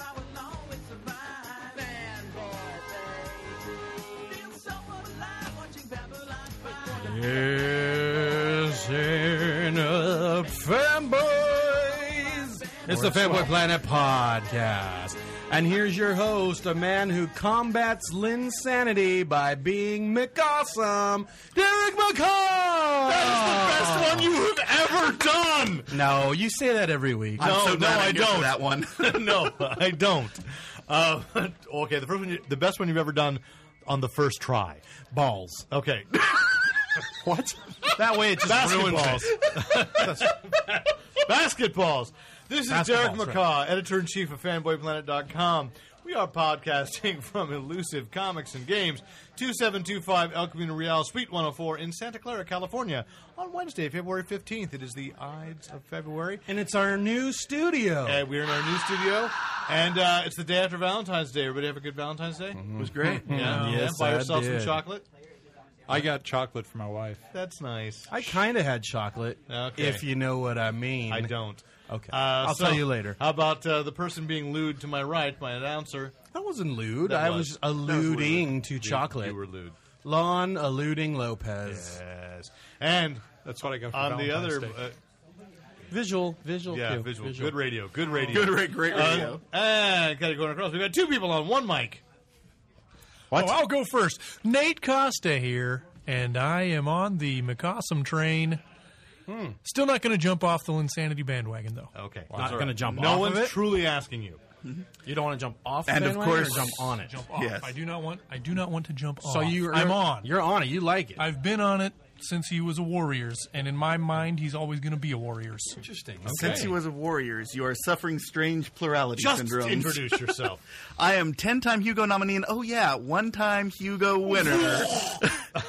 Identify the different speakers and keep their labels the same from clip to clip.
Speaker 1: I will always survive. Fanboy, baby. Feel so alive watching Babylon 5.
Speaker 2: Is in a fanboys. It's the Fanboy Planet podcast, and here's your host, a man who combats insanity by being McAwesome, Derek McCall. That
Speaker 3: you have ever done.
Speaker 2: No, you say that every week.
Speaker 3: No,
Speaker 4: I'm so glad
Speaker 3: no,
Speaker 4: I'm
Speaker 3: I
Speaker 4: here for
Speaker 3: don't.
Speaker 4: that one.
Speaker 3: no, I don't. Uh, okay, the first one, you- the best one you've ever done on the first try.
Speaker 2: balls.
Speaker 3: Okay,
Speaker 2: What?
Speaker 3: that way it just
Speaker 2: Basketballs.
Speaker 3: ruins it. Basketballs. This is Derek
Speaker 2: Basketballs,
Speaker 3: McCaw,
Speaker 2: right.
Speaker 3: editor in chief of FanboyPlanet.com. We are podcasting from Elusive Comics and Games, 2725 El Camino Real, Suite 104 in Santa Clara, California, on Wednesday, February 15th. It is the Ides of February.
Speaker 2: And it's our new studio.
Speaker 3: And we're in our new studio, and uh, it's the day after Valentine's Day. Everybody have a good Valentine's Day?
Speaker 4: It was great.
Speaker 3: Yeah,
Speaker 2: Mm-hmm. Yes,
Speaker 3: buy
Speaker 2: I
Speaker 3: yourself
Speaker 2: did.
Speaker 3: some chocolate.
Speaker 5: I got chocolate for my wife.
Speaker 3: That's nice.
Speaker 2: I kind of had chocolate,
Speaker 3: Okay.
Speaker 2: if you know what I mean.
Speaker 3: I don't.
Speaker 2: Okay.
Speaker 3: Uh,
Speaker 2: I'll
Speaker 3: so,
Speaker 2: tell you later.
Speaker 3: How about uh, the person being lewd to my right, my announcer?
Speaker 2: That wasn't lewd.
Speaker 3: That
Speaker 2: I
Speaker 3: was-
Speaker 2: was, alluding to chocolate.
Speaker 3: You were lewd.
Speaker 2: Lon alluding Lopez.
Speaker 3: Yes. And
Speaker 5: That's what I got for
Speaker 3: on the
Speaker 5: Valentine's
Speaker 3: other,
Speaker 5: Day.
Speaker 3: uh,
Speaker 2: Visual, visual,
Speaker 3: yeah,
Speaker 2: cue,
Speaker 3: visual. Good radio. Good radio.
Speaker 4: Good, ra- great radio.
Speaker 3: Uh, and kind of going across. We've got two people on one mic.
Speaker 5: Oh, I'll go first. Nate Costa here, and I am on the McCossum train. Still not going to jump off the insanity bandwagon, though.
Speaker 3: Okay.
Speaker 2: Not going to jump
Speaker 3: no
Speaker 2: off
Speaker 3: one's
Speaker 2: of it.
Speaker 3: truly asking you.
Speaker 2: you don't want to jump off,
Speaker 4: And
Speaker 2: the
Speaker 4: of
Speaker 2: bandwagon or
Speaker 4: course-
Speaker 2: jump on it.
Speaker 5: Jump off.
Speaker 4: Yes.
Speaker 5: I do not want. I do not want to jump off.
Speaker 2: So you,
Speaker 5: I'm
Speaker 2: you're-
Speaker 5: on.
Speaker 2: You're on it. You like it.
Speaker 5: I've been on it since he was a Warriors, and in my mind, he's always going to be a Warriors.
Speaker 2: Interesting.
Speaker 4: Since he was a Warriors, you are suffering strange plurality
Speaker 3: Just
Speaker 4: syndrome.
Speaker 3: introduce yourself.
Speaker 4: I am 10 time Hugo nominee and, oh, yeah, one time Hugo winner,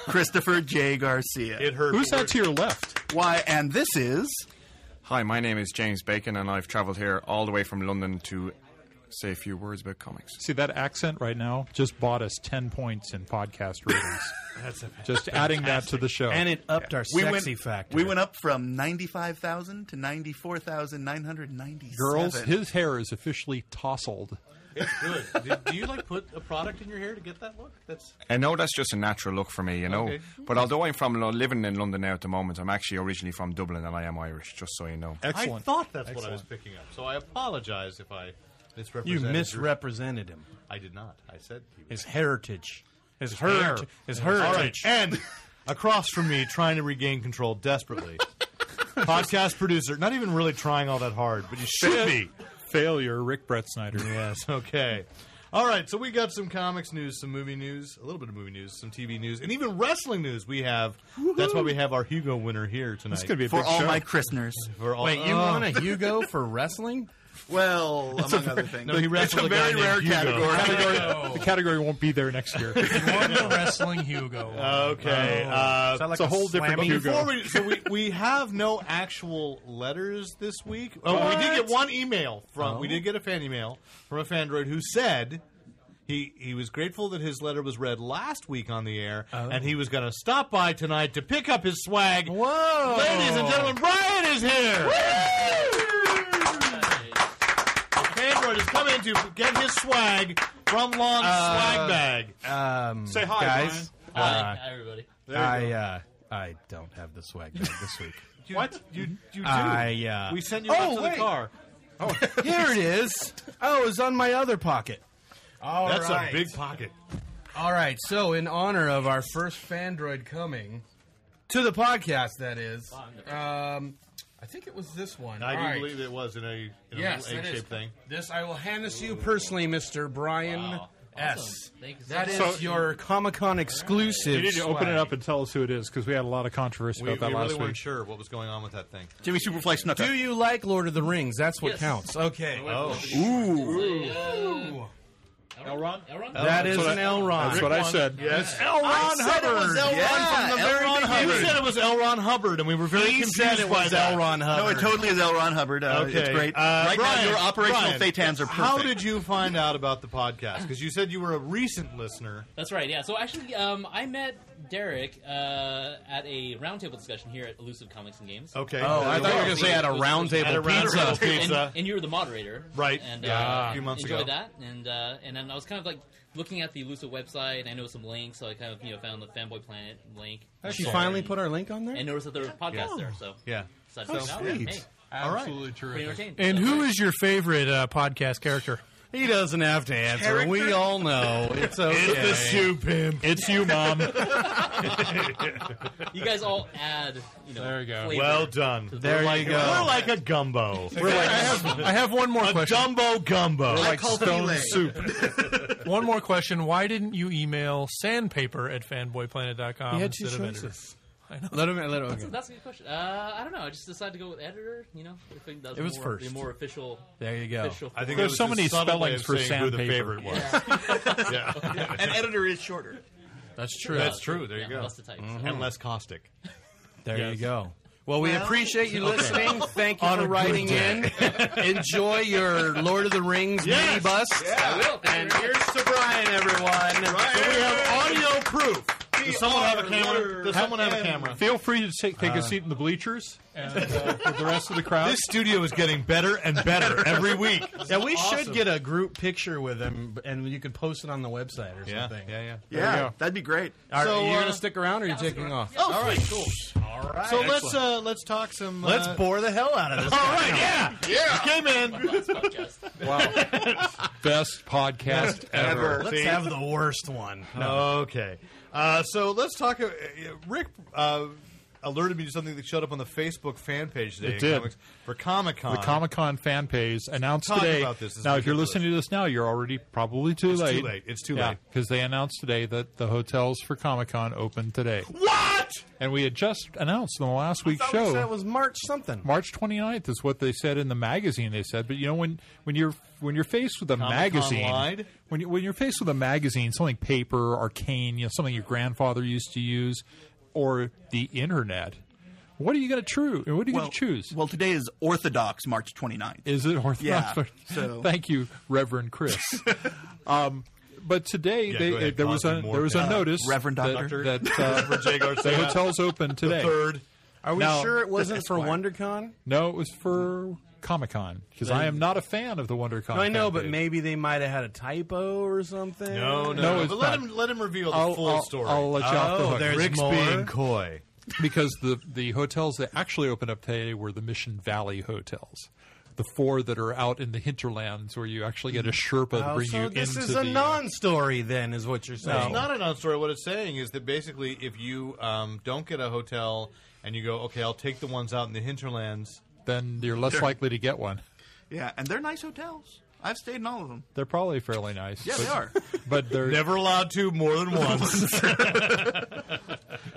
Speaker 4: Christopher J. Garcia.
Speaker 3: It hurt.
Speaker 5: Who's that to your left?
Speaker 4: Why, and this is.
Speaker 6: Hi, my name is James Bacon, and I've travelled here all the way from London to say a few words about comics.
Speaker 5: See that accent right now? Just bought us ten points in podcast ratings.
Speaker 3: That's a
Speaker 5: Just adding that to the show.
Speaker 2: And it upped our
Speaker 4: We
Speaker 2: sexy
Speaker 4: went,
Speaker 2: factor.
Speaker 4: we went up from 95,000 to 94,997.
Speaker 5: Girls, his hair is officially tousled.
Speaker 3: It's good. do, do you like put a product in your hair to get that look? That's
Speaker 6: I know that's just a natural look for me, you know.
Speaker 3: Okay.
Speaker 6: But although I'm from Lo- living in London now at the moment, I'm actually originally from Dublin, and I am Irish. Just so you know.
Speaker 3: I
Speaker 5: Excellent.
Speaker 3: thought that's what I
Speaker 5: Excellent.
Speaker 3: was picking up. So I apologize if I
Speaker 2: You
Speaker 3: misrepresented. your-
Speaker 2: misrepresented him.
Speaker 3: I did not. I said he was
Speaker 2: His heritage. His,
Speaker 3: hair.
Speaker 2: heritage. His heritage.
Speaker 3: All right. And across from me, trying to regain control desperately. Podcast producer, not even really trying all that hard, but you should be.
Speaker 5: Failure, Rick Brett Snyder.
Speaker 3: Yes, okay. All right, so we got some comics news, some movie news, a little bit of movie news, some TV news, and even wrestling news we have. That's why we have our Hugo winner here tonight.
Speaker 5: It's going to be a
Speaker 4: For
Speaker 5: big
Speaker 4: all
Speaker 5: show.
Speaker 4: my Christeners.
Speaker 3: For all-
Speaker 2: Wait, you
Speaker 3: Oh.
Speaker 2: want a Hugo for wrestling?
Speaker 4: Well, among other things.
Speaker 3: No, he wrestled
Speaker 4: it's a
Speaker 3: guy
Speaker 4: very
Speaker 3: named
Speaker 4: rare
Speaker 3: Hugo.
Speaker 4: category.
Speaker 5: The category won't be there next year.
Speaker 2: One wrestling Hugo.
Speaker 3: Okay. Uh,
Speaker 2: Oh. like
Speaker 5: it's a whole different
Speaker 2: slamming-
Speaker 5: Hugo.
Speaker 3: Before we, so we, we have no actual letters this week. Oh, we did get one email from we did get a fan email from a fandroid who said he he was grateful that his letter was read last week on the air, and he was going to stop by tonight to pick up his swag.
Speaker 2: Whoa.
Speaker 3: Ladies and gentlemen, Brian is here. The Fandroid is coming to get his swag from Lon's swag bag.
Speaker 2: Uh, Um,
Speaker 5: Say hi,
Speaker 2: guys. Uh,
Speaker 7: everybody.
Speaker 2: I uh, I don't have the swag bag this week.
Speaker 3: You, what you you do?
Speaker 2: I, uh,
Speaker 3: we sent you
Speaker 2: Oh,
Speaker 3: out to
Speaker 2: wait.
Speaker 3: the car.
Speaker 2: Here it is. Oh, it's on my other pocket. All right.
Speaker 3: That's a big pocket.
Speaker 2: All right. So, in honor of our first Fandroid coming to the podcast, that is, um, I think it was this one.
Speaker 3: I
Speaker 2: All
Speaker 3: do
Speaker 2: right.
Speaker 3: believe it was in a, in a
Speaker 2: Yes,
Speaker 3: little
Speaker 2: that is.
Speaker 3: egg-shaped thing.
Speaker 2: This I will hand this to you personally, Mister Brian
Speaker 3: Wow.
Speaker 2: S.
Speaker 7: Awesome. Thank you so
Speaker 2: That is
Speaker 7: much.
Speaker 2: your Comic Con exclusive.
Speaker 5: You need to open
Speaker 2: swag.
Speaker 5: it up and tell us who it is because we had a lot of controversy
Speaker 3: We,
Speaker 5: about that
Speaker 3: we
Speaker 5: last
Speaker 3: really
Speaker 5: week.
Speaker 3: weren't sure what was going on with that thing.
Speaker 4: Jimmy Superfly Snuka.
Speaker 2: Do you like Lord of the Rings? That's what
Speaker 7: Yes.
Speaker 2: counts. Okay.
Speaker 3: Oh,
Speaker 4: Ooh.
Speaker 7: Elrond? Oh, Elron?
Speaker 2: That is
Speaker 8: That's what
Speaker 2: an
Speaker 8: I-
Speaker 2: L. Ron.
Speaker 8: That's what I said.
Speaker 4: Yes.
Speaker 2: L. Ron Hubbard.
Speaker 4: Yeah, L. Ron
Speaker 3: You
Speaker 4: Hubbard.
Speaker 3: said it was L. Ron Hubbard, and we were very
Speaker 2: He
Speaker 3: confused
Speaker 2: said it
Speaker 3: by
Speaker 2: was
Speaker 3: that.
Speaker 2: L. Ron Hubbard.
Speaker 4: No, it totally is L. Ron Hubbard. Uh,
Speaker 3: Okay,
Speaker 4: It's great.
Speaker 3: Uh,
Speaker 4: right
Speaker 3: Brian,
Speaker 4: now, your operational
Speaker 3: Brian,
Speaker 4: satans are perfect.
Speaker 3: How did you find out about the podcast? Because you said you were a recent listener.
Speaker 7: That's right. Yeah. So actually, um, I met Derek uh, at a roundtable discussion here at Elusive Comics and Games.
Speaker 3: Okay.
Speaker 2: Oh, I thought you were going to say at a round
Speaker 3: At a
Speaker 2: table
Speaker 3: round
Speaker 2: pizza.
Speaker 3: table
Speaker 7: And,
Speaker 3: pizza.
Speaker 7: and you were the moderator,
Speaker 3: Right.
Speaker 7: And
Speaker 3: Yeah,
Speaker 7: uh,
Speaker 3: a few months
Speaker 7: enjoyed
Speaker 3: ago.
Speaker 7: that, and uh, and then I was kind of like looking at the elusive website. and I know some links, so I kind of you know found the Fanboy Planet link.
Speaker 2: She
Speaker 7: Sorry.
Speaker 2: finally put our link on
Speaker 7: and
Speaker 2: there?
Speaker 7: noticed that there was a podcast there. So
Speaker 3: Yeah.
Speaker 7: so
Speaker 2: Oh,
Speaker 7: checked it out. Yeah,
Speaker 2: sweet.
Speaker 7: hey,
Speaker 2: Absolutely
Speaker 7: pretty
Speaker 2: terrific.
Speaker 7: entertaining.
Speaker 5: And
Speaker 7: So,
Speaker 5: who
Speaker 7: right.
Speaker 5: is your favorite uh, podcast character?
Speaker 2: He doesn't have to answer. We all know. It's okay.
Speaker 8: pimp. It's you, mom.
Speaker 7: you guys all add? You know, there
Speaker 2: you go.
Speaker 3: Well done.
Speaker 2: There
Speaker 3: we're
Speaker 2: you
Speaker 3: like,
Speaker 2: go.
Speaker 3: We're like a gumbo. We're
Speaker 5: I have, I have one more
Speaker 3: a
Speaker 5: question.
Speaker 3: Dumbo gumbo.
Speaker 4: I call Filet.
Speaker 5: One more question. Why didn't you email sandpaper at fanboyplanet.com
Speaker 2: He had two
Speaker 5: instead of editor?
Speaker 2: choices. I know. Let him. Let him. okay.
Speaker 7: That's a good question. Uh, I don't know. I just decided to go with editor. You know, I think that's
Speaker 2: It was
Speaker 7: more,
Speaker 2: first.
Speaker 7: the more official.
Speaker 2: There you go.
Speaker 7: official
Speaker 3: I think it
Speaker 8: There's
Speaker 3: was
Speaker 8: so
Speaker 3: his
Speaker 8: many
Speaker 3: subtle way of
Speaker 8: spellings for
Speaker 3: saying who the
Speaker 8: sandpaper.
Speaker 3: favorite was. yeah.
Speaker 4: An editor is shorter.
Speaker 2: That's true.
Speaker 3: That's true. There you
Speaker 7: yeah,
Speaker 3: go.
Speaker 7: less to type.
Speaker 2: Mm-hmm.
Speaker 7: so.
Speaker 3: And less caustic.
Speaker 2: There you go. Well, we appreciate you listening. Thank you for writing in. Enjoy your Lord of the Rings
Speaker 3: Yes.
Speaker 2: mini bus.
Speaker 7: I will. Thank you
Speaker 2: And
Speaker 7: very much.
Speaker 2: here's to Brian, everyone.
Speaker 3: So we have audio proof. Does someone have a camera? Does someone have a camera?
Speaker 8: Feel free to take,
Speaker 2: Uh,
Speaker 8: take a seat in the bleachers and, uh, with the rest of the crowd.
Speaker 3: This studio is getting better and better every week.
Speaker 2: Yeah, we should get a group picture with him, and you could post it on the website or
Speaker 3: Yeah,
Speaker 2: something.
Speaker 3: yeah, yeah.
Speaker 4: Yeah, that'd be great.
Speaker 2: Are
Speaker 3: So,
Speaker 2: you
Speaker 3: uh,
Speaker 2: going to stick around or are you taking off?
Speaker 7: All right, cool.
Speaker 3: So let's uh, let's talk some.
Speaker 2: Let's
Speaker 3: uh,
Speaker 2: bore the hell out of this.
Speaker 3: All right, yeah, yeah. Okay, man.
Speaker 7: Last podcast.
Speaker 8: Best podcast ever.
Speaker 2: Let's
Speaker 3: See?
Speaker 2: have the worst one.
Speaker 3: Okay. Uh, so let's talk. Uh, uh, Rick uh, alerted me to something that showed up on the Facebook fan page today.
Speaker 8: It did.
Speaker 3: Comics- for Comic Con.
Speaker 8: The Comic Con fan page announced
Speaker 3: Talk
Speaker 8: today.
Speaker 3: about this. This is
Speaker 8: now, if you're
Speaker 3: ridiculous.
Speaker 8: listening to this now, you're already probably too
Speaker 3: It's too
Speaker 8: late.
Speaker 3: late. It's too late.
Speaker 8: because they announced today that the hotels for Comic Con open today,
Speaker 3: What?
Speaker 8: and we had just announced on last week's
Speaker 2: That
Speaker 8: show.
Speaker 2: was- that was March something.
Speaker 8: March 29th is what they said in the magazine. They said, but you know when when you're when you're faced with a magazine,
Speaker 3: lied?
Speaker 8: when you, when you're faced with a magazine, something paper, arcane, you know, something your grandfather used to use, or the internet, what are you going to choose? What are you
Speaker 4: well,
Speaker 8: going to choose?
Speaker 4: Well, today is Orthodox March 29th.
Speaker 8: Is it orthodox?
Speaker 4: Yeah, so-
Speaker 8: Thank you, Reverend Chris. um, but today
Speaker 3: Yeah,
Speaker 8: they,
Speaker 3: go ahead,
Speaker 8: there was
Speaker 3: Boston
Speaker 8: a
Speaker 3: Moore.
Speaker 8: there was
Speaker 3: Uh,
Speaker 8: a notice,
Speaker 4: Reverend
Speaker 8: that-
Speaker 4: Doctor.
Speaker 8: that, uh,
Speaker 3: Jay Garcia,
Speaker 8: the hotel's open
Speaker 3: the
Speaker 8: today.
Speaker 3: third.
Speaker 2: Are we
Speaker 8: Now-
Speaker 2: sure it wasn't for WonderCon?
Speaker 8: No, it was for Comic Con because I am not a fan of the
Speaker 2: No,
Speaker 8: WonderCon.
Speaker 2: I know,
Speaker 8: fan
Speaker 2: but
Speaker 8: page.
Speaker 2: maybe they might have had a typo or something.
Speaker 3: No, no,
Speaker 8: No,
Speaker 3: no.
Speaker 8: it's
Speaker 3: But let
Speaker 8: not.
Speaker 3: him let him reveal the
Speaker 8: I'll,
Speaker 3: full
Speaker 8: I'll-
Speaker 3: story. Oh,
Speaker 8: I'll let you off the hook.
Speaker 2: there's
Speaker 3: Rick's
Speaker 2: more.
Speaker 3: being coy.
Speaker 8: because the the hotels that actually opened up today were the Mission Valley hotels. The four that are out in the hinterlands where you actually get a Sherpa to
Speaker 2: Oh,
Speaker 8: bring
Speaker 2: so
Speaker 8: you
Speaker 2: this
Speaker 8: into
Speaker 2: is
Speaker 8: the
Speaker 3: uh,
Speaker 8: uh,
Speaker 2: a non-story, then, is what you're saying.
Speaker 3: It's not a non-story. What it's saying is that basically, if you um, don't get a hotel and you go, okay, I'll take the ones out in the hinterlands.
Speaker 8: then you're less likely to get one.
Speaker 4: Yeah, and they're nice hotels. I've stayed in all of them.
Speaker 8: They're probably fairly nice.
Speaker 4: Yeah,
Speaker 8: but,
Speaker 4: they are.
Speaker 8: But they're
Speaker 3: Never allowed to more than once.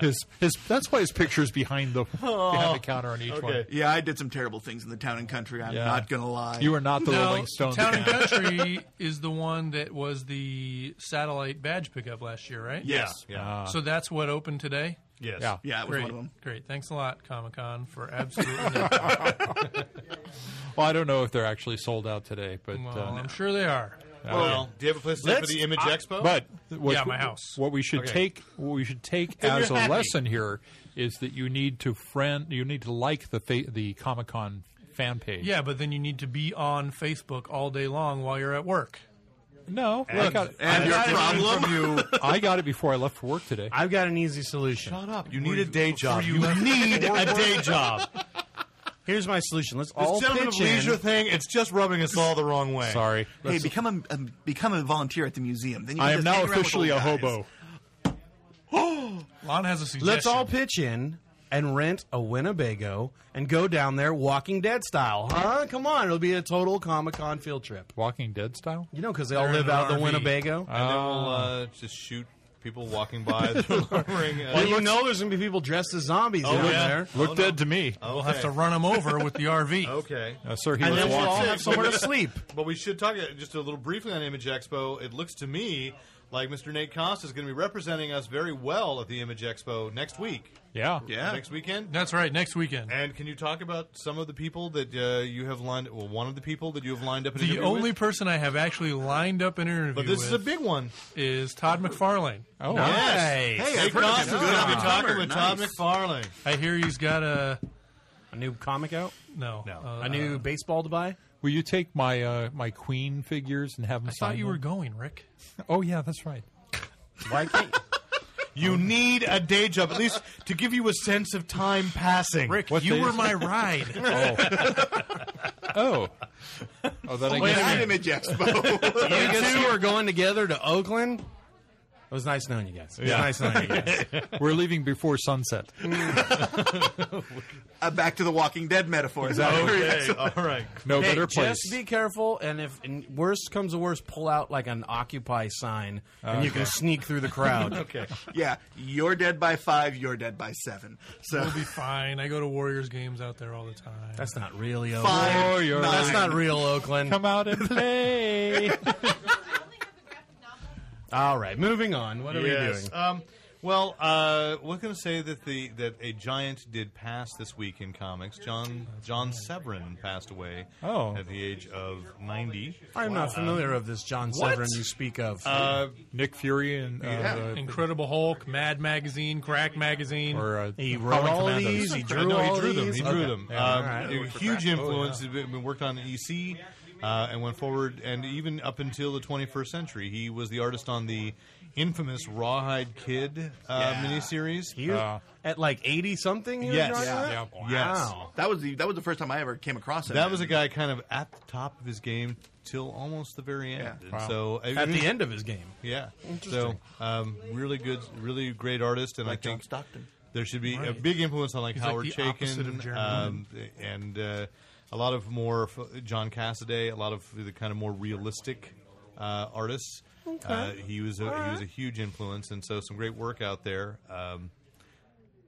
Speaker 8: his, his that's why his picture's behind the behind the counter on each one.
Speaker 3: okay.
Speaker 4: Yeah, I did some terrible things in the town and country. I'm
Speaker 8: Yeah.
Speaker 4: not gonna lie.
Speaker 8: You are not the
Speaker 5: No,
Speaker 8: Rolling Stones.
Speaker 5: Town and
Speaker 8: fan.
Speaker 5: Country is the one that was the satellite badge pickup last year, right?
Speaker 3: Yeah, yeah,
Speaker 5: So that's what opened today.
Speaker 3: yes.
Speaker 8: Uh, yeah.
Speaker 4: yeah, it was
Speaker 5: Great,
Speaker 4: one of them.
Speaker 5: great. Thanks a lot, Comic Con, for absolutely. nothing.
Speaker 8: Well, I don't know if they're actually sold out today, but
Speaker 5: well,
Speaker 8: uh,
Speaker 5: I'm sure they are.
Speaker 3: Well, do you have a place to stay for
Speaker 2: Let's-
Speaker 3: the Image Expo?
Speaker 8: But what,
Speaker 5: Yeah, my house.
Speaker 8: What we should
Speaker 3: Okay.
Speaker 8: take, what we should take
Speaker 3: Then
Speaker 8: as a
Speaker 3: you're happy.
Speaker 8: lesson here is that you need to friend, you need to like the fa- the Comic Con fan page.
Speaker 5: Yeah, but then you need to be on Facebook all day long while you're at work.
Speaker 8: No, I got, it.
Speaker 4: And your problem?
Speaker 8: I got it before I left for work today.
Speaker 2: I've got an easy solution.
Speaker 3: Shut up. You need a day job. You, need a day job. This
Speaker 2: Here's my solution. Let's all
Speaker 3: gentleman of
Speaker 2: pitch in.
Speaker 3: leisure thing, it's just rubbing us all the wrong way.
Speaker 8: Sorry,
Speaker 4: Hey, become a, a become a volunteer at the museum. Then you can
Speaker 8: I am
Speaker 4: just
Speaker 8: now
Speaker 4: hang around with
Speaker 8: officially a
Speaker 4: old guys.
Speaker 8: hobo.
Speaker 5: Lon has a suggestion.
Speaker 2: Let's all pitch in and rent a Winnebago and go down there Walking Dead style. Huh? Come on. It'll be a total Comic Con field trip.
Speaker 8: Walking Dead style.
Speaker 2: You know, because they all
Speaker 5: They're in
Speaker 2: live
Speaker 5: an
Speaker 2: out of the
Speaker 5: RV.
Speaker 2: Winnebago.
Speaker 3: And then we'll uh, just shoot people walking by. that are wearing, uh,
Speaker 2: Well, you know there's going to be people dressed as zombies
Speaker 3: Oh,
Speaker 2: down
Speaker 3: yeah.
Speaker 2: there.
Speaker 8: Look dead to me.
Speaker 3: okay.
Speaker 5: We'll have to run them over with the RV.
Speaker 3: Okay.
Speaker 8: Uh, sir, he
Speaker 2: And
Speaker 8: was
Speaker 2: then we'll all
Speaker 8: walking.
Speaker 2: have somewhere to sleep.
Speaker 3: But we should talk uh, just a little briefly on Image Expo. It looks to me like Mr. Nate Costa is going to be representing us very well at the Image Expo next week,
Speaker 8: Yeah.
Speaker 4: Yeah.
Speaker 3: next weekend.
Speaker 5: That's right. Next weekend.
Speaker 3: And can you talk about some of the people that uh, you have lined? Well, one of the people that you have lined up. An
Speaker 5: The
Speaker 3: interview
Speaker 5: only
Speaker 3: with?
Speaker 5: person I have actually lined up an interview
Speaker 3: but this is a
Speaker 5: with
Speaker 3: big one.
Speaker 5: is Todd McFarlane.
Speaker 8: Oh,
Speaker 3: Yes. Hey, Nate
Speaker 4: heard of
Speaker 3: Costa is
Speaker 4: him.
Speaker 3: going to be
Speaker 4: Good
Speaker 3: talking
Speaker 4: cover.
Speaker 3: with Todd
Speaker 4: Nice.
Speaker 3: McFarlane.
Speaker 5: I hear he's got a
Speaker 2: A new comic out?
Speaker 5: no. Uh, No.
Speaker 2: a new baseball to buy?
Speaker 8: Will you take my uh, my Queen figures and have them
Speaker 5: I thought you were going, Rick.
Speaker 8: Oh yeah, that's right.
Speaker 2: Why can't
Speaker 3: You need a day job, at least to give you a sense of time passing.
Speaker 5: Rick,
Speaker 8: What
Speaker 5: you
Speaker 8: day
Speaker 5: were
Speaker 8: is it?
Speaker 5: my ride.
Speaker 8: Oh. Oh, that I
Speaker 4: Wait,
Speaker 8: guess-
Speaker 4: I'm Image Expo.
Speaker 2: you two are going together to Oakland? It was nice knowing you guys. It was
Speaker 8: Yeah.
Speaker 2: nice knowing you guys.
Speaker 8: we're leaving before sunset.
Speaker 4: Uh, back to the Walking Dead metaphor.
Speaker 3: Okay, all right.
Speaker 8: No
Speaker 2: Hey,
Speaker 8: better place.
Speaker 2: Just be careful, and if and worst comes to worst, pull out like an Occupy sign, and you can sneak through the crowd.
Speaker 3: Okay.
Speaker 4: yeah, you're dead by five. You're dead by seven. So
Speaker 5: It'll be fine. I go to Warriors games out there all the time.
Speaker 2: That's not really Oakland.
Speaker 4: five.
Speaker 8: Oh, you're-
Speaker 4: nine.
Speaker 2: That's not real Oakland.
Speaker 8: Come out and play.
Speaker 2: All right, moving on. What are we doing?
Speaker 3: Um, well, uh, we're going to say that the that a giant did pass this week in comics. John John Severin passed away
Speaker 8: Oh.
Speaker 3: at the age of ninety.
Speaker 2: I'm not familiar of this John Severin you speak of.
Speaker 3: Uh,
Speaker 8: Nick Fury and uh,
Speaker 5: Incredible Hulk, Mad Magazine, Crack Magazine.
Speaker 8: or uh,
Speaker 2: he wrote
Speaker 8: Howling
Speaker 2: all
Speaker 8: Commandos.
Speaker 2: these. He drew
Speaker 3: no,
Speaker 2: all
Speaker 3: he drew them.
Speaker 2: these.
Speaker 3: He drew
Speaker 2: Okay.
Speaker 3: them.
Speaker 2: Oh, Yeah,
Speaker 3: um,
Speaker 2: all right.
Speaker 3: a huge influence. He's been- Worked on EC uh, and went forward, and even up until the 21st century, he was the artist on the infamous Rawhide Kid uh,
Speaker 4: Yeah.
Speaker 3: miniseries.
Speaker 2: He was
Speaker 8: Uh,
Speaker 2: at like 80 something. he was
Speaker 3: Yes.
Speaker 2: drawing
Speaker 3: Yeah.
Speaker 2: that?
Speaker 8: Yeah.
Speaker 2: Wow.
Speaker 4: That was the that was the first time I ever came across him.
Speaker 3: That was a guy kind of at the top of his game till almost the very end.
Speaker 4: Yeah.
Speaker 3: And So I
Speaker 2: At
Speaker 3: mean,
Speaker 2: the end of his game.
Speaker 3: yeah.
Speaker 2: Interesting.
Speaker 3: So um, really good, really great artist, and
Speaker 4: like
Speaker 3: I
Speaker 4: John
Speaker 3: think
Speaker 4: Stockton.
Speaker 3: there should be a
Speaker 5: Right.
Speaker 3: big influence on like
Speaker 5: He's like
Speaker 3: Howard
Speaker 5: the opposite of
Speaker 3: Chaykin,
Speaker 5: Jeremy
Speaker 3: um, and uh, a lot of more f- John Cassaday, a lot of the kind of more realistic uh, artists. Uh, he was a, he was a huge influence, and so some great work out there. Um,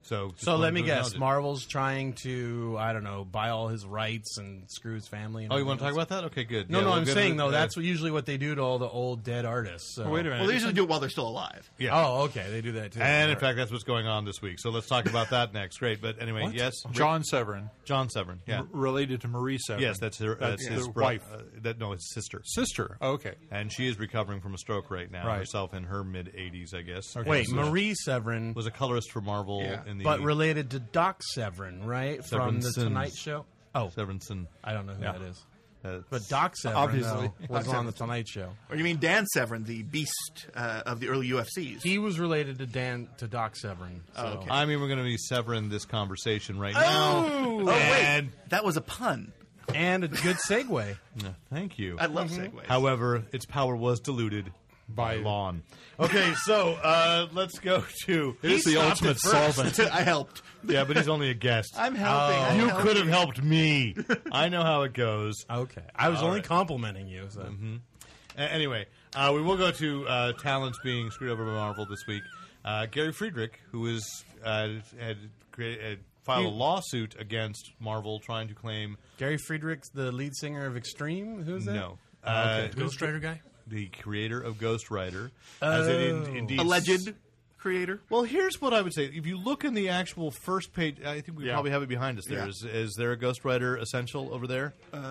Speaker 3: so just
Speaker 2: So
Speaker 3: wanted
Speaker 2: let me
Speaker 3: to
Speaker 2: guess.
Speaker 3: acknowledge it.
Speaker 2: Marvel's trying to, I don't know, buy all his rights and screw his family. And
Speaker 3: Oh, you want to talk
Speaker 2: everything else.
Speaker 3: about that? Okay, good.
Speaker 2: No,
Speaker 3: Yeah, Oh,
Speaker 2: no,
Speaker 3: we'll
Speaker 2: I'm
Speaker 3: get
Speaker 2: saying
Speaker 3: it,
Speaker 2: though,
Speaker 3: uh,
Speaker 2: that's usually what they do to all the old dead artists. so-
Speaker 8: Wait a minute.
Speaker 4: Well, they usually do it while they're still alive.
Speaker 3: yeah.
Speaker 2: Oh, okay, they do that too.
Speaker 3: And in fact, that's what's going on this week. So let's talk about that next. Great. But anyway, yes, John,
Speaker 8: John Severin,
Speaker 3: John Severin. Yeah.
Speaker 8: r- related to Marie Severin.
Speaker 3: Yes, that's, her, that's,
Speaker 8: That's
Speaker 3: his
Speaker 8: the
Speaker 3: bro-
Speaker 8: wife.
Speaker 3: Uh, that, no, his sister.
Speaker 8: sister. Okay.
Speaker 3: And she is recovering from a stroke right now
Speaker 8: Right.
Speaker 3: herself in her mid 80s, I guess.
Speaker 2: wait,
Speaker 3: Was a-
Speaker 2: Marie Severin,
Speaker 3: was a colorist for Marvel
Speaker 4: Yeah.
Speaker 3: in the
Speaker 2: but related to Doc Severin, right? From the
Speaker 3: Severinson.
Speaker 2: Tonight Show. Oh,
Speaker 3: Severinson.
Speaker 2: I don't know who
Speaker 8: Yeah.
Speaker 2: that is.
Speaker 3: Uh,
Speaker 2: But Doc Severin
Speaker 8: Obviously.
Speaker 2: though, was on the Tonight Show.
Speaker 4: Or you mean Dan Severn, the beast uh, of the early UFCs?
Speaker 2: He was related to Dan to Doc Severin. So.
Speaker 4: okay.
Speaker 3: I mean, we're going to be severing this conversation right
Speaker 4: oh,
Speaker 3: now.
Speaker 4: wait,
Speaker 3: And-
Speaker 4: that was a pun.
Speaker 2: and a good segue.
Speaker 3: No, thank you.
Speaker 4: I love segues.
Speaker 3: However, its power was diluted
Speaker 8: By-
Speaker 3: by lawn. Okay, so uh, let's go to. It
Speaker 8: is the ultimate solvent. Oh.
Speaker 4: I helped.
Speaker 3: Yeah, but he's only a guest.
Speaker 4: I'm helping. I'm
Speaker 3: you
Speaker 4: helping.
Speaker 3: could have helped me. I know how it goes. A-
Speaker 2: Okay, I was only complimenting you. So.
Speaker 3: Mm-hmm. anyway, uh, we will go to uh, talents being screwed over by Marvel this week. Uh, Gary Friedrich, who is uh, had, created, had filed a lawsuit against Marvel, trying to claim
Speaker 2: Gary Friedrich's the lead singer of Extreme. Who's that? Oh,
Speaker 3: no. Uh,
Speaker 5: Ghost Rider guy.
Speaker 3: The creator of Ghost Rider, as it in, indeed
Speaker 4: alleged creator.
Speaker 3: Well, here's what I would say. If you look in the actual first page, I think we
Speaker 8: Yeah.
Speaker 3: probably have it behind us. There
Speaker 4: Yeah.
Speaker 3: is is there a Ghost Rider essential over there?
Speaker 2: Don't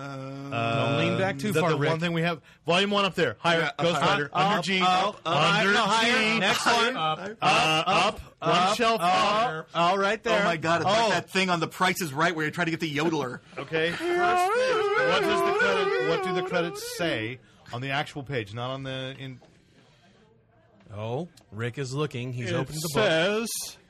Speaker 2: lean back too
Speaker 3: That's
Speaker 2: far,
Speaker 3: Um, the
Speaker 2: Rick.
Speaker 3: one thing we have. Volume one up there. Higher.
Speaker 4: Yeah, up
Speaker 3: Ghost
Speaker 4: higher.
Speaker 3: Rider.
Speaker 4: Up,
Speaker 3: under G.
Speaker 4: up, up,
Speaker 3: under
Speaker 4: up,
Speaker 3: G.
Speaker 4: higher,
Speaker 3: Next
Speaker 4: higher,
Speaker 3: one. Up. Up. Up. One shelf. higher.
Speaker 2: All right there.
Speaker 4: Oh my god! It's
Speaker 3: Oh.
Speaker 4: like that thing on The Price Is Right where you try to get the yodeler.
Speaker 3: Okay. First page. What does the credit? What do the credits say on the actual page? Not on the. In,
Speaker 2: Oh, Rick is looking. He's
Speaker 8: It
Speaker 2: opened the book.
Speaker 8: says,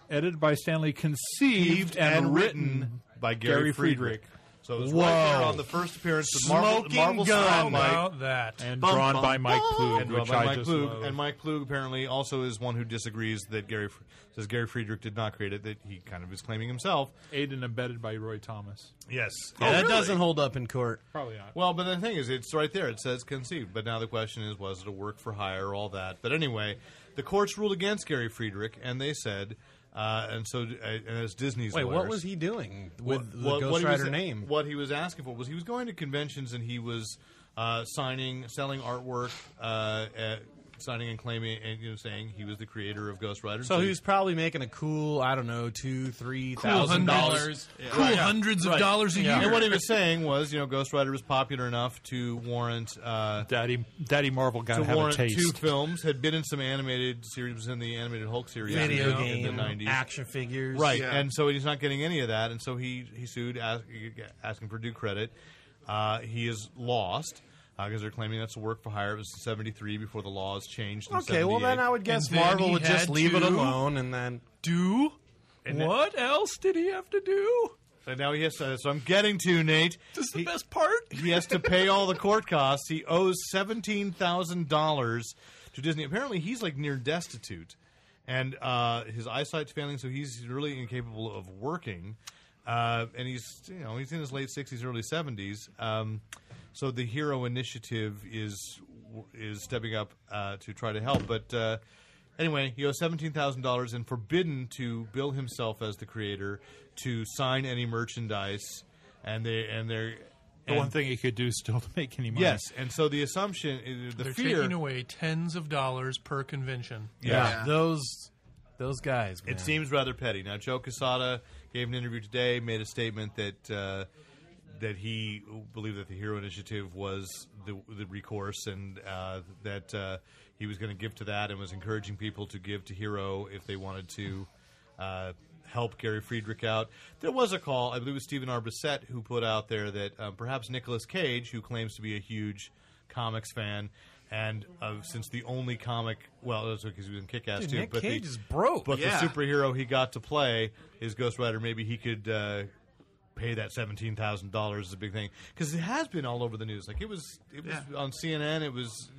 Speaker 8: edited by Stanley, conceived and written
Speaker 3: by
Speaker 8: Gary
Speaker 3: Gary Friedrich.
Speaker 8: Friedrich.
Speaker 3: So it was right there on the first appearance of Marvel,
Speaker 2: Smoking
Speaker 3: Marvel
Speaker 2: gun.
Speaker 3: Spotlight.
Speaker 5: about that.
Speaker 8: and
Speaker 4: Bum,
Speaker 8: drawn
Speaker 4: bum,
Speaker 8: by Mike Plug,
Speaker 3: and, drawn
Speaker 8: which
Speaker 3: by
Speaker 8: I
Speaker 3: Mike
Speaker 8: just
Speaker 3: Klug.
Speaker 8: love.
Speaker 3: And Mike Klug apparently also is one who disagrees that Gary Fr- says Gary Friedrich did not create it. That he kind of is claiming himself.
Speaker 8: aided and abetted by Roy Thomas.
Speaker 3: Yes.
Speaker 2: Yeah, that doesn't hold up in court.
Speaker 8: Probably not.
Speaker 3: Well, but the thing is, it's right there. It says conceived. But now the question is, was it a work for hire? All that. But anyway, the courts ruled against Gary Friedrich, and they said, uh, and so uh, and as Disney's
Speaker 2: Wait, what
Speaker 3: lawyers-
Speaker 2: was he doing with the
Speaker 3: what-
Speaker 2: Ghost
Speaker 3: what he
Speaker 2: Rider
Speaker 3: was-
Speaker 2: name?
Speaker 3: What he was asking for was he was going to conventions and he was uh, signing, selling artwork, uh, at, signing and claiming, and you know, saying he was the creator of Ghost Rider.
Speaker 2: so he was probably making a cool, I don't know, two, three thousand dollars.
Speaker 5: hundreds, cool hundreds of dollars a year.
Speaker 3: And what he was saying was, you know, Ghost Rider was popular enough to warrant. Uh,
Speaker 8: Daddy, Daddy Marvel got
Speaker 3: to
Speaker 8: to have a
Speaker 3: warrant two
Speaker 8: taste.
Speaker 3: films had been in some animated series, was in the animated Hulk series,
Speaker 2: Video
Speaker 3: in the- in the
Speaker 2: game,
Speaker 3: nineties,
Speaker 2: action figures.
Speaker 3: Right,
Speaker 4: Yeah.
Speaker 3: and so he's not getting any of that, and so he he sued ask, asking for due credit. Uh, he is lost because they're claiming that's a work for hire. It was in '73 before the laws changed. In
Speaker 2: Okay, well then
Speaker 3: 78.
Speaker 2: I would guess
Speaker 5: And then
Speaker 2: Marvel
Speaker 5: he
Speaker 2: would just
Speaker 5: had
Speaker 2: leave it
Speaker 5: to-
Speaker 2: alone and then
Speaker 5: do? What else did he have to do?
Speaker 3: So now he has to. So I'm getting to Nate.
Speaker 5: This is
Speaker 3: He-
Speaker 5: the best part.
Speaker 3: he has to pay all the court costs. He owes seventeen thousand dollars to Disney. Apparently, he's like near destitute, and uh, his eyesight's failing, so he's really incapable of working. Uh, and he's you know he's in his late sixties, early seventies. Um, so the Hero Initiative is is stepping up uh, to try to help, but. Uh, Anyway, he owes seventeen thousand dollars and forbidden to bill himself as the creator, to sign any merchandise, and they and they're
Speaker 8: The one thing he could do still to make any money.
Speaker 3: Yes, and so the assumption, uh, the
Speaker 5: They're
Speaker 3: fear,
Speaker 5: taking away tens of dollars per convention.
Speaker 3: yeah,
Speaker 2: those those guys.
Speaker 3: it seems rather petty. Now, Joe Casada gave an interview today, made a statement that uh, that he believed that the Hero Initiative was the, the recourse, and uh, that uh, he was going to give to that, and was encouraging people to give to Hero if they wanted to. Uh, Help Gary Friedrich out. There was a call, I believe it was Stephen Arbisette who put out there that um, perhaps Nicolas Cage, who claims to be a huge comics fan, and uh, since the only comic, well, that's because he was in Kick Ass too.
Speaker 2: Nick
Speaker 3: but the-
Speaker 2: Cage is broke.
Speaker 3: but
Speaker 4: Yeah.
Speaker 3: the superhero he got to play is Ghost Rider. Maybe he could uh, pay that seventeen thousand dollars is a big thing because it has been all over the news. Like it was, it was
Speaker 4: Yeah.
Speaker 3: on CNN. It was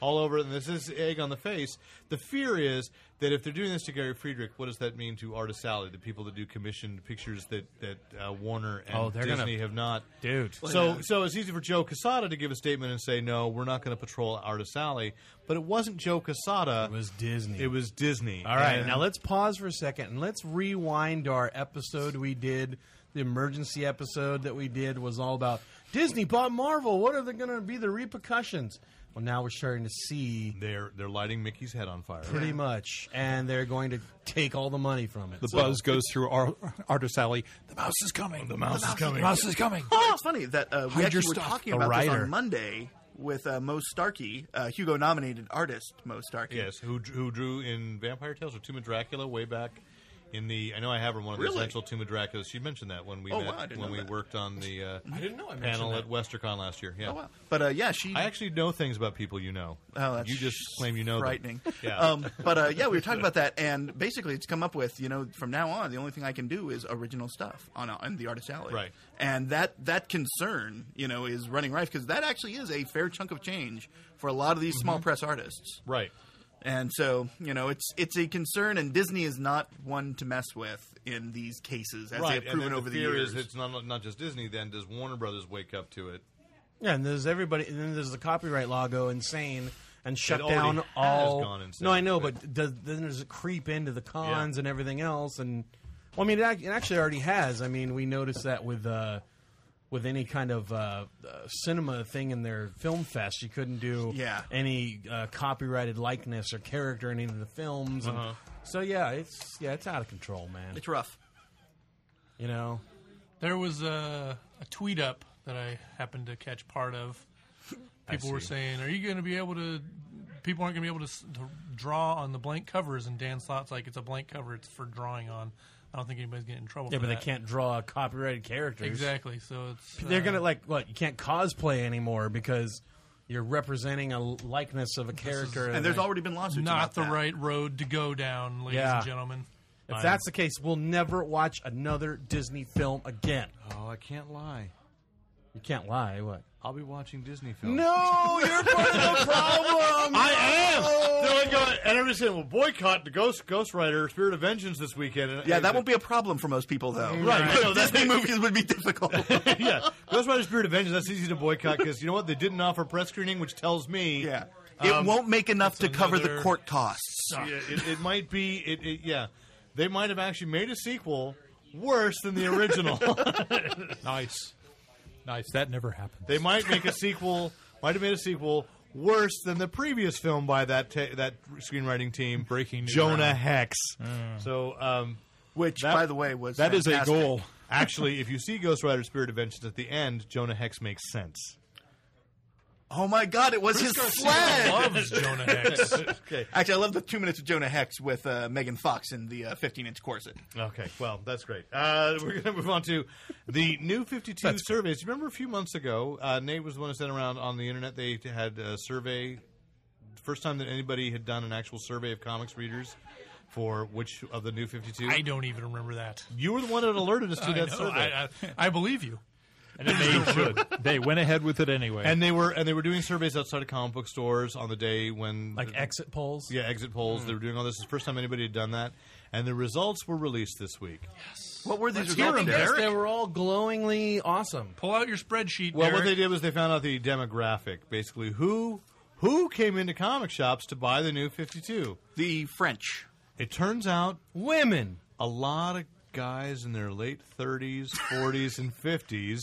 Speaker 3: all over, and this is egg on the face. The fear is that if they're doing this to Gary Friedrich, what does that mean to Artist Alley, the people that do commissioned pictures that that uh, Warner and
Speaker 2: Oh, they're gonna-
Speaker 3: Disney have not?
Speaker 2: dude.
Speaker 3: So, so it's easy for Joe Casada to give a statement and say, "No, we're not going to patrol Artist Alley." But it wasn't Joe Casada;
Speaker 2: It was Disney.
Speaker 3: It was Disney.
Speaker 2: All right,
Speaker 3: And-
Speaker 2: now let's pause for a second and let's rewind our episode we did. The emergency episode that we did was all about Disney bought Marvel. What are they going to be the repercussions? Well, now we're starting to see
Speaker 3: They're they're lighting Mickey's head on fire.
Speaker 2: pretty much, and they're going to take all the money from it.
Speaker 8: The buzz goes through Ar- Artist Alley. The mouse is coming. The mouse, is coming. The mouse is coming.
Speaker 4: Well, it's funny that uh, we
Speaker 8: Hide
Speaker 4: actually
Speaker 8: your
Speaker 4: were
Speaker 8: stuff,
Speaker 4: talking
Speaker 8: a
Speaker 4: about this
Speaker 8: writer.
Speaker 4: on Monday with uh, Mo Starkey, uh, Hugo nominated artist Mo Starkey.
Speaker 3: Yes, who who drew in Vampire Tales or Tomb of Dracula way back in the I know I have her in one of
Speaker 4: Really?
Speaker 3: the essential Tomb of Dracula. She mentioned that when we
Speaker 4: Oh,
Speaker 3: met,
Speaker 4: wow, I didn't
Speaker 3: when
Speaker 4: know
Speaker 3: we
Speaker 4: that.
Speaker 3: worked on the uh,
Speaker 2: didn't know I mentioned
Speaker 3: panel
Speaker 2: that.
Speaker 3: at WesterCon last year. Yeah.
Speaker 4: Oh, wow. But uh, yeah, she.
Speaker 3: I actually know things about people you know.
Speaker 4: Oh, that's
Speaker 3: you just claim you know them.
Speaker 4: frightening.
Speaker 3: Yeah.
Speaker 4: Um, but uh, yeah, we were talking about that, and basically, it's come up with you know from now on, the only thing I can do is original stuff on on the artist alley,
Speaker 3: Right.
Speaker 4: And that that concern, you know, is running rife because that actually is a fair chunk of change for a lot of these
Speaker 3: Mm-hmm.
Speaker 4: small press artists,
Speaker 3: right.
Speaker 4: and so you know it's it's a concern, and Disney is not one to mess with in these cases, as
Speaker 3: Right.
Speaker 4: they've proven
Speaker 3: and then
Speaker 4: over
Speaker 3: the
Speaker 4: the,
Speaker 3: fear
Speaker 4: years.
Speaker 3: is it's not not just Disney. Then does Warner Brothers wake up to it?
Speaker 2: Yeah, and there's everybody, and then there's the copyright law go insane and shut
Speaker 3: already
Speaker 2: down
Speaker 3: has
Speaker 2: all.
Speaker 3: gone insane,
Speaker 2: no, I know,
Speaker 3: but-
Speaker 2: but does, then there's a creep into the cons and everything else, and well, I mean, it, ac- it actually already has. I mean, we noticed that with uh, with any kind of uh, uh, cinema thing in their film fest, you couldn't do
Speaker 4: Yeah.
Speaker 2: any uh, copyrighted likeness or character in any of the films. and- So yeah, it's yeah, it's out of control, man.
Speaker 4: it's rough.
Speaker 2: You know,
Speaker 5: There was a, a tweet up that I happened to catch part of. People were saying, "Are you going to be able to?" People aren't going to be able to, s- to draw on the blank covers, and Dan Slott's like, "It's a blank cover. It's for drawing on." I don't think anybody's getting in trouble.
Speaker 2: yeah,
Speaker 5: for
Speaker 2: but they
Speaker 5: that.
Speaker 2: can't draw copyrighted characters.
Speaker 5: exactly. So it's
Speaker 2: they're
Speaker 5: uh,
Speaker 2: gonna like what you can't cosplay anymore because you're representing a likeness of a character
Speaker 4: And there's already been lawsuits
Speaker 5: not
Speaker 4: about
Speaker 5: the
Speaker 4: that.
Speaker 5: right road to go down, ladies
Speaker 2: Yeah.
Speaker 5: and gentlemen.
Speaker 2: If
Speaker 3: I'm-
Speaker 2: that's the case, we'll never watch another Disney film again.
Speaker 3: Oh, I can't lie.
Speaker 2: You can't lie. What?
Speaker 3: I'll be watching Disney films.
Speaker 2: No, you're part of the problem.
Speaker 3: I am. They're like, uh, and everybody's saying, "Well, boycott the Ghost Ghost Rider Spirit of Vengeance this weekend." And-
Speaker 4: Yeah,
Speaker 3: and-
Speaker 4: that won't be a problem for most people, though.
Speaker 3: Right.
Speaker 4: But
Speaker 3: No, that's-
Speaker 4: Disney movies would be difficult.
Speaker 3: yeah, Ghost Rider Spirit of Vengeance. That's easy to boycott because you know what? They didn't offer press screening, which tells me,
Speaker 4: yeah. It
Speaker 3: Um,
Speaker 4: won't make enough to
Speaker 5: that's
Speaker 4: cover the
Speaker 5: another-
Speaker 4: court costs.
Speaker 3: yeah, it, it might be. It, it, yeah, they might have actually made a sequel worse than the original.
Speaker 8: Nice. Nice. That never happened.
Speaker 3: they might make a sequel. Might have made a sequel worse than the previous film by that ta that screenwriting team.
Speaker 8: Breaking new
Speaker 3: Jonah
Speaker 8: ground. Mm.
Speaker 3: Hex. So. um
Speaker 4: Which,
Speaker 3: That-
Speaker 4: by the way, was
Speaker 8: That is a
Speaker 4: fantastic.
Speaker 8: goal.
Speaker 3: Actually, if you see Ghost Rider Spirit of Vengeance at the end, Jonah Hex makes sense.
Speaker 4: Oh my God! It was his sled.
Speaker 5: loves Jonah Hex.
Speaker 3: Okay.
Speaker 4: Actually, I love the two minutes of Jonah Hex with uh, Megan Fox in the uh, 15-inch corset.
Speaker 3: Okay. Well, that's great. Uh, we're going to move on to the new 52 surveys. You remember a few months ago, uh, Nate was the one who sent around on the internet, they had a survey, first time that anybody had done an actual survey of comics readers for which of the new 52.
Speaker 5: I don't even remember that.
Speaker 3: you were the one that alerted us to
Speaker 5: I,
Speaker 3: that
Speaker 5: know,
Speaker 3: survey.
Speaker 5: I, I, I believe you.
Speaker 8: And they should. They went ahead with it anyway.
Speaker 3: and they were and they were doing surveys outside of comic book stores on the day when
Speaker 2: Like exit polls.
Speaker 3: yeah exit polls
Speaker 5: Hmm.
Speaker 3: they were doing all this. It's the first time anybody had done that, and the results were released this week.
Speaker 4: What were these
Speaker 2: Hear
Speaker 4: results,
Speaker 2: 'em,
Speaker 4: Derek?
Speaker 2: They were all glowingly awesome.
Speaker 5: Pull out your spreadsheet.
Speaker 3: Well,
Speaker 5: Derek.
Speaker 3: what they did was they found out the demographic, basically who who came into comic shops to buy the new Fifty Two.
Speaker 4: The French.
Speaker 3: It turns out
Speaker 2: Women.
Speaker 3: a lot of guys in their late thirties, forties, and fifties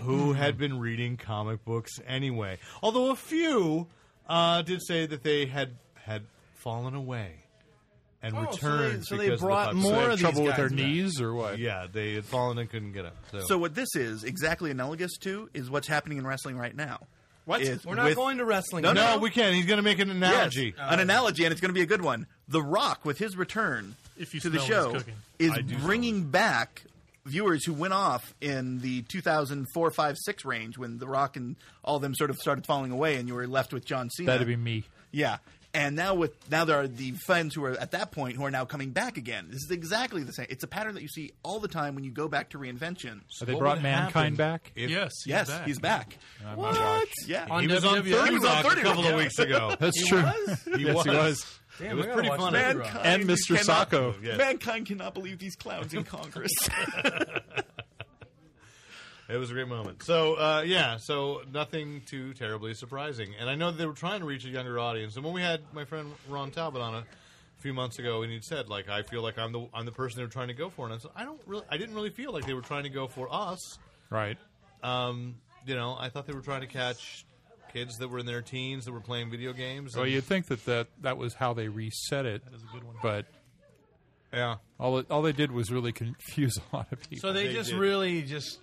Speaker 2: Hmm.
Speaker 3: who had been reading comic books anyway. Although a few uh, did say that they had had fallen away and
Speaker 2: Oh, so
Speaker 3: returned.
Speaker 2: they- so they
Speaker 3: because of the
Speaker 2: brought
Speaker 3: popularity.
Speaker 2: more
Speaker 8: They
Speaker 2: of
Speaker 8: had
Speaker 2: these
Speaker 8: trouble with
Speaker 2: guys
Speaker 8: their
Speaker 2: now.
Speaker 8: knees or what?
Speaker 3: Yeah, they had fallen and couldn't get up.
Speaker 4: So what this is exactly analogous to is what's happening in wrestling right now. What?
Speaker 2: We're not going to wrestling.
Speaker 4: No,
Speaker 3: no, we can't. He's going to make an analogy.
Speaker 2: Uh,
Speaker 4: an analogy, and it's going to be a good one. The Rock, with his return
Speaker 5: If you
Speaker 4: to the
Speaker 5: smell what
Speaker 4: show,
Speaker 5: he's cooking.
Speaker 4: is
Speaker 3: I do
Speaker 4: bringing back viewers who went off in the 2004, 5, 6 range when The Rock and all them sort of started falling away, and you were left with John Cena.
Speaker 8: That'd be me.
Speaker 4: yeah. And now with now there are the fans who are at that point who are now coming back again. This is exactly the same. It's a pattern that you see all the time when you go back to reinvention.
Speaker 8: They
Speaker 3: What
Speaker 8: brought
Speaker 3: would happen
Speaker 8: mankind back.
Speaker 3: if-
Speaker 5: Yes. He's
Speaker 4: yes,
Speaker 5: back.
Speaker 4: he's back.
Speaker 8: What?
Speaker 4: Yeah,
Speaker 5: On
Speaker 3: he was on
Speaker 5: WWE.
Speaker 3: Thirty
Speaker 4: He was on
Speaker 3: Rock a
Speaker 4: 30
Speaker 3: couple
Speaker 4: Rock,
Speaker 3: of
Speaker 4: yeah.
Speaker 3: weeks ago.
Speaker 8: That's true.
Speaker 3: He
Speaker 8: yes, he was.
Speaker 3: It was pretty fun.
Speaker 8: And Mr.
Speaker 4: cannot-
Speaker 8: Sacco.
Speaker 3: Yeah.
Speaker 4: Mankind cannot believe these clowns in Congress.
Speaker 3: It was a great moment. So uh, yeah, so nothing too terribly surprising. And I know they were trying to reach a younger audience. And when we had my friend Ron Talbot on a few months ago, and he said like, I feel like I'm the I'm the person they were trying to go for. And I said, I don't really, I didn't really feel like they were trying to go for us.
Speaker 8: Right.
Speaker 3: Um, you know, I thought they were trying to catch kids that were in their teens that were playing video games.
Speaker 8: Well,
Speaker 3: and-
Speaker 8: you'd think that, that that was how they reset it. That is a good one. But
Speaker 3: yeah.
Speaker 8: all, it- all they did was really confuse a lot of people.
Speaker 2: So they,
Speaker 3: They
Speaker 2: just
Speaker 3: did.
Speaker 2: really just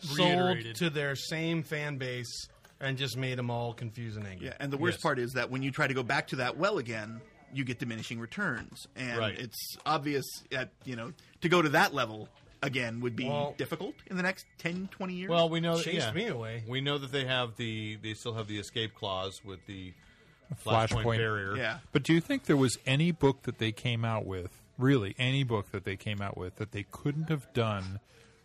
Speaker 2: sold
Speaker 5: Reiterated.
Speaker 2: to their same fan base and just made them all confused and angry.
Speaker 4: yeah, and the worst
Speaker 3: Yes.
Speaker 4: part is that when you try to go back to that well again, you get diminishing returns, and
Speaker 3: Right.
Speaker 4: it's obvious that you know to go to that level again would be
Speaker 2: Well-
Speaker 4: difficult in the next 10, 20 years.
Speaker 3: Well, we know that,
Speaker 2: Chased
Speaker 3: yeah.
Speaker 2: me away.
Speaker 3: We know that they have the they still have the escape clause with the flashpoint,
Speaker 8: Flashpoint.
Speaker 3: barrier.
Speaker 4: yeah,
Speaker 8: But do you think there was any book that they came out with, really any book that they came out with, that they couldn't have done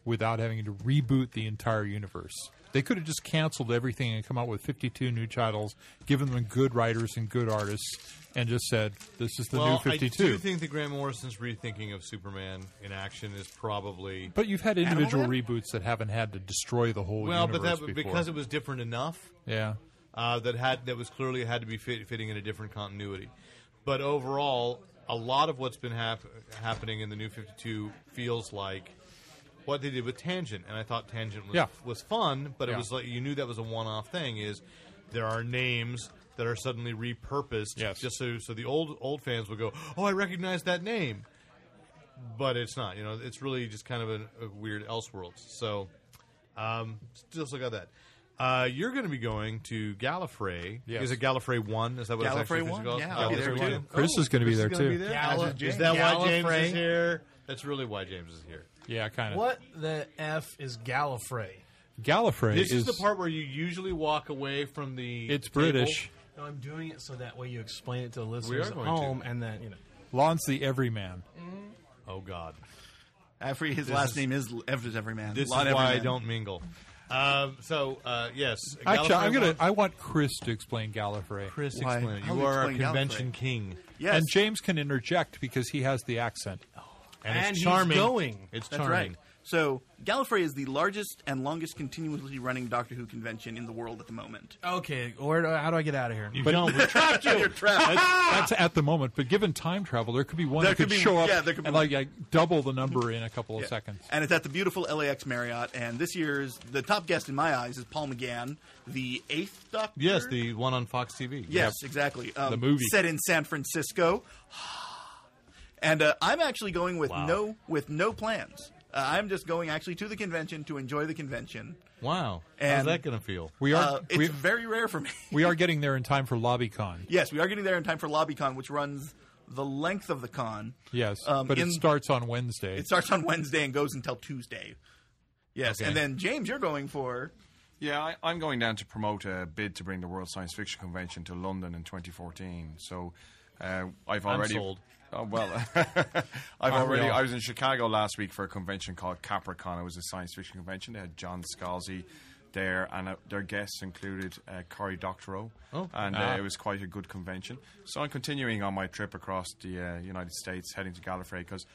Speaker 8: without having to reboot the entire universe? They could have just canceled everything and come out with 52 new titles, given them good writers and good artists, and just said, this is the
Speaker 3: well,
Speaker 8: new
Speaker 3: I
Speaker 8: 52.
Speaker 3: do think that Grant Morrison's rethinking of Superman in action is probably
Speaker 8: but you've had individual
Speaker 4: Animal
Speaker 8: reboots that haven't had to destroy the whole
Speaker 3: well, but
Speaker 8: universe
Speaker 3: that
Speaker 8: before.
Speaker 3: because it was different enough
Speaker 8: yeah.
Speaker 3: uh, that had that was clearly had to be fit, fitting in a different continuity. But overall, a lot of what's been hap- happening in the New Fifty Two feels like what they did with Tangent, and I thought Tangent was
Speaker 8: Yeah.
Speaker 3: was fun, but it
Speaker 8: Yeah.
Speaker 3: was like you knew that was a one off thing. Is there are names. That are suddenly repurposed,
Speaker 8: Yes.
Speaker 3: just so so the old old fans will go, oh, I recognize that name, but it's not. You know, it's really just kind of a, a weird Elseworlds. So, um, still still got that. Uh, you're going to be going to Gallifrey.
Speaker 8: Yes.
Speaker 3: Is it Gallifrey One? Is that what it's
Speaker 4: Gallifrey
Speaker 3: actually
Speaker 4: One?
Speaker 3: physically called?
Speaker 4: Yeah, I'll be there
Speaker 3: Gallifrey
Speaker 4: too.
Speaker 3: One?
Speaker 8: Chris is going to be there,
Speaker 3: Chris is
Speaker 8: too.
Speaker 3: gonna be there?
Speaker 2: Gallif-
Speaker 3: Is that why James
Speaker 2: Gallifrey.
Speaker 3: is here? That's really why James is here.
Speaker 8: Yeah, kind of.
Speaker 2: What the f is Gallifrey?
Speaker 8: Gallifrey
Speaker 3: This is, the part where you usually walk away from the.
Speaker 8: It's
Speaker 3: table.
Speaker 8: British.
Speaker 2: No, I'm doing it so that way you explain it to the listeners at
Speaker 3: going to.
Speaker 2: home, and then you know.
Speaker 8: Lon's the everyman.
Speaker 3: Oh God,
Speaker 4: After his last name is L- Evers Everyman.
Speaker 3: this
Speaker 4: Lon
Speaker 3: is why I
Speaker 4: Everyman.
Speaker 3: don't mingle. Um, so uh, yes,
Speaker 8: Actually, I'm
Speaker 3: Gallifrey
Speaker 8: gonna.
Speaker 3: won.
Speaker 8: I want Chris to explain Gallifrey,
Speaker 3: Chris,
Speaker 4: Why?
Speaker 3: explain. it.
Speaker 4: How
Speaker 3: You
Speaker 4: do you
Speaker 3: are a
Speaker 4: explain
Speaker 3: convention
Speaker 4: Gallifrey?
Speaker 3: king,
Speaker 4: Yes.
Speaker 8: and James can interject because he has the accent.
Speaker 2: And
Speaker 3: and, it's
Speaker 2: he's
Speaker 3: charming.
Speaker 2: going.
Speaker 3: It's
Speaker 4: That's
Speaker 3: charming.
Speaker 4: right. So Gallifrey is the largest and longest continuously running Doctor Who convention in the world at the moment.
Speaker 2: Okay, or do- how do I get out of here?
Speaker 3: You don't. We trapped you.
Speaker 8: That's at the moment, but given time travel, there could be one
Speaker 4: There
Speaker 8: that could,
Speaker 4: could be-
Speaker 8: show up
Speaker 4: yeah, there could be
Speaker 8: and
Speaker 4: one.
Speaker 8: like, like, double the number in a couple of
Speaker 4: Yeah.
Speaker 8: seconds.
Speaker 4: And it's at the beautiful LAX Marriott. And this year's the top guest in my eyes is Paul McGann, the eighth Doctor.
Speaker 3: Yes, the one on Fox TV.
Speaker 4: Yes, exactly. Um,
Speaker 8: The movie.
Speaker 4: set in San Francisco, and uh, I'm actually going with
Speaker 3: Wow.
Speaker 4: no with no plans. Uh, I'm just going actually to the convention to enjoy the convention.
Speaker 3: Wow. How's
Speaker 4: And-
Speaker 3: that going to feel?
Speaker 8: We are
Speaker 4: Uh, it's
Speaker 8: we,
Speaker 4: very rare for me.
Speaker 8: we are getting there in time for LobbyCon.
Speaker 4: yes, we are getting there in time for LobbyCon, which runs the length of the con.
Speaker 8: Yes,
Speaker 4: Um,
Speaker 8: but it
Speaker 4: in-
Speaker 8: starts on Wednesday.
Speaker 4: It starts on Wednesday and goes until Tuesday. Yes,
Speaker 3: Okay.
Speaker 4: and then James, you're going for
Speaker 6: Yeah, I, I'm going down to promote a bid to bring the World Science Fiction Convention to London in 2014. So uh, I've already.
Speaker 3: sold.
Speaker 6: Oh, well, I've already. I was in Chicago last week for a convention called Capricon. It was a science fiction convention. They had John Scalzi there, and uh, their guests included uh, Cory Doctorow.
Speaker 3: Oh.
Speaker 6: and
Speaker 8: Ah.
Speaker 6: uh, it was quite a good convention. So I'm continuing on my trip across the uh, United States, heading to Gallifrey because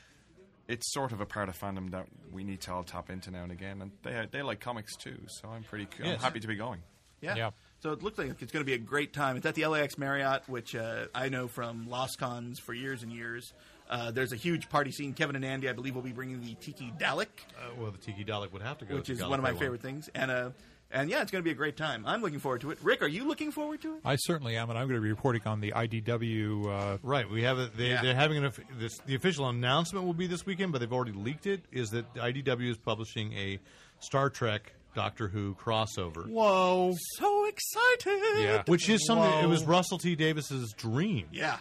Speaker 6: it's sort of a part of fandom that we need to all tap into now and again, and they they like comics too. So I'm pretty cu- I'm
Speaker 3: Yes.
Speaker 6: happy to be going.
Speaker 4: yeah.
Speaker 8: Yeah.
Speaker 4: So it looks like it's going to be a great time. It's at the LAX Marriott, which uh, I know from Lost Cons for years and years. Uh, there's a huge party scene. Kevin and Andy, I believe, will be bringing the Tiki Dalek,
Speaker 3: Uh, well, the Tiki Dalek would have to go.
Speaker 4: which
Speaker 3: to
Speaker 4: is
Speaker 3: the
Speaker 4: one of my
Speaker 3: Gallifrey
Speaker 4: favorite things. And uh, and yeah, it's going to be a great time. I'm looking forward to it. Rick, are you looking forward to it?
Speaker 8: I certainly am, and I'm going to be reporting on the IDW. Uh,
Speaker 3: Right, we have a, they,
Speaker 4: Yeah.
Speaker 3: they're having an off- this. The official announcement will be this weekend, but they've already leaked it. Is that IDW is publishing a Star Trek Doctor Who crossover?
Speaker 2: Whoa.
Speaker 4: So excited!
Speaker 8: yeah,
Speaker 3: Which is something it
Speaker 2: Whoa.
Speaker 3: was Russell T Davis's dream
Speaker 4: Yeah.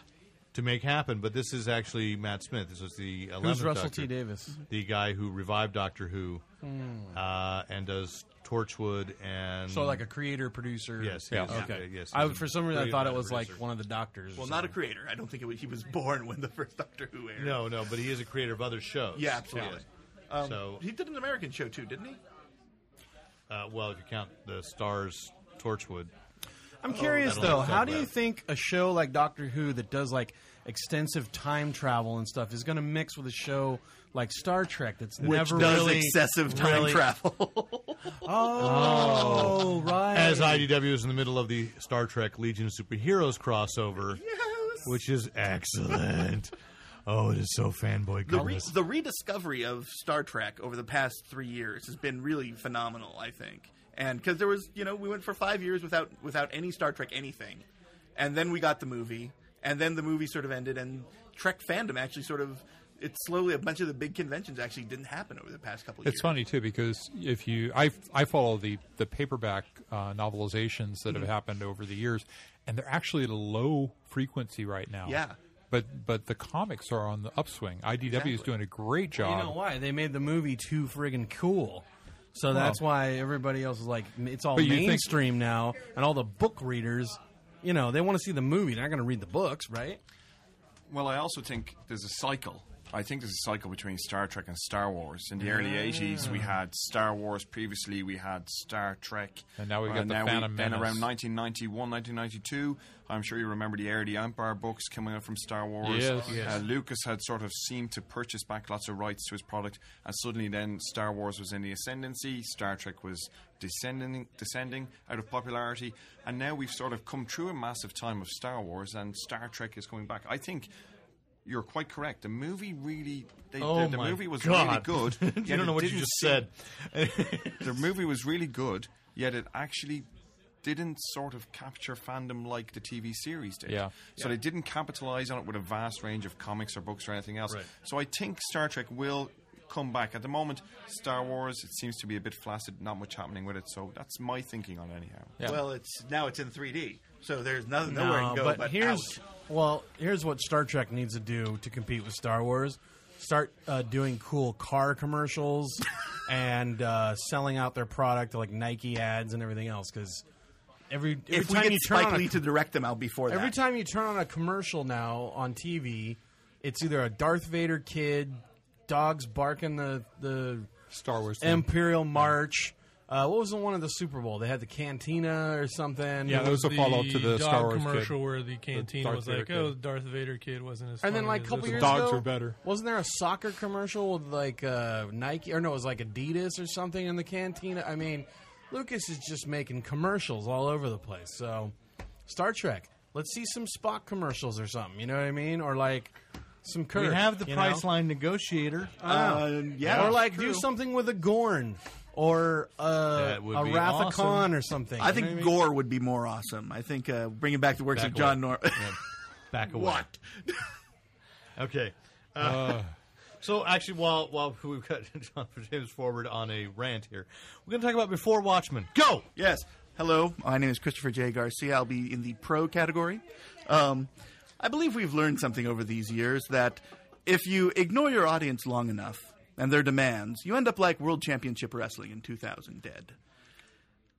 Speaker 3: to make happen, but this is actually Matt Smith. This is the 11th
Speaker 2: Who's Russell
Speaker 3: Doctor,
Speaker 2: T. Davis? Hmm.
Speaker 3: the guy who revived Doctor Who uh, and does Torchwood and
Speaker 2: So like a creator producer.
Speaker 3: Yes,
Speaker 8: Yeah.
Speaker 3: yes,
Speaker 2: Okay.
Speaker 3: yeah, yes,
Speaker 2: I,
Speaker 3: he's a
Speaker 2: for some reason I thought it was like
Speaker 3: producer.
Speaker 2: one of the doctors. or
Speaker 4: Well, not a
Speaker 2: something.
Speaker 4: creator. I don't think it was, he was born when the first Doctor Who aired.
Speaker 3: no, no, but he is a creator of other shows.
Speaker 4: Yeah, absolutely. Um,
Speaker 3: Yeah. so
Speaker 4: He did an American show too, didn't he?
Speaker 3: Uh, well, if you count the stars, Torchwood. Oh,
Speaker 2: I'm curious
Speaker 3: that'll
Speaker 2: though.
Speaker 3: look
Speaker 2: How
Speaker 3: good,
Speaker 2: do you
Speaker 3: yeah.
Speaker 2: think a show like Doctor Who that does like extensive time travel and stuff is going to mix with a show like Star Trek that's never
Speaker 4: Does
Speaker 2: really
Speaker 4: excessive time
Speaker 2: really-
Speaker 4: travel.
Speaker 2: Oh, right.
Speaker 3: As IDW is in the middle of the Star Trek Legion of Superheroes crossover, which is excellent. oh, it is so fanboy
Speaker 4: The, re-
Speaker 3: goodness.
Speaker 4: the rediscovery of Star Trek over the past three years has been really phenomenal, I think. And because there was, you know, we went for five years without without any Star Trek anything, and then we got the movie, and then the movie sort of ended, and Trek fandom actually sort of it slowly a bunch of the big conventions actually didn't happen over the past couple of
Speaker 8: It's
Speaker 4: years.
Speaker 8: funny too because if you, I, I follow the the paperback uh, novelizations that have
Speaker 6: Mm-hmm.
Speaker 8: happened over the years, and they're actually at a low frequency right now.
Speaker 4: Yeah.
Speaker 8: But but the comics are on the upswing. IDW is
Speaker 4: Exactly.
Speaker 8: doing a great job.
Speaker 2: you know why they made the movie too friggin' cool. So that's why everybody else is like, m- it's all
Speaker 8: But you think-
Speaker 2: mainstream now, and all the book readers, you know, they want to see the movie. They're not going to read the books, right?
Speaker 6: Well, I also think there's a cycle. I think there's a cycle between Star Trek and Star Wars. In the early
Speaker 8: Ah.
Speaker 6: '80s, we had Star Wars. Previously, we had Star Trek,
Speaker 8: And now we've got the
Speaker 6: now
Speaker 8: Phantom
Speaker 6: Then
Speaker 8: Menace.
Speaker 6: around 1991, 1992, I'm sure you remember the early Empire books coming out from Star Wars.
Speaker 8: Yes. Yes.
Speaker 6: Uh, Lucas had sort of seemed to purchase back lots of rights to his product, and suddenly then Star Wars was in the ascendancy. Star Trek was descending, descending out of popularity, and now we've sort of come through a massive time of Star Wars, and Star Trek is coming back. I think you're quite correct. The movie really, they,
Speaker 3: oh
Speaker 6: the, the
Speaker 3: my
Speaker 6: movie was
Speaker 3: God.
Speaker 6: really good.
Speaker 3: you
Speaker 6: yet
Speaker 3: don't know
Speaker 6: it
Speaker 3: what you
Speaker 6: didn't
Speaker 3: just
Speaker 6: seem-
Speaker 3: said.
Speaker 6: The movie was really good, yet it actually didn't sort of capture fandom like the TV series did.
Speaker 8: Yeah.
Speaker 6: So they didn't capitalize on it with a vast range of comics or books or anything else.
Speaker 3: Right.
Speaker 6: So I think Star Trek will come back. At the moment, Star Wars it seems to be a bit flaccid, not much happening with it. So that's my thinking on it anyhow.
Speaker 8: Yeah.
Speaker 4: Well, it's now it's in 3D, so there's no, nowhere to go. But,
Speaker 2: Uh, here's
Speaker 4: out.
Speaker 2: well, here's what Star Trek needs to do to compete with Star Wars: start uh, doing cool car commercials and uh, selling out their product like Nike ads and everything else. Because every every
Speaker 4: if we
Speaker 2: time
Speaker 4: get
Speaker 2: you turn
Speaker 4: Spike
Speaker 2: on a-
Speaker 4: Lee to direct them, I'll be for
Speaker 2: every
Speaker 4: that.
Speaker 2: time you turn on a commercial now on TV, it's either a Darth Vader kid dogs barking the the
Speaker 8: Star Wars. thing.
Speaker 2: Imperial March. Uh, what was the one at the Super Bowl? They had the cantina or something.
Speaker 8: Yeah, that was a follow-up to the
Speaker 5: dog
Speaker 8: Star Wars kid.
Speaker 5: commercial where the canteen
Speaker 8: Darth
Speaker 5: was
Speaker 8: Vader
Speaker 5: like,
Speaker 8: kid.
Speaker 5: "Oh, Darth Vader kid wasn't as."
Speaker 2: And then
Speaker 5: funny
Speaker 2: like a
Speaker 5: as
Speaker 2: couple
Speaker 5: this
Speaker 2: years
Speaker 5: one."
Speaker 8: dogs
Speaker 2: ago,
Speaker 8: are better.
Speaker 2: Wasn't there a soccer commercial with like uh, Nike or no, it was like Adidas or something in the cantina? I mean, Lucas is just making commercials all over the place. So Star Trek, let's see some Spock commercials or something. You know what I mean? Or like some Kirk.
Speaker 3: We have the
Speaker 2: you
Speaker 3: price
Speaker 2: know?
Speaker 3: line negotiator.
Speaker 4: Uh, yeah,
Speaker 2: or like do
Speaker 4: true.
Speaker 2: something with a Gorn or uh,
Speaker 3: That
Speaker 2: a
Speaker 3: would be
Speaker 2: Rathacon
Speaker 3: awesome.
Speaker 2: or something.
Speaker 4: I
Speaker 2: You
Speaker 4: think
Speaker 2: know what mean?
Speaker 4: Gore would be more awesome. I think uh, bringing back the works
Speaker 3: Back
Speaker 4: of John
Speaker 3: away.
Speaker 4: Norman.
Speaker 3: Back away.
Speaker 4: what?
Speaker 3: Okay. Uh, so actually, while while we've got John James forward on a rant here, we're going to talk about before Watchmen. Go.
Speaker 4: Yes. Hello, my name is Christopher J. Garcia. I'll be in the pro category. Um, I believe we've learned something over these years that if you ignore your audience long enough and their demands, you end up like World Championship Wrestling in 2000 dead.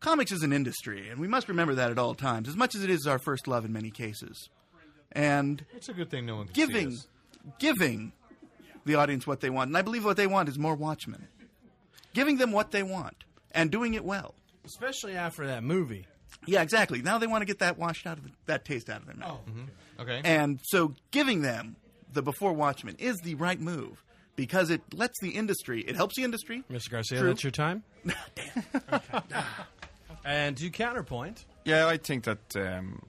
Speaker 4: Comics is an industry, and we must remember that at all times, as much as it is our first love in many cases. And
Speaker 3: It's a good thing no one can see
Speaker 4: giving
Speaker 3: us.
Speaker 4: giving the audience what they want. And I believe what they want is more Watchmen. Giving them what they want and doing it well.
Speaker 2: especially after that movie.
Speaker 4: Yeah, exactly. Now they want to get that washed out of the, that taste out of their mouth.
Speaker 3: Okay.
Speaker 4: And so giving them the before Watchmen is the right move because it lets the industry, it helps the industry.
Speaker 2: Mr. Garcia,
Speaker 4: True.
Speaker 2: that's your time. and to counterpoint,
Speaker 6: Yeah, I think that um,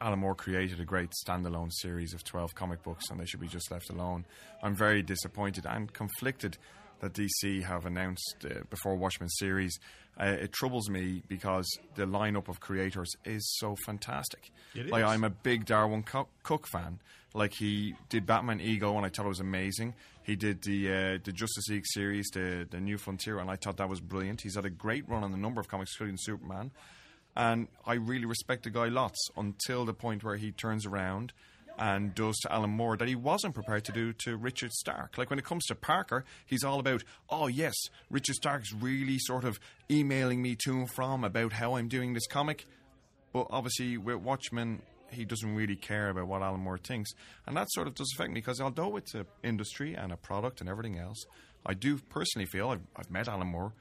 Speaker 6: Alan Moore created a great standalone series of 12 comic books and they should be just left alone. I'm very disappointed and conflicted that DC have announced uh, before Watchmen series. Uh, it troubles me because the lineup of creators is so fantastic.
Speaker 3: It
Speaker 6: Like,
Speaker 3: is.
Speaker 6: I'm a big Darwin Cook, Cook fan. Like he did Batman Ego and I thought it was amazing. He did the uh, the Justice League series, the the New Frontier, and I thought that was brilliant. He's had a great run on a number of comics, including Superman and I really respect the guy lots until the point where he turns around and does to Alan Moore that he wasn't prepared to do to Richard Stark. Like when it comes to Parker, he's all about, oh yes, Richard Stark's really sort of emailing me to and from about how I'm doing this comic. But obviously with Watchmen, he doesn't really care about what Alan Moore thinks. And that sort of does affect me because although it's an industry and a product and everything else, I do personally feel, I've, I've met Alan Moore,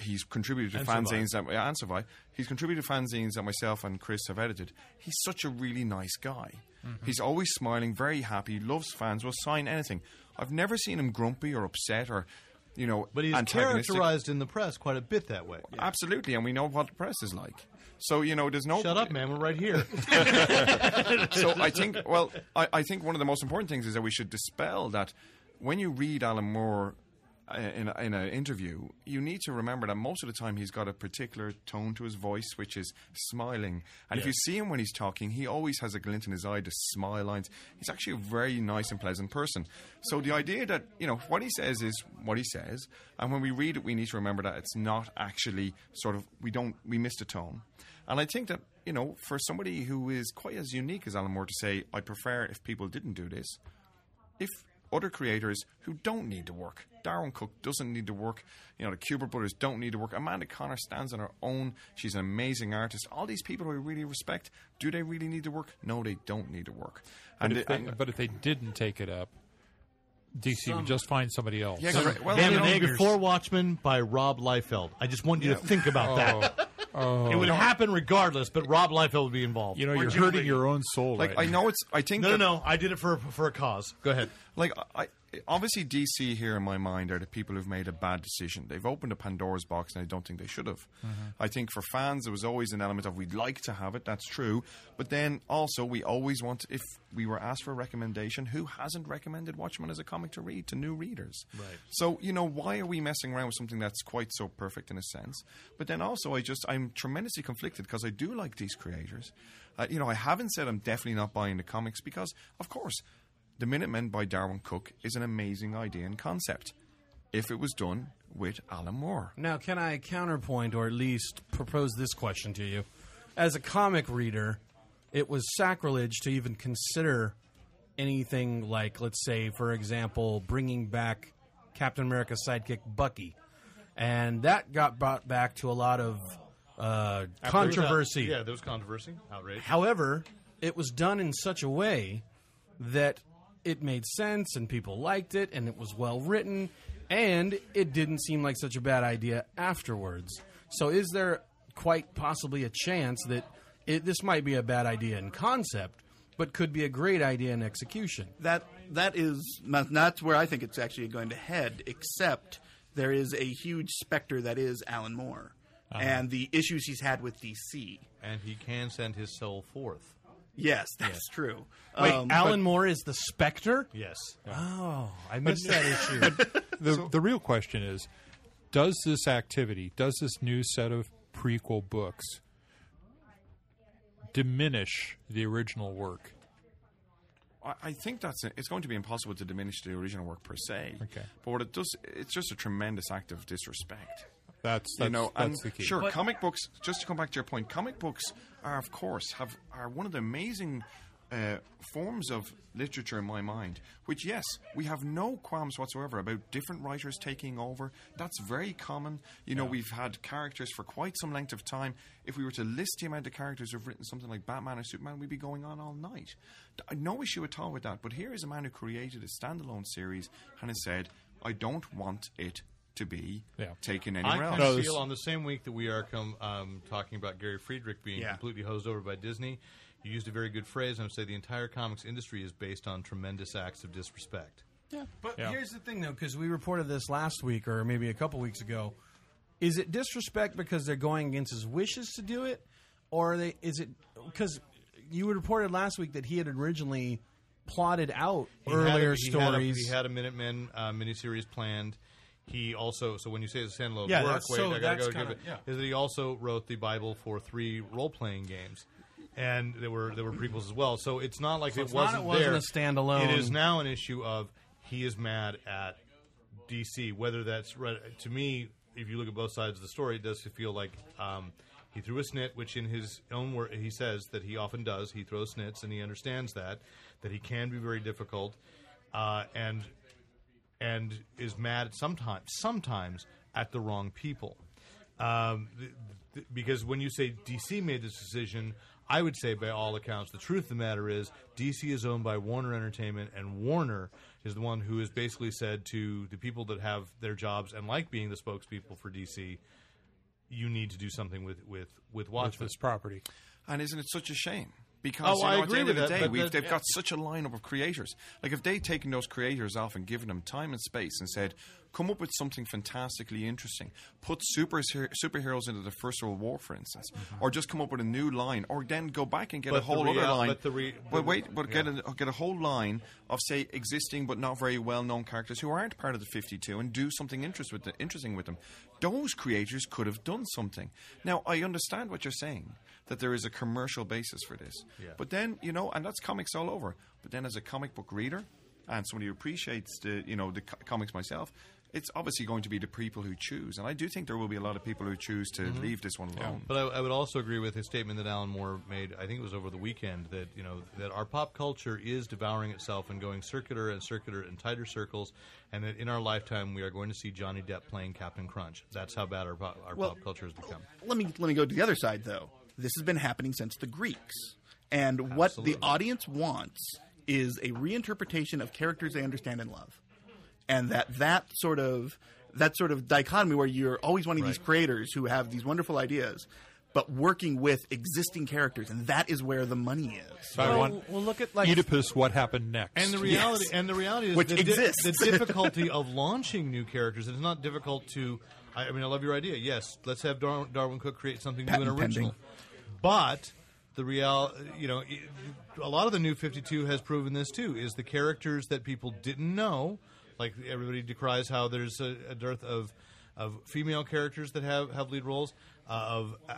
Speaker 6: he's contributed to fanzines that yeah, and survive. He's contributed to fanzines that myself and Chris have edited. He's such a really nice guy.
Speaker 3: Mm-hmm.
Speaker 6: He's always smiling, very happy, loves fans, will sign anything. I've never seen him grumpy or upset or, you know,
Speaker 3: But he's
Speaker 6: antagonistic.
Speaker 3: characterized in the press quite a bit that way.
Speaker 6: Absolutely, and we know what the press is like. So you know, there's no
Speaker 3: Shut up, man. We're right here.
Speaker 6: so I think, well, I, I think one of the most important things is that we should dispel that when you read Alan Moore uh, in, a, in an interview, you need to remember that most of the time he's got a particular tone to his voice, which is smiling. And if you see him when he's talking, he always has a glint in his eye, the smile lines. He's actually a very nice and pleasant person. So the idea that, you know, what he says is what he says. And when we read it, we need to remember that it's not actually sort of, we don't, we missed a tone. And I think that, you know, for somebody who is quite as unique as Alan Moore to say, I prefer if people didn't do this, if other creators who don't need to work, Darren Cook doesn't need to work, you know, the Kubert brothers don't need to work, Amanda Connor stands on her own, she's an amazing artist. All these people who I really respect, do they really need to work? No, they don't need to work. And,
Speaker 8: If
Speaker 6: it-
Speaker 8: they-
Speaker 6: and-
Speaker 8: but if they didn't take it up, DC would just find somebody else.
Speaker 6: yeah, 'cause right- well,
Speaker 3: And
Speaker 6: you know,
Speaker 3: made Before Watchmen by Rob Liefeld. I just want you to think about that. it would happen regardless, but Rob Liefeld would be involved.
Speaker 8: you know, you're
Speaker 6: Jim
Speaker 8: hurting
Speaker 6: Lee.
Speaker 8: your own soul.
Speaker 6: like
Speaker 8: right
Speaker 6: I
Speaker 8: now.
Speaker 6: know it's. I think
Speaker 3: no, no,
Speaker 6: that-
Speaker 3: no. I did it for for a cause. Go ahead.
Speaker 6: like I, I- obviously DC here in my mind are the people who've made a bad decision. They've opened a Pandora's box, and I don't think they should have. I think for fans there was always an element of we'd like to have it. That's true, but then also we always want if we were asked for a recommendation, who hasn't recommended Watchmen as a comic to read to new readers? Right. So you know why are we messing around with something that's quite so perfect in a sense? But then also I just I'm tremendously conflicted because I do like these creators. Uh, you know I haven't said I'm definitely not buying the comics because of course. The Minutemen by Darwin Cook is an amazing idea and concept if it was done with Alan Moore.
Speaker 2: Now, can I counterpoint or at least propose this question to you? As a comic reader, it was sacrilege to even consider anything like, let's say, for example, bringing back Captain America's sidekick Bucky. And that got brought back to a lot of uh, controversy.
Speaker 3: Yeah, there was controversy. Outrage.
Speaker 2: However, it was done in such a way that it made sense and people liked it and it was well written and it didn't seem like such a bad idea afterwards. So is there quite possibly a chance that it, this might be a bad idea in concept but could be a great idea in execution?
Speaker 4: that that is not, not where I think it's actually going to head. Except there is a huge specter that is Alan Moore and the issues he's had with DC.
Speaker 3: and he can send his soul forth.
Speaker 4: Yes, that's true.
Speaker 2: Wait,
Speaker 4: Um,
Speaker 2: Alan Moore is the Spectre?
Speaker 3: Yes.
Speaker 2: Oh, I missed that issue.
Speaker 8: The, the real question is does this activity, does this new set of prequel books diminish the original work?
Speaker 6: I, I think that's it. It's going to be impossible to diminish the original work per se.
Speaker 8: Okay.
Speaker 6: But what it does, it's just a tremendous act of disrespect.
Speaker 8: That's, that's,
Speaker 6: you know,
Speaker 8: that's
Speaker 6: and
Speaker 8: the key.
Speaker 6: sure, comic books. Just to come back to your point, comic books are, of course, have are one of the amazing uh, forms of literature in my mind. Which, yes, we have no qualms whatsoever about different writers taking over. That's very common. You know, we've had characters for quite some length of time. If we were to list the amount of characters who've written something like Batman or Superman, we'd be going on all night. D- uh, No issue at all with that. But here is a man who created a standalone series and has said, "I don't want it." To be
Speaker 8: Yeah.
Speaker 6: taken
Speaker 3: I
Speaker 6: anywhere else.
Speaker 3: kind of feel on the same week that we are come, um, talking about Gary Friedrich being
Speaker 4: Yeah.
Speaker 3: completely hosed over by Disney, you used a very good phrase, and I would say the entire comics industry is based on tremendous acts of disrespect.
Speaker 2: But
Speaker 8: Yeah.
Speaker 2: here's the thing, though, because we reported this last week or maybe a couple weeks ago. Is it disrespect because they're going against his wishes to do it, or are they? Is it because you reported last week that he had originally plotted out
Speaker 3: He had a-
Speaker 2: earlier
Speaker 3: he had a-
Speaker 2: stories?
Speaker 3: he had a Minutemen uh, miniseries planned. He also, so when you say it's a standalone
Speaker 2: Yeah,
Speaker 3: work,
Speaker 2: that's-
Speaker 3: wait,
Speaker 2: so
Speaker 3: I gotta
Speaker 2: that's
Speaker 3: go
Speaker 2: kinda-
Speaker 3: give it.
Speaker 2: yeah.
Speaker 3: Is that he also wrote the Bible for three role playing games, and there were there were prequels as well. So it's not like it
Speaker 2: it's not-
Speaker 3: wasn't
Speaker 2: it wasn't
Speaker 3: there.
Speaker 2: a standalone.
Speaker 3: It is now an issue of he is mad at DC. Whether that's re- to me, if you look at both sides of the story, it does feel like um, he threw a snit, which in his own word he says that he often does. He throws snits, and he understands that that he can be very difficult, uh, and and is mad sometimes sometimes at the wrong people. Um, th- th- because when you say DC made this decision, I would say by all accounts, the truth of the matter is DC is owned by Warner Entertainment, and Warner is the one who has basically said to the people that have their jobs and like being the spokespeople for DC, you need to do something with with with
Speaker 8: with
Speaker 3: Watchmen.
Speaker 8: this property.
Speaker 6: And isn't it such a shame? Because
Speaker 3: Oh,
Speaker 6: you know,
Speaker 3: I
Speaker 6: at the
Speaker 3: agree
Speaker 6: end
Speaker 3: with
Speaker 6: of the
Speaker 3: that,
Speaker 6: day,
Speaker 3: but
Speaker 6: we've,
Speaker 3: the-
Speaker 6: they've got such a lineup of creators. Like if they'd taken those creators off and given them time and space and said, "Come up with something fantastically interesting," put super superheroes into the First World War, for instance, or just come up with a new line, or then go back and get
Speaker 3: Mm-hmm. But
Speaker 6: a
Speaker 3: the
Speaker 6: whole other
Speaker 3: real-
Speaker 6: line.
Speaker 3: but the re-
Speaker 6: but
Speaker 3: the-
Speaker 6: wait, but get a get a whole line of say existing but not very well known characters who aren't part of the Fifty Two and do something interest with the, interesting with them. Those creators could have done something. Now I understand what you're saying that there is a commercial basis for this, but then you know, and that's comics all over. But then as a comic book reader and somebody who appreciates the you know the co- comics myself. It's obviously going to be the people who choose, and I do think there will be a lot of people who choose to leave this one alone.
Speaker 3: But I, I would also agree with his statement that Alan Moore made. I think it was over the weekend that you know that our pop culture is devouring itself and going circular and circular and tighter circles, and that in our lifetime we are going to see Johnny Depp playing Captain Crunch. That's how bad our pop, our
Speaker 4: Well-
Speaker 3: pop culture has become.
Speaker 4: let me let me go to the other side though. This has been happening since the Greeks, and what the audience wants is a reinterpretation of characters they understand and love, and that that sort of that sort of dichotomy where you're always wanting these creators who have these wonderful ideas, but working with existing characters, and that is where the money is.
Speaker 8: So I
Speaker 2: well,
Speaker 8: want
Speaker 2: well, look at like
Speaker 8: Oedipus, what happened next?
Speaker 3: And the reality, and the reality is,
Speaker 4: Which
Speaker 3: the, di-
Speaker 4: exists.
Speaker 3: the difficulty of launching new characters. It's not difficult to. I, I mean, I love your idea. Yes, let's have Dar- Darwin Cook create something new
Speaker 4: Patent
Speaker 3: and original. But the real, you know, i- a lot of the new Fifty Two has proven this too. Is the characters that people didn't know, like everybody decries how there's a, a dearth of of female characters that have have lead roles uh, of uh,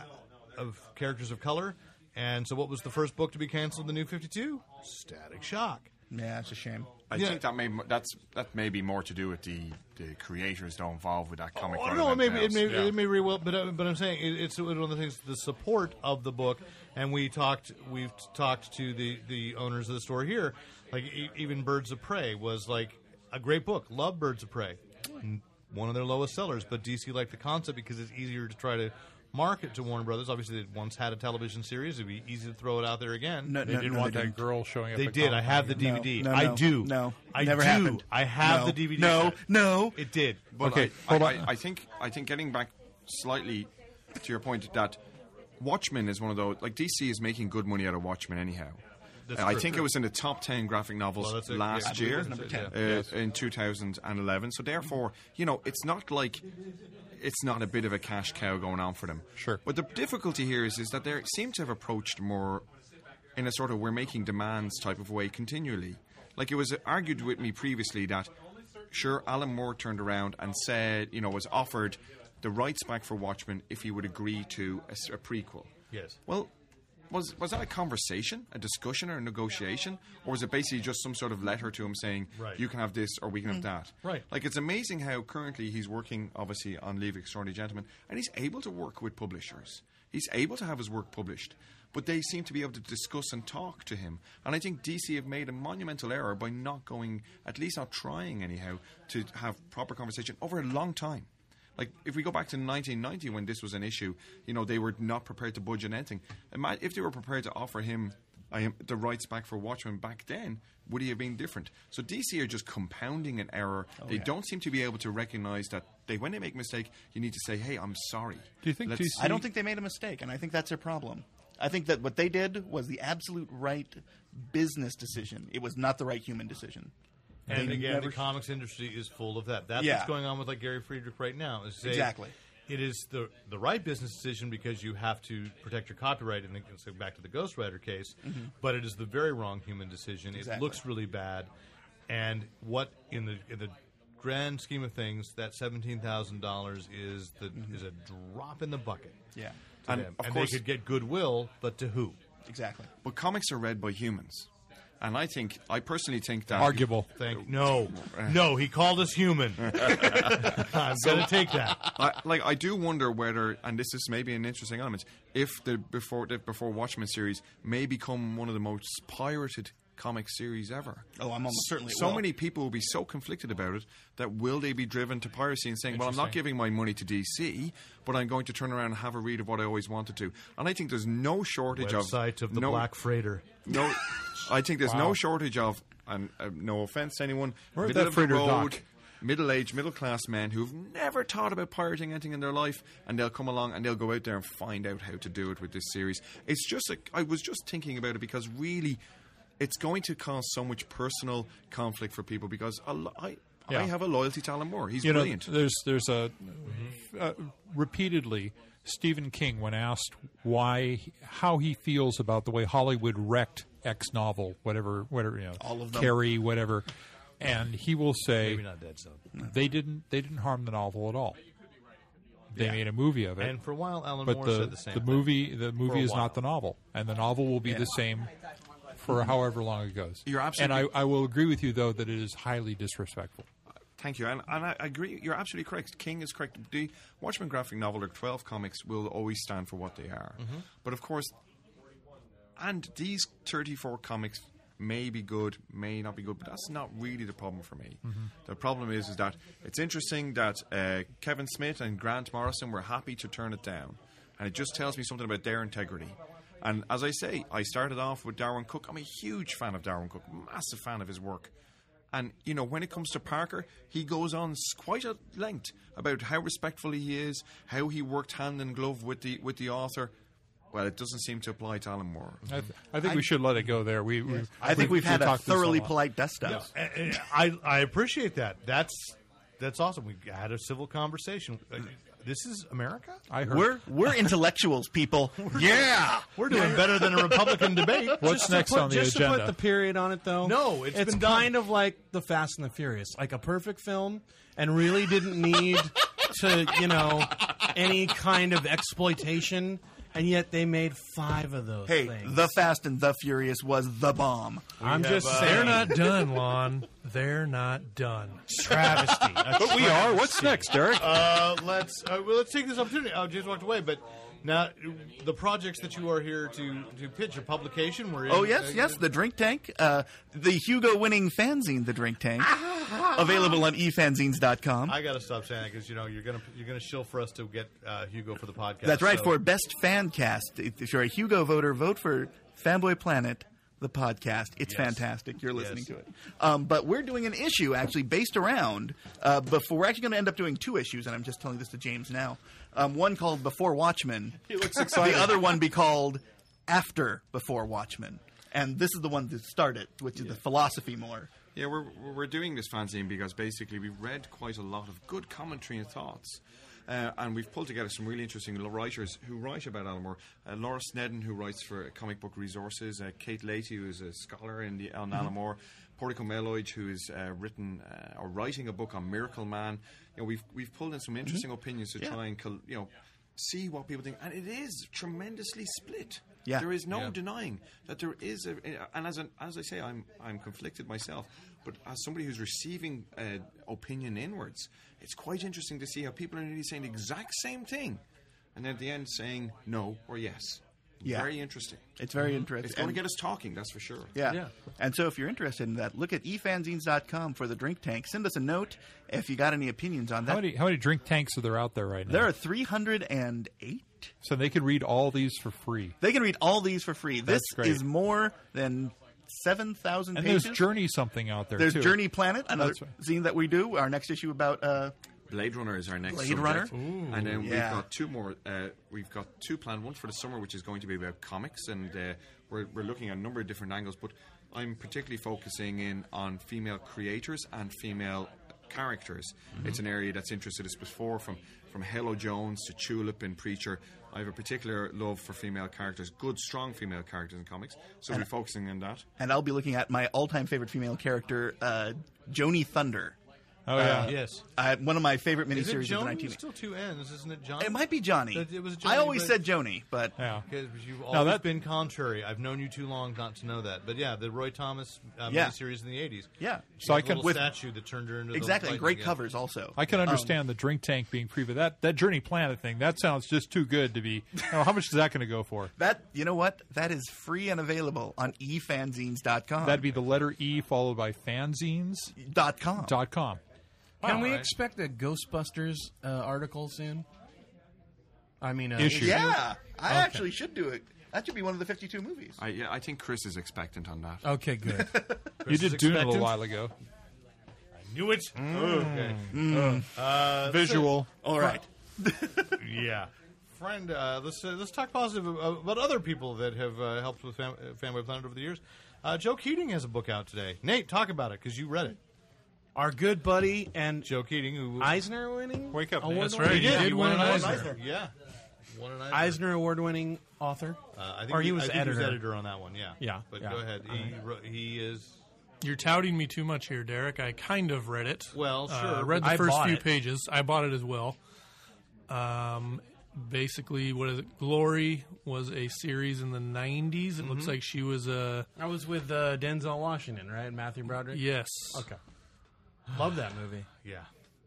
Speaker 3: of characters of color. And so, what was the first book to be canceled? in The New Fifty Two, Static Shock.
Speaker 4: Yeah, it's a shame.
Speaker 6: I
Speaker 3: Yeah.
Speaker 6: think that may that's that may be more to do with the, the creators that are involved with that comic.
Speaker 3: Oh
Speaker 6: rather
Speaker 3: no, it
Speaker 6: than
Speaker 3: may, be- it
Speaker 6: anything
Speaker 3: may,
Speaker 6: else.
Speaker 3: it may very well, but uh, but I'm saying it, it's one of the things. The support of the book, and we talked, we've talked to the the owners of the store here. Like e- even Birds of Prey was like a great book. Love Birds of Prey, one of their lowest sellers, but DC liked the concept because it's easier to try to market to Warner Brothers. Obviously, they once had a television series. It'd be easy to throw it out there again.
Speaker 4: No,
Speaker 8: They
Speaker 4: no,
Speaker 8: didn't
Speaker 4: no,
Speaker 8: want
Speaker 4: they
Speaker 8: that
Speaker 4: didn't.
Speaker 8: girl showing up.
Speaker 3: They
Speaker 8: at
Speaker 3: did. I
Speaker 8: Comic-Con
Speaker 3: have the
Speaker 8: again.
Speaker 4: No,
Speaker 3: DVD.
Speaker 4: no,
Speaker 3: I
Speaker 4: no,
Speaker 3: do.
Speaker 4: No,
Speaker 3: I
Speaker 4: never
Speaker 3: do.
Speaker 4: happened.
Speaker 3: I have
Speaker 4: No,
Speaker 3: the DVD.
Speaker 4: No,
Speaker 3: set.
Speaker 4: no.
Speaker 3: It did.
Speaker 6: But
Speaker 8: Okay,
Speaker 6: I,
Speaker 8: hold
Speaker 6: I,
Speaker 8: on.
Speaker 6: I, I think I think getting back slightly to your point that Watchmen is one of those like DC is making good money out of Watchmen anyhow.
Speaker 3: That's
Speaker 6: Uh, I
Speaker 3: true.
Speaker 6: think it was in the top ten graphic novels
Speaker 3: Well, that's it,
Speaker 6: last
Speaker 3: yeah. I believe
Speaker 6: year
Speaker 3: it's number
Speaker 6: uh,
Speaker 3: 10.
Speaker 6: in 2011. So therefore, you know, it's not like it's not a bit of a cash cow going on for them.
Speaker 8: Sure.
Speaker 6: But the difficulty here is is that they seem to have approached more in a sort of we're making demands type of way continually. Like it was argued with me previously that sure Alan Moore turned around and said, you know, was offered the rights back for Watchmen if he would agree to a, s- a prequel.
Speaker 3: Yes.
Speaker 6: Well, was was that a conversation, a discussion, or a negotiation, or was it basically just some sort of letter to him saying
Speaker 3: Right.
Speaker 6: you can have this or we can have that?
Speaker 3: Right.
Speaker 6: Like it's amazing how currently he's working, obviously on Leave Extraordinary Gentlemen, and he's able to work with publishers. He's able to have his work published, but they seem to be able to discuss and talk to him. And I think DC have made a monumental error by not going, at least not trying anyhow, to have proper conversation over a long time. Like if we go back to 1990 when this was an issue, you know they were not prepared to budge on anything. Ima- If they were prepared to offer him I am, the rights back for Watchmen back then, would he have been different? So DC are just compounding an error. they don't seem to be able to recognize that they when they make a mistake, you need to say, "Hey, I'm sorry."
Speaker 8: Do you think
Speaker 6: Let's-
Speaker 8: DC
Speaker 4: I don't think they made a mistake, and I think that's their problem. I think that what they did was the absolute right business decision. It was not the right human decision.
Speaker 3: And
Speaker 4: They
Speaker 3: again,
Speaker 4: never-
Speaker 3: the comics industry is full of that. That's
Speaker 4: Yeah.
Speaker 3: what's going on with like Gary Friedrich right now. Is they-
Speaker 4: Exactly.
Speaker 3: It is the the right business decision because you have to protect your copyright. And it's back to the Ghost Rider case, but it is the very wrong human decision. It
Speaker 4: Mm-hmm. Exactly.
Speaker 3: looks really bad, and what in the in the grand scheme of things, that seventeen thousand dollars is the is a drop in the bucket.
Speaker 4: Mm-hmm. Yeah,
Speaker 3: to
Speaker 6: And
Speaker 3: them.
Speaker 6: of
Speaker 3: and
Speaker 6: course-
Speaker 3: they could get goodwill, but to who?
Speaker 4: exactly.
Speaker 6: But comics are read by humans, and I think I personally think that
Speaker 8: Arguable.
Speaker 3: Thank no, no. He called us human. I'm gonna take that.
Speaker 6: I, like I do wonder whether, and this is maybe an interesting element, if the before the before Watchmen series may become one of the most pirated comic series ever.
Speaker 4: Oh, I'm almost certain it
Speaker 6: So
Speaker 4: will.
Speaker 6: many people will be so conflicted about it that will they be driven to piracy and saying, "Well, I'm not giving my money to DC, but I'm going to turn around and have a read of what I always wanted to." And I think there's no shortage
Speaker 3: Website of the
Speaker 6: no,
Speaker 3: Black Freighter.
Speaker 6: no, I think there's no shortage of, and uh, no offense to anyone,
Speaker 8: Where's
Speaker 6: middle
Speaker 8: that
Speaker 6: of the
Speaker 8: Freighter
Speaker 6: road,
Speaker 8: dock?
Speaker 6: middle-aged, middle-class men who've never thought about pirating anything in their life, and they'll come along and they'll go out there and find out how to do it with this series. It's just, a, I was just thinking about it because really, it's going to cause so much personal conflict for people because a lo- I, I
Speaker 8: Yeah.
Speaker 6: have a loyalty to Alan Moore. He's
Speaker 8: you
Speaker 6: brilliant.
Speaker 8: know, there's there's a
Speaker 3: Mm-hmm.
Speaker 8: uh, repeatedly Stephen King, when asked why how he feels about the way Hollywood wrecked X novel, whatever, whatever, you know,
Speaker 4: All of them.
Speaker 8: Carrie, whatever, and he will say
Speaker 3: Maybe not dead son.
Speaker 8: they didn't they didn't harm the novel at all. They made a movie of it,
Speaker 3: And for a while, Alan
Speaker 8: but
Speaker 3: Moore
Speaker 8: the
Speaker 3: said the same. thing.
Speaker 8: movie the
Speaker 3: For a
Speaker 8: movie is
Speaker 3: while.
Speaker 8: not the novel, and the novel will be the same for however long it goes.
Speaker 6: You're
Speaker 8: and
Speaker 6: absolutely-
Speaker 8: I, I will agree with you though that it is highly disrespectful.
Speaker 6: Thank you, and, and I agree. You're absolutely correct. King is correct. The Watchmen graphic novel or twelve comics will always stand for what they are.
Speaker 8: Mm-hmm.
Speaker 6: But of course, and these thirty-four comics may be good, may not be good. But that's not really the problem for me. The problem is, is that it's interesting that uh, Kevin Smith and Grant Morrison were happy to turn it down, and it just tells me something about their integrity. And as I say, I started off with Darwin Cook. I'm a huge fan of Darwin Cook, massive fan of his work. And you know, when it comes to Parker, he goes on s- quite at length about how respectful he is, how he worked hand in glove with the with the author. Well, it doesn't seem to apply to Alan Moore.
Speaker 8: I, th- I think we should let it go there. We, we
Speaker 4: I think we've had a
Speaker 8: talked this
Speaker 4: thoroughly
Speaker 8: lot.
Speaker 4: polite dust up.
Speaker 3: Uh, uh, I I appreciate that. That's that's awesome. We had a civil conversation. Uh, This is America.
Speaker 8: I heard.
Speaker 4: We're we're intellectuals, people. yeah.
Speaker 3: We're doing better than a Republican debate.
Speaker 8: What's
Speaker 2: Just to
Speaker 8: next
Speaker 2: put-
Speaker 8: on the
Speaker 2: just
Speaker 8: agenda?
Speaker 2: to put the period on it, though.
Speaker 3: No, it's
Speaker 2: it's
Speaker 3: been done.
Speaker 2: kind of like the Fast and the Furious, like a perfect film, and really didn't need to, you know, any kind of exploitation, and yet they made five of those.
Speaker 4: Hey,
Speaker 2: things.
Speaker 4: the Fast and the Furious was the bomb.
Speaker 2: I'm just
Speaker 5: They're
Speaker 2: saying,
Speaker 5: not done, Lon. They're not done.
Speaker 2: travesty.
Speaker 8: but we are. What's next, Derek?
Speaker 3: Uh, let's uh, well, let's take this opportunity. Oh, James walked away, but. Now, the projects that you are here to, to pitch, a publication. We're in,
Speaker 4: Oh
Speaker 3: uh,
Speaker 4: yes, yes, the Drink Tank, uh, the Hugo-winning fanzine, the Drink Tank. Available on efanzines.com.
Speaker 3: I gotta stop saying that because you know you're gonna you're gonna shill for us to get uh, Hugo for the podcast.
Speaker 4: That's right.
Speaker 3: so-
Speaker 4: For Best Fan Cast, if if you're a Hugo voter, vote for Fanboy Planet, the podcast. It's
Speaker 3: Yes.
Speaker 4: fantastic. You're listening
Speaker 3: Yes.
Speaker 4: to it. Um, but we're doing an issue actually based around. Uh, before we're actually going to end up doing two issues, and I'm just telling this to James now. Um, one called Before Watchmen. He looks excited. the other one be called After Before Watchmen. And this is the one that started, which is the philosophy more.
Speaker 6: Yeah, we're we're- we're doing this fanzine because basically we read quite a lot of good commentary and thoughts, uh, and we've pulled together some really interesting l- writers who write about Alan Moore. Uh, Laura Snedden, who writes for Comic Book Resources, uh, Kate Leahy, who is a scholar in the, on Alan Moore, Portico Meloid, who is uh, written uh, or writing a book on Miracle Man. You know, we've we've pulled in some interesting opinions to try and col- you know see what people think, and it is tremendously split.
Speaker 4: Yeah.
Speaker 6: There is no denying that there is a, and as an, as I say, I'm I'm conflicted myself, but as somebody who's receiving uh, opinion inwards, it's quite interesting to see how people are nearly saying the exact same thing, and then at the end saying no or yes.
Speaker 4: Yeah.
Speaker 6: Very interesting.
Speaker 4: It's very interesting.
Speaker 6: It's going to
Speaker 4: And-
Speaker 6: get us talking, that's for sure.
Speaker 4: Yeah.
Speaker 5: Yeah.
Speaker 4: And so if you're interested in that, look at efanzines.com for the drink tank. Send us a note if you got any opinions on
Speaker 8: How
Speaker 4: that.
Speaker 8: many, how many drink tanks are there out there right now?
Speaker 4: There are 308.
Speaker 8: so they could read all these for free.
Speaker 4: They can read all these for free. This
Speaker 8: great.
Speaker 4: is more than 7,000
Speaker 8: And
Speaker 4: pages.
Speaker 8: there's Journey something out there
Speaker 4: There's
Speaker 8: too.
Speaker 4: Journey Planet, another
Speaker 8: That's right.
Speaker 4: zine that we do. Our next issue about uh,
Speaker 6: Blade Runner is our next
Speaker 4: Blade
Speaker 6: subject.
Speaker 4: Runner?
Speaker 6: and
Speaker 4: yeah.
Speaker 6: then we've got two more. Uh, we've got two planned. One for the summer, which is going to be about comics, and uh, we're we're looking at a number of different angles. But I'm particularly focusing in on female creators and female characters. It's an area that's interested us before, from from Hello Jones to Tulip and Preacher. I have a particular love for female characters, good, strong female characters in comics. So we're focusing on that.
Speaker 4: and I'll be looking at my all-time favorite female character, uh, Joni Thunder.
Speaker 8: Oh yeah.
Speaker 3: yes.
Speaker 4: Uh, one of my favorite
Speaker 3: Is it
Speaker 4: miniseries of the
Speaker 3: Joni?
Speaker 4: 19th.
Speaker 3: Still two N's, isn't it, John?
Speaker 4: It might be Johnny.
Speaker 3: It- it was
Speaker 4: I
Speaker 3: Joni,
Speaker 4: always
Speaker 3: but-
Speaker 4: said Joni, but
Speaker 8: Yeah.
Speaker 3: Because you've always
Speaker 8: that-
Speaker 3: been contrary. I've known you too long not to know that. But yeah, the Roy Thomas uh,
Speaker 4: Yeah.
Speaker 3: miniseries in the eighties.
Speaker 4: Yeah.
Speaker 8: So I can-
Speaker 3: little
Speaker 4: with-
Speaker 3: statue that turned her into the
Speaker 4: exactly.
Speaker 3: lightning
Speaker 4: Great
Speaker 3: again.
Speaker 4: covers also. Um,
Speaker 8: I can understand the drink tank being free, but that, that Journey Planet thing, that sounds just too good to be. you know, how much is that going to go for?
Speaker 4: That you know what? That is free and available on efanzines.com.
Speaker 8: That'd be the letter E followed by fanzines
Speaker 4: dot com.
Speaker 8: dot com.
Speaker 9: Can we
Speaker 5: right.
Speaker 9: expect a Ghostbusters uh, article soon? I mean, uh,
Speaker 8: Issue.
Speaker 4: Yeah, I actually should do it. That should be one of the fifty-two movies.
Speaker 6: I, yeah, I think Chris is expectant on that.
Speaker 9: Okay, good.
Speaker 8: You did Dune a little
Speaker 3: expectant.
Speaker 8: while ago.
Speaker 3: Knew it. Okay.
Speaker 8: Visual.
Speaker 4: All right.
Speaker 3: Yeah. Friend, uh, let's uh, let's talk positive uh, about other people that have uh, helped with Fam- uh, Fanboy Planet over the years. Uh, Joe Keating has a book out today. Nate, talk about it because you read it.
Speaker 2: Our good buddy and
Speaker 3: Joe Keating, who
Speaker 2: Eisner winning?
Speaker 8: Wake up.
Speaker 5: That's right.
Speaker 3: did.
Speaker 5: Yeah,
Speaker 3: He
Speaker 5: you won an
Speaker 3: won an
Speaker 5: Eisner.
Speaker 3: Eisner. yeah, won an Eisner.
Speaker 2: Eisner award winning author.
Speaker 3: Uh, I think
Speaker 2: or he was
Speaker 3: I think
Speaker 2: editor.
Speaker 3: editor on that one. Yeah,
Speaker 2: Yeah,
Speaker 3: But
Speaker 2: yeah.
Speaker 3: go ahead. He, wro- he is.
Speaker 5: You're touting me too much here, Derek. I kind of read it.
Speaker 3: Well,
Speaker 5: Uh,
Speaker 3: sure,
Speaker 5: I read the
Speaker 2: I
Speaker 5: first
Speaker 2: bought
Speaker 5: few
Speaker 2: it.
Speaker 5: pages. I bought it as well. Um, basically, what is it? Glory was a series in the 90s. It looks like she was a.
Speaker 9: I was with uh, Denzel Washington, right? And Matthew Broderick.
Speaker 5: Yes.
Speaker 9: Okay. Love that movie.
Speaker 3: Yeah,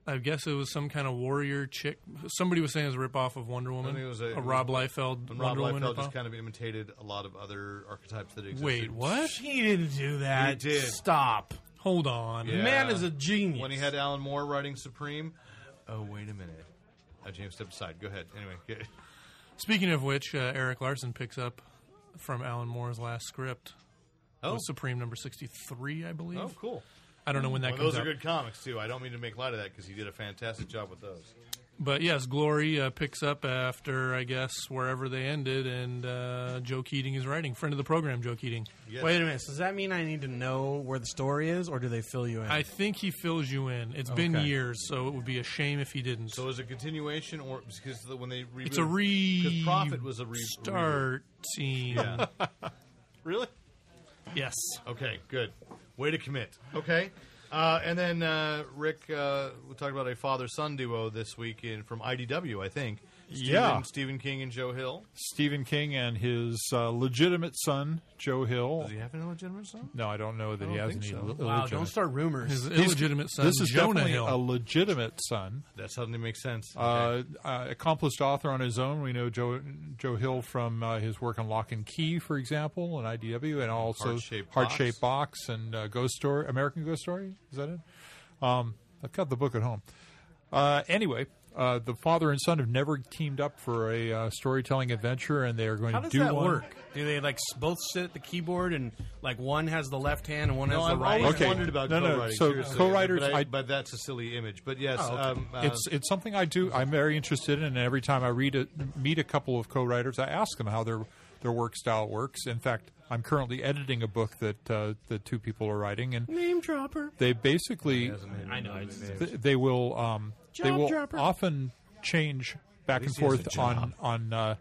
Speaker 5: I guess it was some kind of warrior chick. Somebody was saying it was a ripoff of Wonder Woman.
Speaker 3: think it was a-
Speaker 5: Rob Liefeld
Speaker 3: and Rob
Speaker 5: Wonder Woman
Speaker 3: Liefeld
Speaker 5: ripoff.
Speaker 3: just kind of imitated a lot of other archetypes that existed.
Speaker 5: Wait, what?
Speaker 9: He didn't do that.
Speaker 3: He did.
Speaker 9: Stop.
Speaker 5: Hold on.
Speaker 9: The
Speaker 3: Yeah.
Speaker 9: Man is a genius.
Speaker 3: When he had Alan Moore writing Supreme. Oh, wait a minute. Uh, James, step aside. Go ahead. Anyway, get-
Speaker 5: Speaking of which, uh, Eric Larson picks up from Alan Moore's last script. It
Speaker 3: Oh.
Speaker 5: was Supreme number 63, I believe.
Speaker 3: oh, cool.
Speaker 5: I don't know when that
Speaker 3: Well,
Speaker 5: comes
Speaker 3: those are
Speaker 5: out.
Speaker 3: good comics too. I don't mean to make light of that because he did a fantastic job with those.
Speaker 5: But yes, Glory uh, picks up after, I guess, wherever they ended, and uh, Joe Keating is writing. Friend of the program, Joe Keating.
Speaker 3: Yes.
Speaker 9: Wait a minute. So does that mean I need to know where the story is, or do they fill you in?
Speaker 5: I think he fills you in. It's been
Speaker 9: Okay.
Speaker 5: years, so it would be a shame if he didn't.
Speaker 3: So is it a continuation or because the, when they
Speaker 5: it's a re.
Speaker 3: because Prophet was a re
Speaker 5: Start scene.
Speaker 3: Yeah. really
Speaker 5: Yes.
Speaker 3: okay good way to commit okay uh, and then uh, Rick uh, we talked about a father son duo this week in from IDW I think Stephen,
Speaker 8: Yeah.
Speaker 3: Stephen King and Joe Hill
Speaker 8: Stephen King and his uh, legitimate son, Joe Hill.
Speaker 3: does he have an illegitimate son
Speaker 8: No, I don't know that he has any
Speaker 3: think so.
Speaker 8: ille-
Speaker 9: wow, don't
Speaker 8: illegitimate-
Speaker 9: start rumors.
Speaker 5: His
Speaker 8: He's-
Speaker 5: illegitimate son,
Speaker 8: This is
Speaker 5: Jonah
Speaker 8: definitely
Speaker 5: Hill.
Speaker 8: a legitimate son.
Speaker 3: that suddenly makes sense
Speaker 8: Uh, uh, accomplished author on his own. We know Joe Joe Hill from uh, his work on Lock and Key, for example, and IDW, and also
Speaker 3: Heart-Shaped
Speaker 8: Heart Shaped Box and uh, Ghost Story, American Ghost Story. Is that it? Um, I've got the book at home. Uh, anyway, uh, the father and son have never teamed up for a uh, storytelling adventure, and they are going
Speaker 2: How
Speaker 8: to
Speaker 2: does
Speaker 8: do
Speaker 2: that
Speaker 8: one.
Speaker 2: work? Do they like s- both sit at the keyboard and like one has the left hand and one
Speaker 3: No,
Speaker 2: has the
Speaker 3: I've
Speaker 2: right?
Speaker 3: always
Speaker 8: Okay.
Speaker 3: wondered about
Speaker 8: No, no,
Speaker 3: co-writing.
Speaker 8: so
Speaker 3: seriously.
Speaker 8: co-writers,
Speaker 3: but, I-
Speaker 8: I-
Speaker 3: but that's a silly image. But yes,
Speaker 8: Oh, okay.
Speaker 3: um, uh,
Speaker 8: it's it's something I do. I'm very interested in, and every time I read a, meet a couple of co-writers, I ask them how their their work style works. In fact, I'm currently editing a book that uh, the two people are writing, and
Speaker 2: Name dropper.
Speaker 8: they basically
Speaker 2: I know. It's,
Speaker 8: th- they will um, they
Speaker 2: Job
Speaker 8: will
Speaker 2: dropper.
Speaker 8: often change back and
Speaker 3: least he has a
Speaker 8: forth on on uh,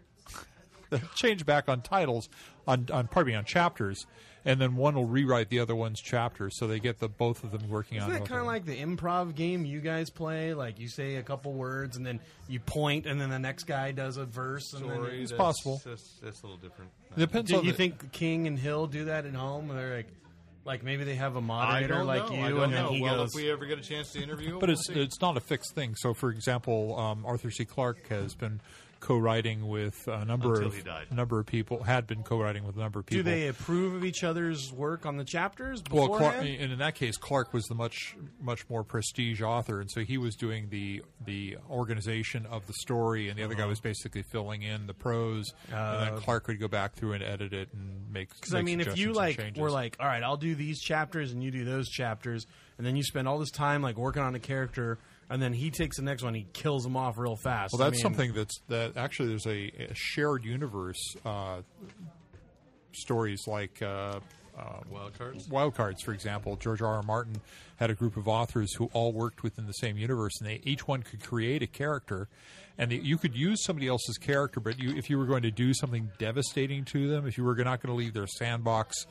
Speaker 8: they'll change back on titles on on pardon me on chapters, and then one will rewrite the other one's chapter, so they get the both of them working on.
Speaker 2: Isn't that
Speaker 8: another
Speaker 2: kind of
Speaker 8: one.
Speaker 2: like the improv game you guys play? Like you say a couple words and then you point, and then the next guy does a verse. And then
Speaker 3: story,
Speaker 8: it's
Speaker 3: that's-
Speaker 8: possible.
Speaker 3: That's, that's a little different.
Speaker 8: It depends
Speaker 2: Do
Speaker 8: on
Speaker 2: you
Speaker 8: the-
Speaker 2: think King and Hill do that at home? They're like, like maybe they have a
Speaker 3: I
Speaker 2: moderator
Speaker 3: don't
Speaker 2: like
Speaker 3: know.
Speaker 2: you,
Speaker 3: I don't
Speaker 2: and
Speaker 3: know.
Speaker 2: then he
Speaker 3: well,
Speaker 2: goes.
Speaker 3: if we ever get a chance to interview, him,
Speaker 8: But it's
Speaker 3: we'll see.
Speaker 8: it's not a fixed thing. So, for example, um, Arthur C. Clarke has been co-writing with a number
Speaker 3: Until
Speaker 8: of
Speaker 3: he died.
Speaker 8: number of people. Had been co-writing with a number of
Speaker 2: do
Speaker 8: people.
Speaker 2: they approve of each other's work on the chapters
Speaker 8: well,
Speaker 2: beforehand?
Speaker 8: Clark, and in that case, Clark was the much much more prestige author, and so he was doing the the organization of the story, and the
Speaker 3: Uh-huh.
Speaker 8: other guy was basically filling in the prose, and then Clark would go back through and edit it and make.
Speaker 2: Uh, Because I mean, if you like,
Speaker 8: we're
Speaker 2: were like, all right, I'll do these chapters and you do those chapters, and then you spend all this time like working on a character, and then he takes the next one, he kills him off real fast.
Speaker 8: Well,
Speaker 2: I
Speaker 8: that's
Speaker 2: mean,
Speaker 8: something that's that actually there's a, a shared universe uh, stories like uh,
Speaker 3: wild cards.
Speaker 8: Wildcards, for example. George R. R. Martin had a group of authors who all worked within the same universe, and they each one could create a character, and the, you could use somebody else's character, but you, if you were going to do something devastating to them, if you were not going to leave their sandbox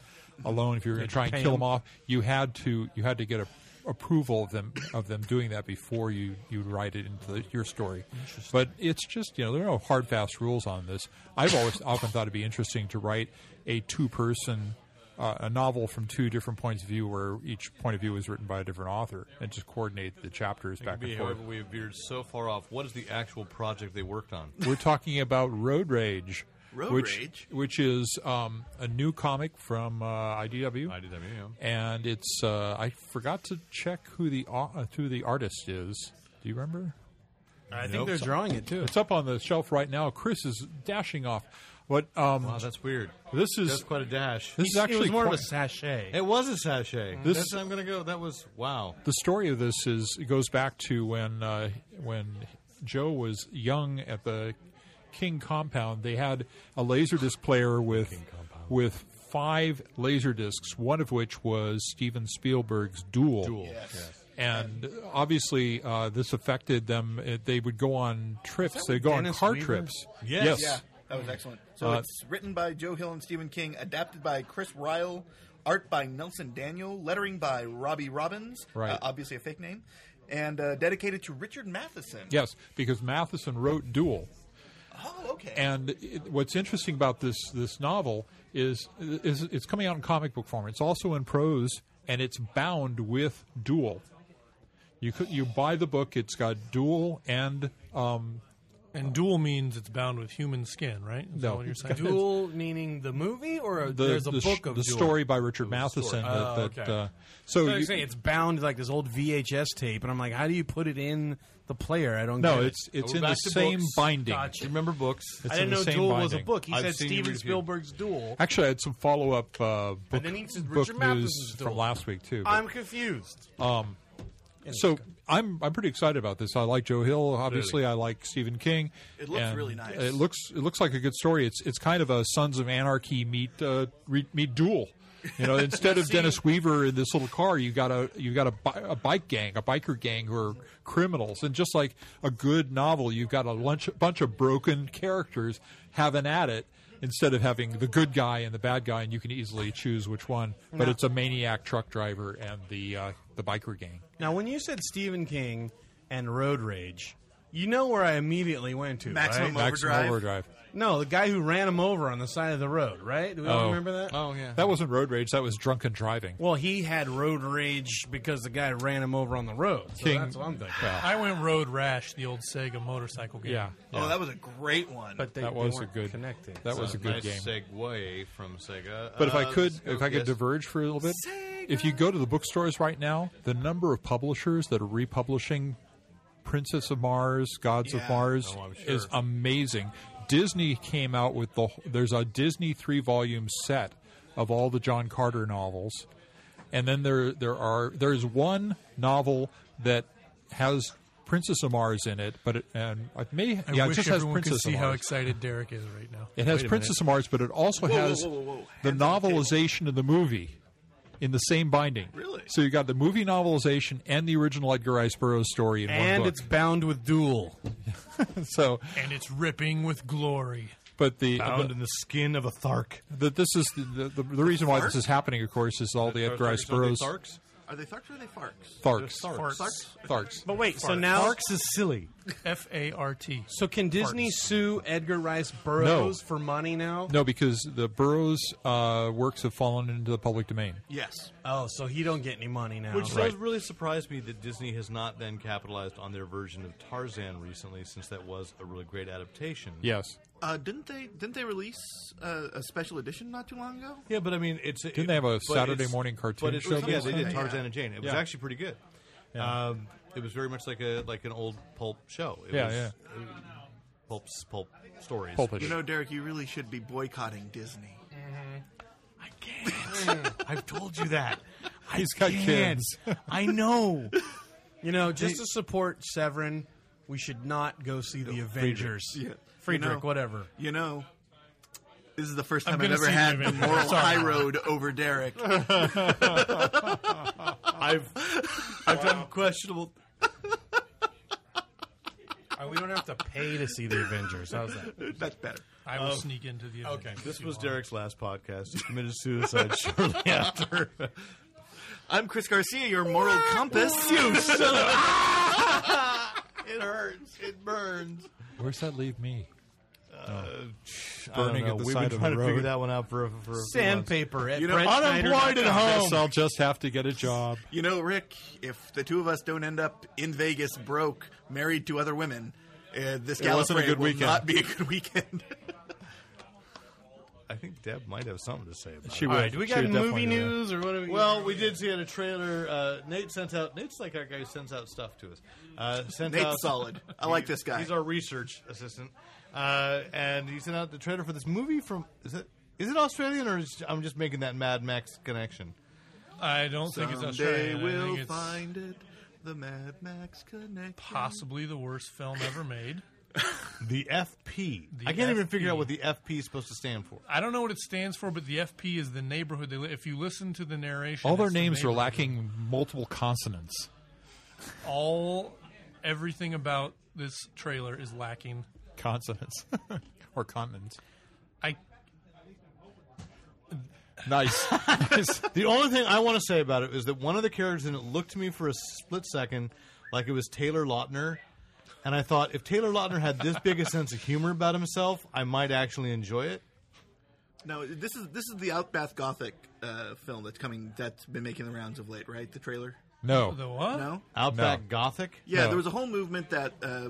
Speaker 8: alone, if you were going to try and kill them off, you had to you had to get a approval of them of them doing that before you you write it into the, your story. But it's just you know there are no hard fast rules on this. I've always often thought it'd be interesting to write a two person uh, a novel from two different points of view, where each point of view is written by a different author, and just coordinate the chapters
Speaker 3: It could
Speaker 8: back
Speaker 3: be,
Speaker 8: and forth.
Speaker 3: however, we veered so far off. What is the actual project they worked on?
Speaker 8: We're talking about Road Rage.
Speaker 4: Road
Speaker 8: which,
Speaker 4: Rage?
Speaker 8: which is um, a new comic from uh, IDW.
Speaker 3: I did that video.
Speaker 8: and it's uh, I forgot to check who the au- uh, who the artist is. Do you remember?
Speaker 2: I think
Speaker 8: Nope.
Speaker 2: they're drawing it too.
Speaker 8: It's up on the shelf right now. Chris is dashing off. What? Um,
Speaker 3: Wow, that's weird.
Speaker 8: this is
Speaker 3: That's quite a dash.
Speaker 8: this is actually
Speaker 2: it was more
Speaker 8: quite-
Speaker 2: of a sachet.
Speaker 3: It was a sachet.
Speaker 8: This-
Speaker 3: Mm-hmm. That's- I'm gonna go. That was wow.
Speaker 8: the story of this is it goes back to when uh, when Joe was young at the King compound. They had a laser disc player with with five laser discs, one of which was Steven Spielberg's Duel. And obviously, uh, this affected them. It, they would go on trips. They'd go on
Speaker 2: Dennis
Speaker 8: car
Speaker 2: Weaver?
Speaker 8: trips.
Speaker 3: Yes.
Speaker 4: Yeah, that was excellent. So
Speaker 8: Uh,
Speaker 4: it's written by Joe Hill and Stephen King, adapted by Chris Ryle, art by Nelson Daniel, lettering by Robbie Robbins,
Speaker 8: Right.
Speaker 4: uh, obviously a fake name, and uh, dedicated to Richard Matheson.
Speaker 8: Yes, because Matheson wrote Duel.
Speaker 4: Oh, okay.
Speaker 8: And it, what's interesting about this this novel is, is it's coming out in comic book form. It's also in prose, and it's bound with Duel. You could, you buy the book. It's got Duel and um,
Speaker 5: And dual means it's bound with human skin, right? Is that
Speaker 8: No.
Speaker 5: what you're saying?
Speaker 2: Duel meaning the movie, or
Speaker 8: the
Speaker 2: there's a
Speaker 8: the,
Speaker 2: book of
Speaker 8: the
Speaker 2: Duel?
Speaker 8: story by Richard Matheson. That,
Speaker 2: Oh,
Speaker 8: that,
Speaker 2: okay.
Speaker 8: uh, so
Speaker 2: So you
Speaker 8: you-
Speaker 2: say it's bound to like this old VHS tape, and I'm like, how do you put it in the player? I don't.
Speaker 8: no,
Speaker 2: get
Speaker 8: it's
Speaker 2: it.
Speaker 8: it's
Speaker 3: We're
Speaker 8: in the
Speaker 3: back to
Speaker 8: same
Speaker 3: books.
Speaker 8: binding.
Speaker 2: Gotcha.
Speaker 3: Remember books?
Speaker 8: It's
Speaker 2: I
Speaker 8: in
Speaker 2: didn't
Speaker 8: the
Speaker 2: know
Speaker 8: same
Speaker 2: Duel was a
Speaker 8: binding.
Speaker 2: book. He
Speaker 3: I've
Speaker 2: said
Speaker 3: seen you
Speaker 2: Steven
Speaker 3: read a few.
Speaker 2: Spielberg's Duel.
Speaker 8: Actually, I had some follow up uh, book,
Speaker 2: then he says
Speaker 8: book
Speaker 2: Richard
Speaker 8: news
Speaker 2: Matheson's
Speaker 8: from
Speaker 2: Duel.
Speaker 8: last week too. but-
Speaker 2: I'm confused.
Speaker 8: So I'm I'm pretty excited about this. I like Joe Hill, obviously. I like Stephen King.
Speaker 4: It looks
Speaker 8: and
Speaker 4: really nice.
Speaker 8: It looks it looks like a good story. It's it's kind of a Sons of Anarchy meet uh, re, meet Duel. You know, instead of Dennis Weaver in this little car, you got a you got a, bi- a bike gang, a biker gang who are criminals, and just like a good novel, you've got a lunch, bunch of broken characters having at it instead of having the good guy and the bad guy, and you can easily choose which one. But it's a maniac truck driver and the uh, the biker gang.
Speaker 2: Now, when you said Stephen King and Road Rage, you know where I immediately went to,
Speaker 4: Maximum
Speaker 2: right?
Speaker 8: Maximum
Speaker 4: Overdrive.
Speaker 8: Overdrive.
Speaker 2: No, the guy who ran him over on the side of the road, right? Do we all remember that?
Speaker 3: Oh yeah.
Speaker 8: That wasn't road rage. That was drunken driving.
Speaker 2: Well, he had road rage because the guy ran him over on the road. So
Speaker 8: King-
Speaker 2: that's what I'm thinking.
Speaker 5: I went road rash, the old Sega motorcycle game.
Speaker 8: Yeah,
Speaker 4: Oh, that was a great one.
Speaker 2: But they,
Speaker 8: that
Speaker 2: they
Speaker 8: was a
Speaker 2: weren't
Speaker 8: good.
Speaker 2: connected.
Speaker 8: That was a good
Speaker 3: nice
Speaker 8: game.
Speaker 3: segue from Sega.
Speaker 8: But if I
Speaker 3: Uh,
Speaker 8: could,
Speaker 3: let's go-
Speaker 8: if I could
Speaker 3: yes.
Speaker 8: diverge for a little bit,
Speaker 4: Sega.
Speaker 8: if you go to the bookstores right now, the number of publishers that are republishing Princess of Mars, Gods of
Speaker 3: Oh,
Speaker 8: Mars is amazing. Disney came out with the there's a Disney three volume set of all the John Carter novels, and then there there are there's one novel that has Princess of Mars in it, but it, and it may
Speaker 5: I
Speaker 8: yeah it
Speaker 5: wish
Speaker 8: just has
Speaker 5: everyone could
Speaker 8: Princess
Speaker 5: see
Speaker 8: of
Speaker 5: how
Speaker 8: Mars.
Speaker 5: excited Derek is right now.
Speaker 8: It has Princess of Mars, but it also has
Speaker 4: whoa, whoa, whoa.
Speaker 8: the
Speaker 4: Hands on the
Speaker 8: novelization of the movie in the same binding.
Speaker 4: Really?
Speaker 8: So you got the movie novelization and the original Edgar Rice Burroughs story in
Speaker 2: And
Speaker 8: one
Speaker 2: it's bound with duel.
Speaker 8: book. So,
Speaker 5: And it's ripping with glory.
Speaker 8: but the,
Speaker 5: Oh.
Speaker 3: Bound in the skin of a thark.
Speaker 8: the this is the, the, the reason why this is happening, of course, is all the Edgar Rice Burroughs
Speaker 3: Tharks?
Speaker 4: Are they Tharks or are they Farks?
Speaker 8: tharks.
Speaker 3: Tharks.
Speaker 8: Tharks.
Speaker 9: But wait, so now
Speaker 3: Tharks is silly.
Speaker 5: F A R T.
Speaker 9: so can Disney sue Edgar Rice Burroughs for money now?
Speaker 8: No, because the Burroughs uh, works have fallen into the public domain.
Speaker 4: Yes.
Speaker 9: Oh, so he don't get any money now.
Speaker 3: Which
Speaker 8: Right.
Speaker 3: does really surprise me that Disney has not then capitalized on their version of Tarzan recently, since that was a really great adaptation.
Speaker 8: Yes.
Speaker 4: Uh, didn't they didn't they release uh, a special edition not too long ago?
Speaker 3: Yeah, but I mean, it's didn't
Speaker 8: they have a Saturday morning cartoon
Speaker 3: But it's,
Speaker 8: show
Speaker 3: yeah,
Speaker 8: based
Speaker 3: they
Speaker 8: on
Speaker 3: did
Speaker 4: it?
Speaker 3: Tarzan
Speaker 4: Yeah.
Speaker 3: and Jane. It was
Speaker 8: Yeah.
Speaker 3: actually pretty good. Um, it was very much like a like an old pulp show. It
Speaker 8: Yeah,
Speaker 3: was,
Speaker 8: yeah.
Speaker 3: Pulp pulp stories.
Speaker 8: Pulpish.
Speaker 4: You know, Derek, you really should be boycotting Disney.
Speaker 3: I can't. I've told you that.
Speaker 8: He's got kids.
Speaker 3: I know.
Speaker 9: You know, just to support Severin, we should not go see the Avengers.
Speaker 4: Yeah.
Speaker 9: Friedrich,
Speaker 4: You know-
Speaker 9: whatever.
Speaker 4: You know, this is the first time I've
Speaker 5: gonna
Speaker 4: ever
Speaker 5: see the
Speaker 4: had the
Speaker 5: Avengers.
Speaker 4: moral
Speaker 5: Sorry.
Speaker 4: high road over Derek.
Speaker 3: I've I've done questionable.
Speaker 9: we don't have to pay to see the Avengers. How's that?
Speaker 4: That's better.
Speaker 5: I will sneak into the. Okay,
Speaker 3: This was Derek's last podcast. He committed suicide shortly after.
Speaker 4: I'm Chris Garcia, your moral compass. You son of
Speaker 3: It hurts. It burns.
Speaker 8: Where's that leave me?
Speaker 3: Burning
Speaker 8: Burning at the
Speaker 3: We've
Speaker 8: side
Speaker 3: been
Speaker 8: of
Speaker 3: trying
Speaker 8: the
Speaker 3: to figure
Speaker 8: road.
Speaker 3: that one out for a, for a few months.
Speaker 9: Sandpaper at
Speaker 4: You know,
Speaker 9: Brett Schneider.
Speaker 3: unemployed at
Speaker 8: I
Speaker 3: home.
Speaker 8: guess I'll just have to get a job.
Speaker 4: You know, Rick, if the two of us don't end up in Vegas broke, married to other women, uh, this
Speaker 3: It wasn't a
Speaker 4: Gallifrey
Speaker 3: good
Speaker 4: will
Speaker 3: weekend.
Speaker 4: not be a good weekend.
Speaker 3: I think Deb might have something to say about it.
Speaker 8: She
Speaker 9: All
Speaker 8: would-
Speaker 9: right, do we
Speaker 8: she
Speaker 9: got
Speaker 8: would
Speaker 9: movie
Speaker 8: definitely do that.
Speaker 9: news or what? do we
Speaker 3: Well, we did see in a trailer. Uh, Nate sent out. Nate's like our guy who sends out stuff to us. Uh, sent
Speaker 4: Nate's
Speaker 3: out-
Speaker 4: solid. I like this guy.
Speaker 3: He's our research assistant, uh, and he sent out the trailer for this movie from. Is it is it Australian or is, I'm just making that Mad Max connection?
Speaker 5: I don't think it's
Speaker 4: Someday
Speaker 5: Australian. I
Speaker 4: we'll
Speaker 5: think it's
Speaker 4: Um, find it. The Mad Max connection.
Speaker 5: possibly the worst film ever made.
Speaker 3: The FP.
Speaker 5: The
Speaker 3: I can't even
Speaker 5: FP.
Speaker 3: figure out what the FP is supposed to stand for.
Speaker 5: I don't know what it stands for, but the FP is the neighborhood. They li- if you listen to the narration,
Speaker 8: All their
Speaker 5: it's the
Speaker 8: names are
Speaker 5: neighborhood.
Speaker 8: lacking multiple consonants.
Speaker 5: All everything about this trailer is lacking.
Speaker 8: Consonants. or continents.
Speaker 5: I
Speaker 8: Nice. Nice.
Speaker 3: The only thing I want to say about it is that one of the characters in it looked to me for a split second like it was Taylor Lautner. And I thought, if Taylor Lautner had this big a sense of humor about himself, I might actually enjoy it.
Speaker 4: No, this is this is the Outbath Gothic uh, film that's coming. That's been making the rounds of late, right? The trailer.
Speaker 5: the
Speaker 8: No.
Speaker 5: what?
Speaker 4: No.
Speaker 3: Outback Gothic?
Speaker 4: Yeah,
Speaker 8: No.
Speaker 4: there was a whole movement that uh,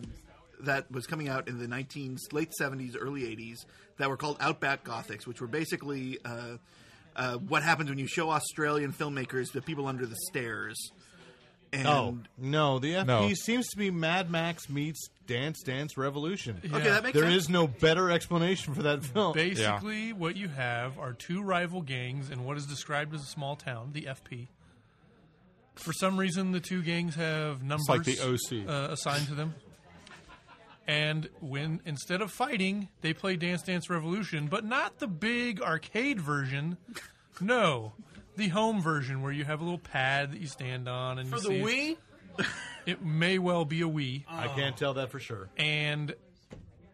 Speaker 4: that was coming out in the 19 late 70s, early 80s that were called Outback Gothics, which were basically uh, uh, what happens when you show Australian filmmakers the people under the stairs. And
Speaker 3: Oh, no. The FP
Speaker 8: No.
Speaker 3: seems to be Mad Max meets Dance Dance Revolution.
Speaker 4: okay, that makes
Speaker 3: There
Speaker 4: sense.
Speaker 3: is no better explanation for that film.
Speaker 5: Basically, what you have are two rival gangs in what is described as a small town, the FP. For some reason, the two gangs have numbers
Speaker 8: like the OC.
Speaker 5: Uh, assigned to them. And when instead of fighting, they play Dance Dance Revolution, but not the big arcade version. No, the home version where you have a little pad that you stand on and
Speaker 4: for
Speaker 5: you
Speaker 4: the
Speaker 5: see it.
Speaker 4: Wii.
Speaker 5: It may well be a Wii,
Speaker 3: I can't tell that for sure.
Speaker 5: and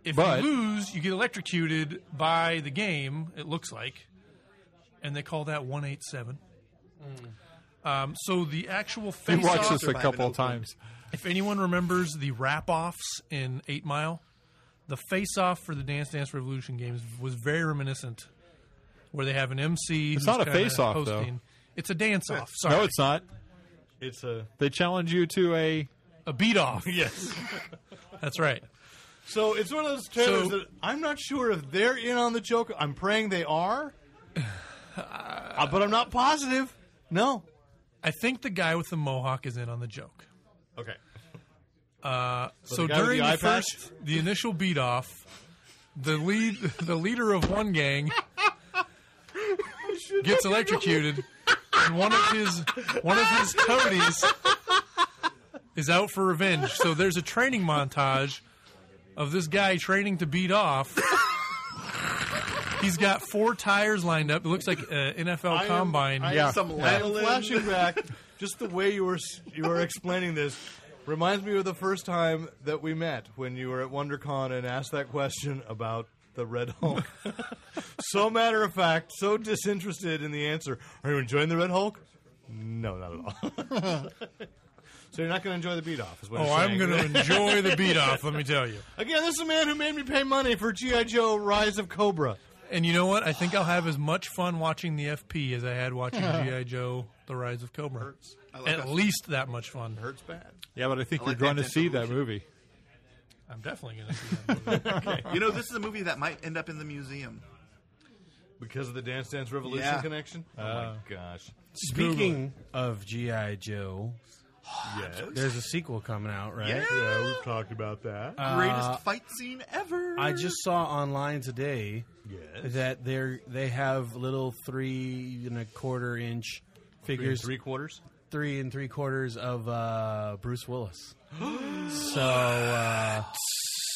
Speaker 5: if
Speaker 8: But-
Speaker 5: you lose, you get electrocuted by the game. It looks like, and they call that one eight seven.
Speaker 4: Mm.
Speaker 5: Um, so the actual
Speaker 8: We
Speaker 5: face
Speaker 8: watched
Speaker 5: off.
Speaker 8: this a couple of
Speaker 4: Surviving
Speaker 8: times.
Speaker 5: If anyone remembers the wrap offs in Eight Mile, the face off for the Dance Dance Revolution games was very reminiscent, where they have an MC. It's
Speaker 8: not a face-off, though.
Speaker 5: It's a dance off. Sorry,
Speaker 8: No, it's not.
Speaker 3: It's a.
Speaker 8: They challenge you to a.
Speaker 5: a beat off.
Speaker 3: Yes.
Speaker 5: That's right.
Speaker 3: So it's one of those trailers
Speaker 5: So-
Speaker 3: that I'm not sure if they're in on the joke. I'm praying they are, Uh, but I'm not positive. No,
Speaker 5: I think the guy with the mohawk is in on the joke.
Speaker 3: Okay.
Speaker 5: So,
Speaker 3: the guy with
Speaker 5: during
Speaker 3: the
Speaker 5: the,
Speaker 3: eye patch?
Speaker 5: first, the initial beat off, the lead, the leader of one gang gets electrocuted, and one of his one of his toadies is out for revenge. So there's a training montage of this guy training to beat off. He's got four tires lined up. It looks like uh, an NFL
Speaker 3: I am-
Speaker 5: combine.
Speaker 3: I am
Speaker 10: Yeah.
Speaker 3: some
Speaker 10: Yeah.
Speaker 3: lanolin. flashing back. Just the way you were s- you were explaining this reminds me of the first time that we met when you were at WonderCon and asked that question about the Red Hulk. so matter of fact, so disinterested in the answer. Are you enjoying the Red Hulk? No, not at all. so you're not going to enjoy the beat off, is what
Speaker 5: oh,
Speaker 3: you're
Speaker 5: I'm
Speaker 3: saying.
Speaker 5: going to enjoy the beat off. Let me tell you.
Speaker 3: Again, this is a man who made me pay money for GI Joe: Rise of Cobra.
Speaker 5: And you know what? I think I'll have as much fun watching the FP as I had watching GI Joe: The Rise of Cobra.
Speaker 4: I like
Speaker 5: At
Speaker 4: that.
Speaker 5: least that much fun.
Speaker 4: Hurts bad.
Speaker 8: Yeah, but I think
Speaker 4: I
Speaker 8: you're
Speaker 4: like
Speaker 8: going
Speaker 4: that
Speaker 8: to see that
Speaker 4: definition.
Speaker 8: movie.
Speaker 5: I'm definitely going to see that. Movie.
Speaker 4: You know, this is a movie that might end up in the museum.
Speaker 3: Because of the Dance Dance Revolution
Speaker 4: Yeah.
Speaker 3: connection? Oh my gosh.
Speaker 2: Speaking of GI Joe,
Speaker 3: Yes.
Speaker 2: there's a sequel coming out, right?
Speaker 4: Yeah.
Speaker 3: Yeah, we've talked about that.
Speaker 4: Uh, Greatest fight scene ever.
Speaker 2: I just saw online today
Speaker 3: Yes.
Speaker 2: that they are they have little three and a quarter inch figures,
Speaker 3: three quarters.
Speaker 2: three and three quarters of uh, Bruce Willis. so uh,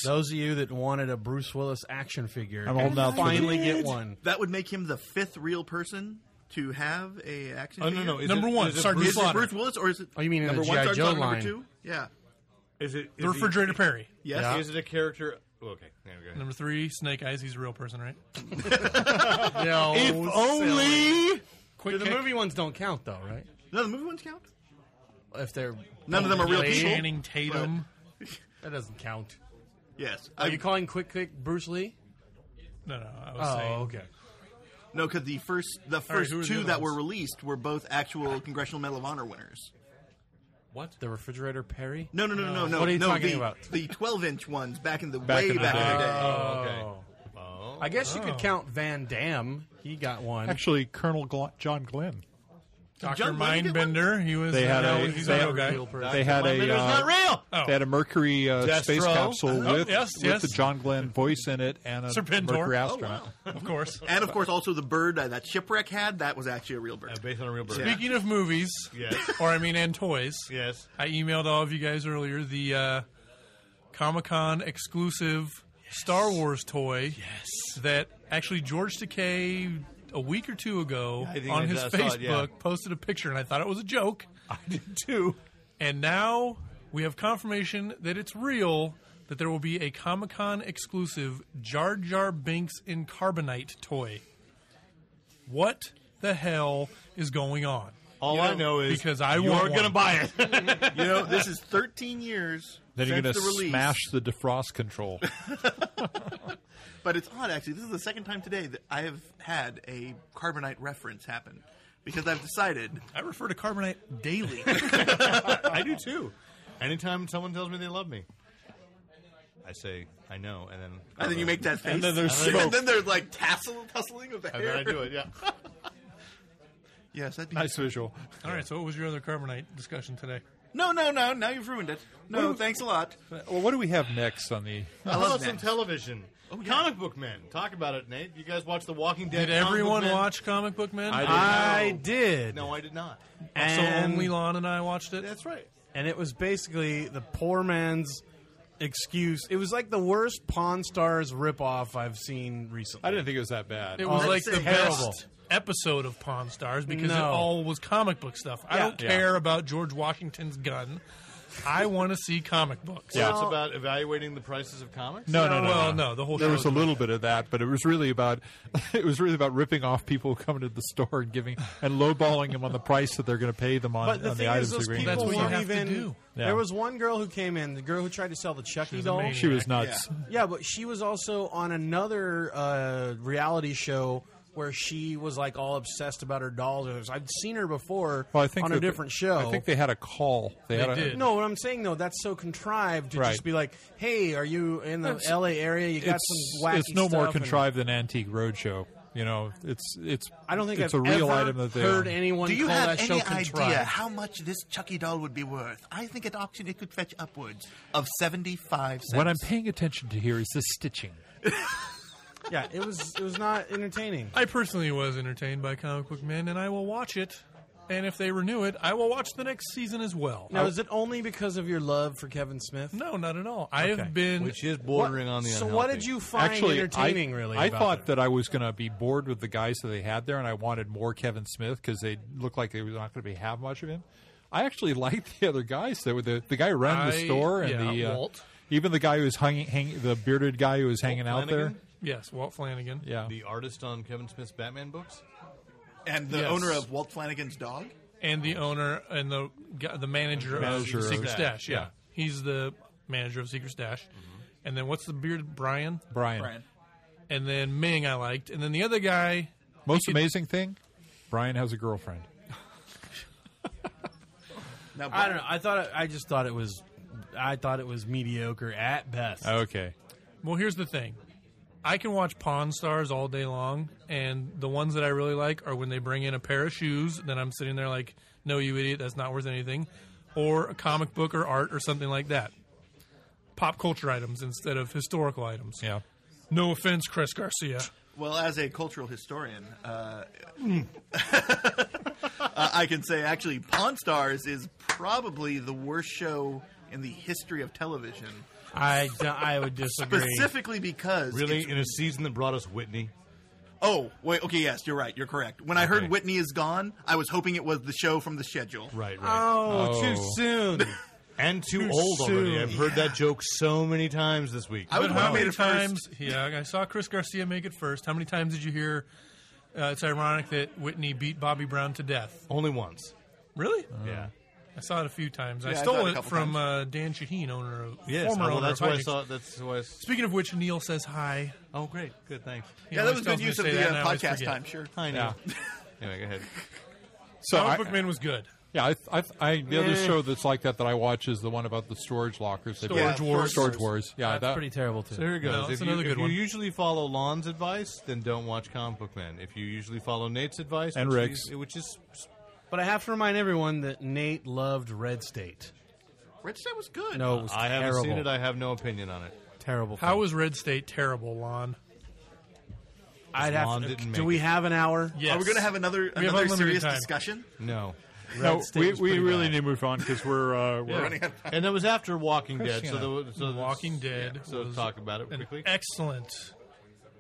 Speaker 2: those of you that wanted a Bruce Willis action figure,
Speaker 8: I'm
Speaker 2: can
Speaker 8: holding out for the-
Speaker 2: finally get one.
Speaker 4: that would make him the fifth real person to have a action.
Speaker 3: Oh no
Speaker 4: figure.
Speaker 3: no!
Speaker 4: Is
Speaker 3: Is
Speaker 5: Number
Speaker 3: it-
Speaker 5: one,
Speaker 3: is it
Speaker 5: Sergeant
Speaker 3: Bruce-
Speaker 4: it
Speaker 5: Slaughter.
Speaker 4: Bruce Willis or is it?
Speaker 2: Oh, you mean in
Speaker 4: number
Speaker 2: the
Speaker 4: one,
Speaker 2: G.I.
Speaker 4: Sergeant
Speaker 2: Joe
Speaker 4: Slaughter, number
Speaker 2: line.
Speaker 4: two? Yeah.
Speaker 3: Is it
Speaker 5: the
Speaker 3: is
Speaker 5: refrigerator Perry.
Speaker 4: Yes.
Speaker 3: He, is it a character? Oh, Okay, there we go.
Speaker 5: Number three, Snake Eyes. He's a real person, right?
Speaker 2: No,
Speaker 3: If only
Speaker 5: Quick
Speaker 2: the
Speaker 5: kick.
Speaker 2: movie ones don't count though, right?
Speaker 4: No, the movie ones count.
Speaker 2: If they're
Speaker 4: None of them are real
Speaker 2: Blade,
Speaker 4: people.
Speaker 5: Channing Tatum.
Speaker 2: That doesn't count.
Speaker 4: Yes.
Speaker 2: Are
Speaker 4: I-
Speaker 2: Uh, you calling Quick Kick Bruce Lee?
Speaker 5: No, no. I
Speaker 2: Oh,
Speaker 8: Oh,
Speaker 5: was saying.
Speaker 4: no, because the first the first
Speaker 5: who are the
Speaker 4: two
Speaker 5: other
Speaker 4: that
Speaker 5: ones?
Speaker 4: were released were both actual Congressional Medal of Honor winners.
Speaker 2: What? The refrigerator Perry?
Speaker 4: No, no, no, no, no. no
Speaker 2: What are you
Speaker 4: no,
Speaker 2: talking
Speaker 4: the,
Speaker 2: about?
Speaker 4: The 12 inch ones back in the way
Speaker 3: in the
Speaker 4: back in the
Speaker 3: day. Oh.
Speaker 4: day.
Speaker 2: I guess you could count Van Damme. He got one.
Speaker 8: Actually, Colonel Gl- John Glenn.
Speaker 5: Doctor
Speaker 4: John Lennon did one?
Speaker 5: Mindbender. He was.
Speaker 8: They had
Speaker 5: no,
Speaker 8: a-
Speaker 5: he's
Speaker 8: they
Speaker 5: a
Speaker 8: had
Speaker 5: real
Speaker 8: a
Speaker 5: guy.
Speaker 8: real
Speaker 2: person.
Speaker 8: They had a
Speaker 3: It's
Speaker 8: uh,
Speaker 3: not real.
Speaker 5: Oh.
Speaker 8: they had a Mercury uh,
Speaker 3: Death
Speaker 8: space
Speaker 3: Row?
Speaker 8: capsule with
Speaker 5: yes, yes.
Speaker 8: with the John Glenn voice in it and a
Speaker 5: Serpentor.
Speaker 8: Mercury
Speaker 5: Oh,
Speaker 8: astronaut.
Speaker 5: Of course.
Speaker 4: And of course, also the bird uh, that shipwreck had that was actually a real bird.
Speaker 3: Uh, based on a real bird.
Speaker 5: Speaking of movies,
Speaker 3: Yes.
Speaker 5: or I mean, and toys.
Speaker 3: Yes.
Speaker 5: I emailed all of you guys earlier the uh, Comic Con exclusive Star Wars toy. Yes. That actually George Takei a week or two ago
Speaker 3: I think
Speaker 5: on
Speaker 3: I
Speaker 5: his
Speaker 3: saw it,
Speaker 5: Facebook
Speaker 3: yeah.
Speaker 5: posted a picture, and I thought it was a joke.
Speaker 3: I did too.
Speaker 5: And now we have confirmation that it's real. That there will be a Comic Con exclusive Jar Jar Binks in Carbonite toy. What the hell is going on?
Speaker 3: All I know is
Speaker 5: because I
Speaker 3: you're
Speaker 5: want
Speaker 3: gonna
Speaker 5: one.
Speaker 3: buy it.
Speaker 4: You know, this is 13 years
Speaker 8: Then you're
Speaker 4: since
Speaker 8: going to
Speaker 4: the release.
Speaker 8: smash the defrost control.
Speaker 4: But it's odd, actually. This is the second time today that I have had a Carbonite reference happen because I've decided
Speaker 5: I refer to Carbonite daily.
Speaker 3: I do too. Anytime someone tells me they love me, I say I know, and then
Speaker 4: And then you make that face.
Speaker 8: And then there's
Speaker 4: And
Speaker 8: smoke.
Speaker 4: then there's like tassel tussling of the
Speaker 3: and
Speaker 4: hair.
Speaker 3: then I do it. Yeah.
Speaker 4: Yes, that'd be
Speaker 8: nice visual.
Speaker 5: All right, so what was your other carbonite discussion today?
Speaker 4: No, no, no. Now you've ruined it. No, thanks a lot.
Speaker 8: Well, what do we have next on the?
Speaker 3: I
Speaker 4: love
Speaker 3: love some
Speaker 4: that.
Speaker 3: television.
Speaker 2: Oh,
Speaker 3: Comic book men. Talk about it, Nate. You guys watch The Walking Dead?
Speaker 5: Did
Speaker 3: comic book
Speaker 5: everyone
Speaker 3: men?
Speaker 5: watch Comic Book Men?
Speaker 3: I did.
Speaker 2: I did.
Speaker 3: No, I did not.
Speaker 5: so
Speaker 2: and,
Speaker 5: only Lon and I watched it.
Speaker 3: That's right.
Speaker 2: and it was basically the poor man's excuse. It was like the worst Pawn Stars ripoff I've seen recently.
Speaker 8: I didn't think it was that bad. Um,
Speaker 5: It was
Speaker 2: Oh,
Speaker 5: like the
Speaker 2: that's terrible.
Speaker 5: best episode of Pawn Stars because it
Speaker 2: No.
Speaker 5: all was comic book stuff. I
Speaker 2: Yeah.
Speaker 5: don't care about George Washington's gun. I want to see comic books.
Speaker 3: So it's about evaluating the prices of comics.
Speaker 8: no, no, no,
Speaker 5: Well,
Speaker 8: no.
Speaker 5: no, the whole
Speaker 8: There
Speaker 5: show
Speaker 8: was a
Speaker 5: was-
Speaker 8: little bit of that, but it was really about it was really about ripping off people who come into the store and giving and lowballing them on the price that they're going to pay them on,
Speaker 2: But the
Speaker 8: on
Speaker 2: thing
Speaker 8: the
Speaker 2: is,
Speaker 8: items
Speaker 2: those
Speaker 8: they're going to
Speaker 2: people
Speaker 5: That's what you
Speaker 2: weren't
Speaker 5: have to
Speaker 2: even.
Speaker 5: do.
Speaker 8: Yeah.
Speaker 2: There was one girl who came in, the girl who tried to sell the Chucky
Speaker 5: was
Speaker 2: doll.
Speaker 5: amazing.
Speaker 8: She was nuts.
Speaker 2: Yeah, but she was also on another uh, reality show where she was like all obsessed about her dolls. I've seen her before
Speaker 8: Well, I think
Speaker 2: on a
Speaker 8: that-
Speaker 2: different show.
Speaker 8: I think they had a call. They, had a,
Speaker 5: did.
Speaker 2: no, what I'm saying though, that's so contrived to
Speaker 8: Right.
Speaker 2: just be like, "Hey, are you in the
Speaker 8: It's-
Speaker 2: LA area? You got
Speaker 8: It's,
Speaker 2: some wacky."
Speaker 8: it's no
Speaker 2: stuff
Speaker 8: more
Speaker 2: and-
Speaker 8: contrived than Antique Roadshow. You know, it's it's.
Speaker 2: I don't think
Speaker 8: it's
Speaker 2: I've
Speaker 8: a real
Speaker 2: ever
Speaker 8: item that they
Speaker 2: heard
Speaker 8: own.
Speaker 2: anyone
Speaker 4: Do you
Speaker 2: call
Speaker 4: have
Speaker 2: that show
Speaker 4: any idea
Speaker 2: contrived.
Speaker 4: how much this Chucky doll would be worth? I think at auction it could fetch upwards of seventy-five cents.
Speaker 8: What I'm paying attention to here is the stitching.
Speaker 2: Yeah, it was it was not entertaining.
Speaker 5: I personally was entertained by Comic Book Men, and I will watch it. And if they renew it, I will watch the next season as well.
Speaker 2: Now, is it only because of your love for Kevin Smith?
Speaker 5: No, not at all. I
Speaker 2: Okay.
Speaker 5: have been.
Speaker 3: which is bordering on the
Speaker 2: so
Speaker 3: unhealthy.
Speaker 2: what did you find
Speaker 8: Actually,
Speaker 2: entertaining?
Speaker 8: I,
Speaker 2: really,
Speaker 8: I
Speaker 2: about
Speaker 8: thought
Speaker 2: it?
Speaker 8: that I was going to be bored with the guys that they had there, and I wanted more Kevin Smith because they looked like they were not going to be have much of him. I actually liked the other guys. That were the the guy who ran the
Speaker 5: I-
Speaker 8: store and
Speaker 5: yeah,
Speaker 8: the uh,
Speaker 5: Walt.
Speaker 8: even the guy who was hanging hang, the bearded guy who was hanging out there.
Speaker 3: Flanagan?
Speaker 5: yes, Walt Flanagan.
Speaker 8: Yeah,
Speaker 3: the artist on Kevin Smith's Batman books?
Speaker 4: and the
Speaker 5: Yes.
Speaker 4: owner of Walt Flanagan's dog.
Speaker 5: and the owner and the gu- the manager,
Speaker 8: Manager
Speaker 5: of
Speaker 8: of
Speaker 5: Secret
Speaker 8: Stash,
Speaker 5: Stash. Yeah.
Speaker 8: yeah. Mm-hmm.
Speaker 5: he's the manager of Secret Stash. And then what's the beard, Brian?
Speaker 8: Brian.
Speaker 4: Brian.
Speaker 5: And then Ming, I liked. And then the other guy,
Speaker 8: Most amazing thing, Brian has a girlfriend.
Speaker 4: Now,
Speaker 2: I don't know. I thought it, I just thought it was I thought it was mediocre at best.
Speaker 8: Okay,
Speaker 5: well, here's the thing. I can watch Pawn Stars all day long, and the ones that I really like are when they bring in a pair of shoes. Then I'm sitting there like, "No, you idiot! That's not worth anything," or a comic book or art or something like that. Pop culture items instead of historical items.
Speaker 8: yeah.
Speaker 5: No offense, Chris Garcia.
Speaker 4: Well, as a cultural historian, uh,
Speaker 2: Hmm.
Speaker 4: uh, I can say actually, Pawn Stars is probably the worst show in the history of television,
Speaker 2: I, d- I would disagree.
Speaker 4: specifically because
Speaker 3: Really?
Speaker 4: it's-
Speaker 3: In a season that brought us Whitney?
Speaker 4: oh, wait, okay, yes, you're right, you're correct. When I
Speaker 8: Okay.
Speaker 4: heard Whitney is gone, I was hoping it was the show from the schedule.
Speaker 3: Right, right.
Speaker 2: Oh, too
Speaker 8: Oh.
Speaker 2: soon.
Speaker 3: and too,
Speaker 2: too
Speaker 3: old already.
Speaker 2: soon.
Speaker 3: I've heard that joke so many times this week.
Speaker 4: I would
Speaker 5: But how
Speaker 4: have made
Speaker 5: many
Speaker 4: it first.
Speaker 5: times? Yeah, I saw Chris Garcia make it first. How many times did you hear? Uh, it's ironic that Whitney beat Bobby Brown to death.
Speaker 3: Only once.
Speaker 5: Really?
Speaker 3: yeah.
Speaker 5: I saw it a few times. I
Speaker 4: Yeah, I
Speaker 5: stole
Speaker 4: saw it a
Speaker 5: it
Speaker 4: couple
Speaker 5: from uh, Dan Shaheen, owner of
Speaker 3: Yes.
Speaker 5: former
Speaker 3: well,
Speaker 5: owner
Speaker 3: that's
Speaker 5: of
Speaker 3: why I
Speaker 5: Hijinks.
Speaker 3: saw. That's why. I s-
Speaker 5: Speaking of which, Neil says hi.
Speaker 3: oh, great. Good. Thanks.
Speaker 5: He
Speaker 4: Yeah, that
Speaker 5: always
Speaker 4: was good
Speaker 5: tells me to
Speaker 4: use of
Speaker 5: say that,
Speaker 4: the
Speaker 5: and I
Speaker 4: uh,
Speaker 5: always
Speaker 4: podcast
Speaker 5: forget.
Speaker 4: time, sure.
Speaker 3: I know. anyway, go ahead.
Speaker 8: So
Speaker 5: Comic
Speaker 8: I,
Speaker 5: Book Man was good.
Speaker 8: yeah, I, I, I, the other show that's like that that I watch is the one about the storage lockers. Storage
Speaker 4: Wars.
Speaker 8: Storage Wars. Yeah,
Speaker 2: That's
Speaker 8: that,
Speaker 2: pretty terrible too.
Speaker 3: So here it goes.
Speaker 5: No, that's
Speaker 3: if you,
Speaker 5: another
Speaker 3: if
Speaker 5: good
Speaker 3: you
Speaker 5: one.
Speaker 3: usually follow Lon's advice, then don't watch Comic Book Man. If you usually follow Nate's advice
Speaker 8: And
Speaker 3: which
Speaker 8: Rick's.
Speaker 3: is- which is
Speaker 2: But I have to remind everyone that Nate loved Red State.
Speaker 4: Red State was good.
Speaker 2: No, it was
Speaker 3: I haven't
Speaker 2: terrible.
Speaker 3: seen it. I have no opinion on it.
Speaker 2: terrible.
Speaker 5: How
Speaker 2: film.
Speaker 5: was Red State terrible, Lon?
Speaker 2: I'd have
Speaker 3: Lon
Speaker 2: to,
Speaker 3: didn't
Speaker 2: Do
Speaker 3: make
Speaker 2: we
Speaker 3: it.
Speaker 2: have an hour?
Speaker 5: Yes.
Speaker 4: Are we going to have another
Speaker 5: We have
Speaker 4: another
Speaker 5: unlimited
Speaker 4: serious
Speaker 5: time.
Speaker 4: discussion?
Speaker 3: No.
Speaker 8: no,
Speaker 2: State
Speaker 8: we,
Speaker 2: was
Speaker 8: we
Speaker 2: pretty
Speaker 8: really
Speaker 2: bad.
Speaker 8: need to move on because we're uh, we're
Speaker 4: Running out of time.
Speaker 3: And that was after Walking Dead. So,
Speaker 8: Christina.
Speaker 3: the, so that's-
Speaker 5: Walking Dead.
Speaker 3: yeah, so
Speaker 5: was
Speaker 3: talk about it
Speaker 5: an
Speaker 3: quickly.
Speaker 5: Excellent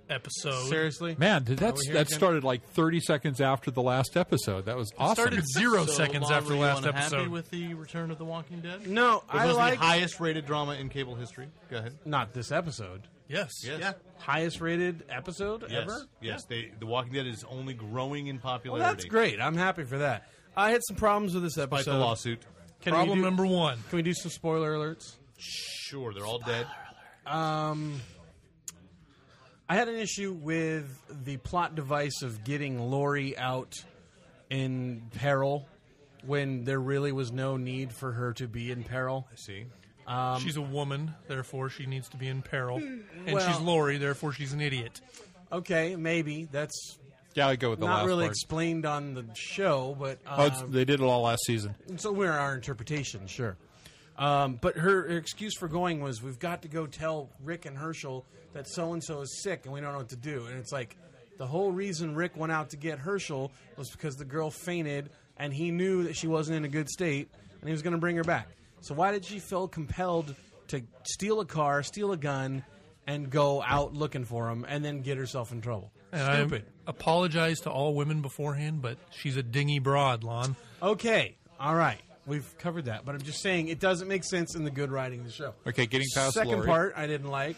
Speaker 5: episode.
Speaker 2: Seriously,
Speaker 8: Man, did that
Speaker 2: we here
Speaker 8: that
Speaker 2: again?
Speaker 8: started like 30 seconds after the last episode. That was awesome.
Speaker 5: Started zero
Speaker 3: So,
Speaker 5: seconds
Speaker 3: Lon,
Speaker 5: after
Speaker 3: were
Speaker 5: the
Speaker 3: you
Speaker 5: last
Speaker 3: unhappy
Speaker 5: episode.
Speaker 3: with the return of The Walking Dead?
Speaker 2: No,
Speaker 3: It
Speaker 2: I
Speaker 3: was
Speaker 2: like
Speaker 3: the highest rated drama in cable history. Go ahead.
Speaker 2: not this episode.
Speaker 5: yes.
Speaker 3: Yes.
Speaker 4: Yeah.
Speaker 2: Highest rated episode
Speaker 3: Yes.
Speaker 2: ever.
Speaker 3: Yes. They, the Walking Dead is only growing in
Speaker 2: Well,
Speaker 3: popularity.
Speaker 2: that's great. I'm happy for that. I had some problems with this
Speaker 3: Despite
Speaker 2: episode.
Speaker 3: the lawsuit.
Speaker 2: Can we
Speaker 5: Problem
Speaker 2: do-
Speaker 5: number one.
Speaker 2: Can we do some spoiler alerts?
Speaker 3: Sure, they're all dead.
Speaker 2: I had an issue with the plot device of getting Lori out in peril when there really was no need for her to be in peril.
Speaker 3: I see. um,
Speaker 5: she's a woman, therefore she needs to be in peril.
Speaker 4: Hmm.
Speaker 5: And
Speaker 2: well-
Speaker 5: she's Lori, therefore she's an idiot.
Speaker 2: Okay, maybe that's
Speaker 8: yeah, I go with the
Speaker 2: not
Speaker 8: last
Speaker 2: really
Speaker 8: part.
Speaker 2: explained on the show, but
Speaker 8: oh,
Speaker 2: uh,
Speaker 8: it's- they did it all last season.
Speaker 2: so we're our interpretation, sure. Um, but her her excuse for going was, "We've got to go tell Rick and Herschel that so and so is sick, and we don't know what to do." And it's like the whole reason Rick went out to get Herschel was because the girl fainted, and he knew that she wasn't in a good state, and he was going to bring her back. So why did she feel compelled to steal a car, steal a gun, and go out looking for him, and then get herself in trouble?
Speaker 5: And
Speaker 2: Stupid.
Speaker 5: I apologize to all women beforehand, but she's a dingy broad, Lon.
Speaker 2: Okay, all right, we've covered that, but I'm just saying it doesn't make sense in the good writing of the show.
Speaker 8: Okay, getting past
Speaker 2: second
Speaker 8: Lori.
Speaker 2: part I didn't like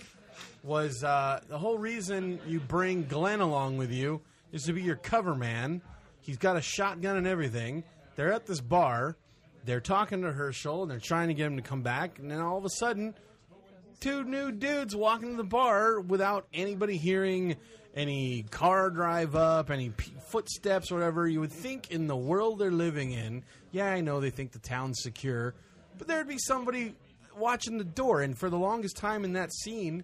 Speaker 2: was uh, the whole reason you bring Glenn along with you is to be your cover man. He's got a shotgun and everything. They're at this bar. They're talking to Herschel and they're trying to get him to come back. And then all of a sudden, two new dudes walk into the bar without anybody hearing any car drive up, any p- footsteps, whatever. You would think in the world they're living in, yeah, I know they think the town's secure, but there'd be somebody watching the door. And for the longest time in that scene,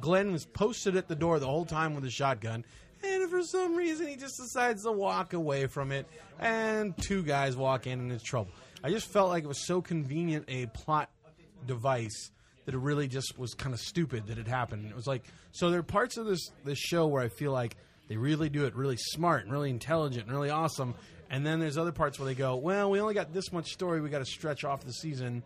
Speaker 2: Glenn was posted at the door the whole time with a shotgun. And for some reason, he just decides to walk away from it, and two guys walk in and it's trouble. I just felt like it was so convenient a plot device that it really just was kind of stupid that it happened. It was like so there are parts of this this show where I feel like they really do it really smart and really intelligent and really awesome, and then there's other parts where they go, well, we only got this much story, we got to stretch off the season,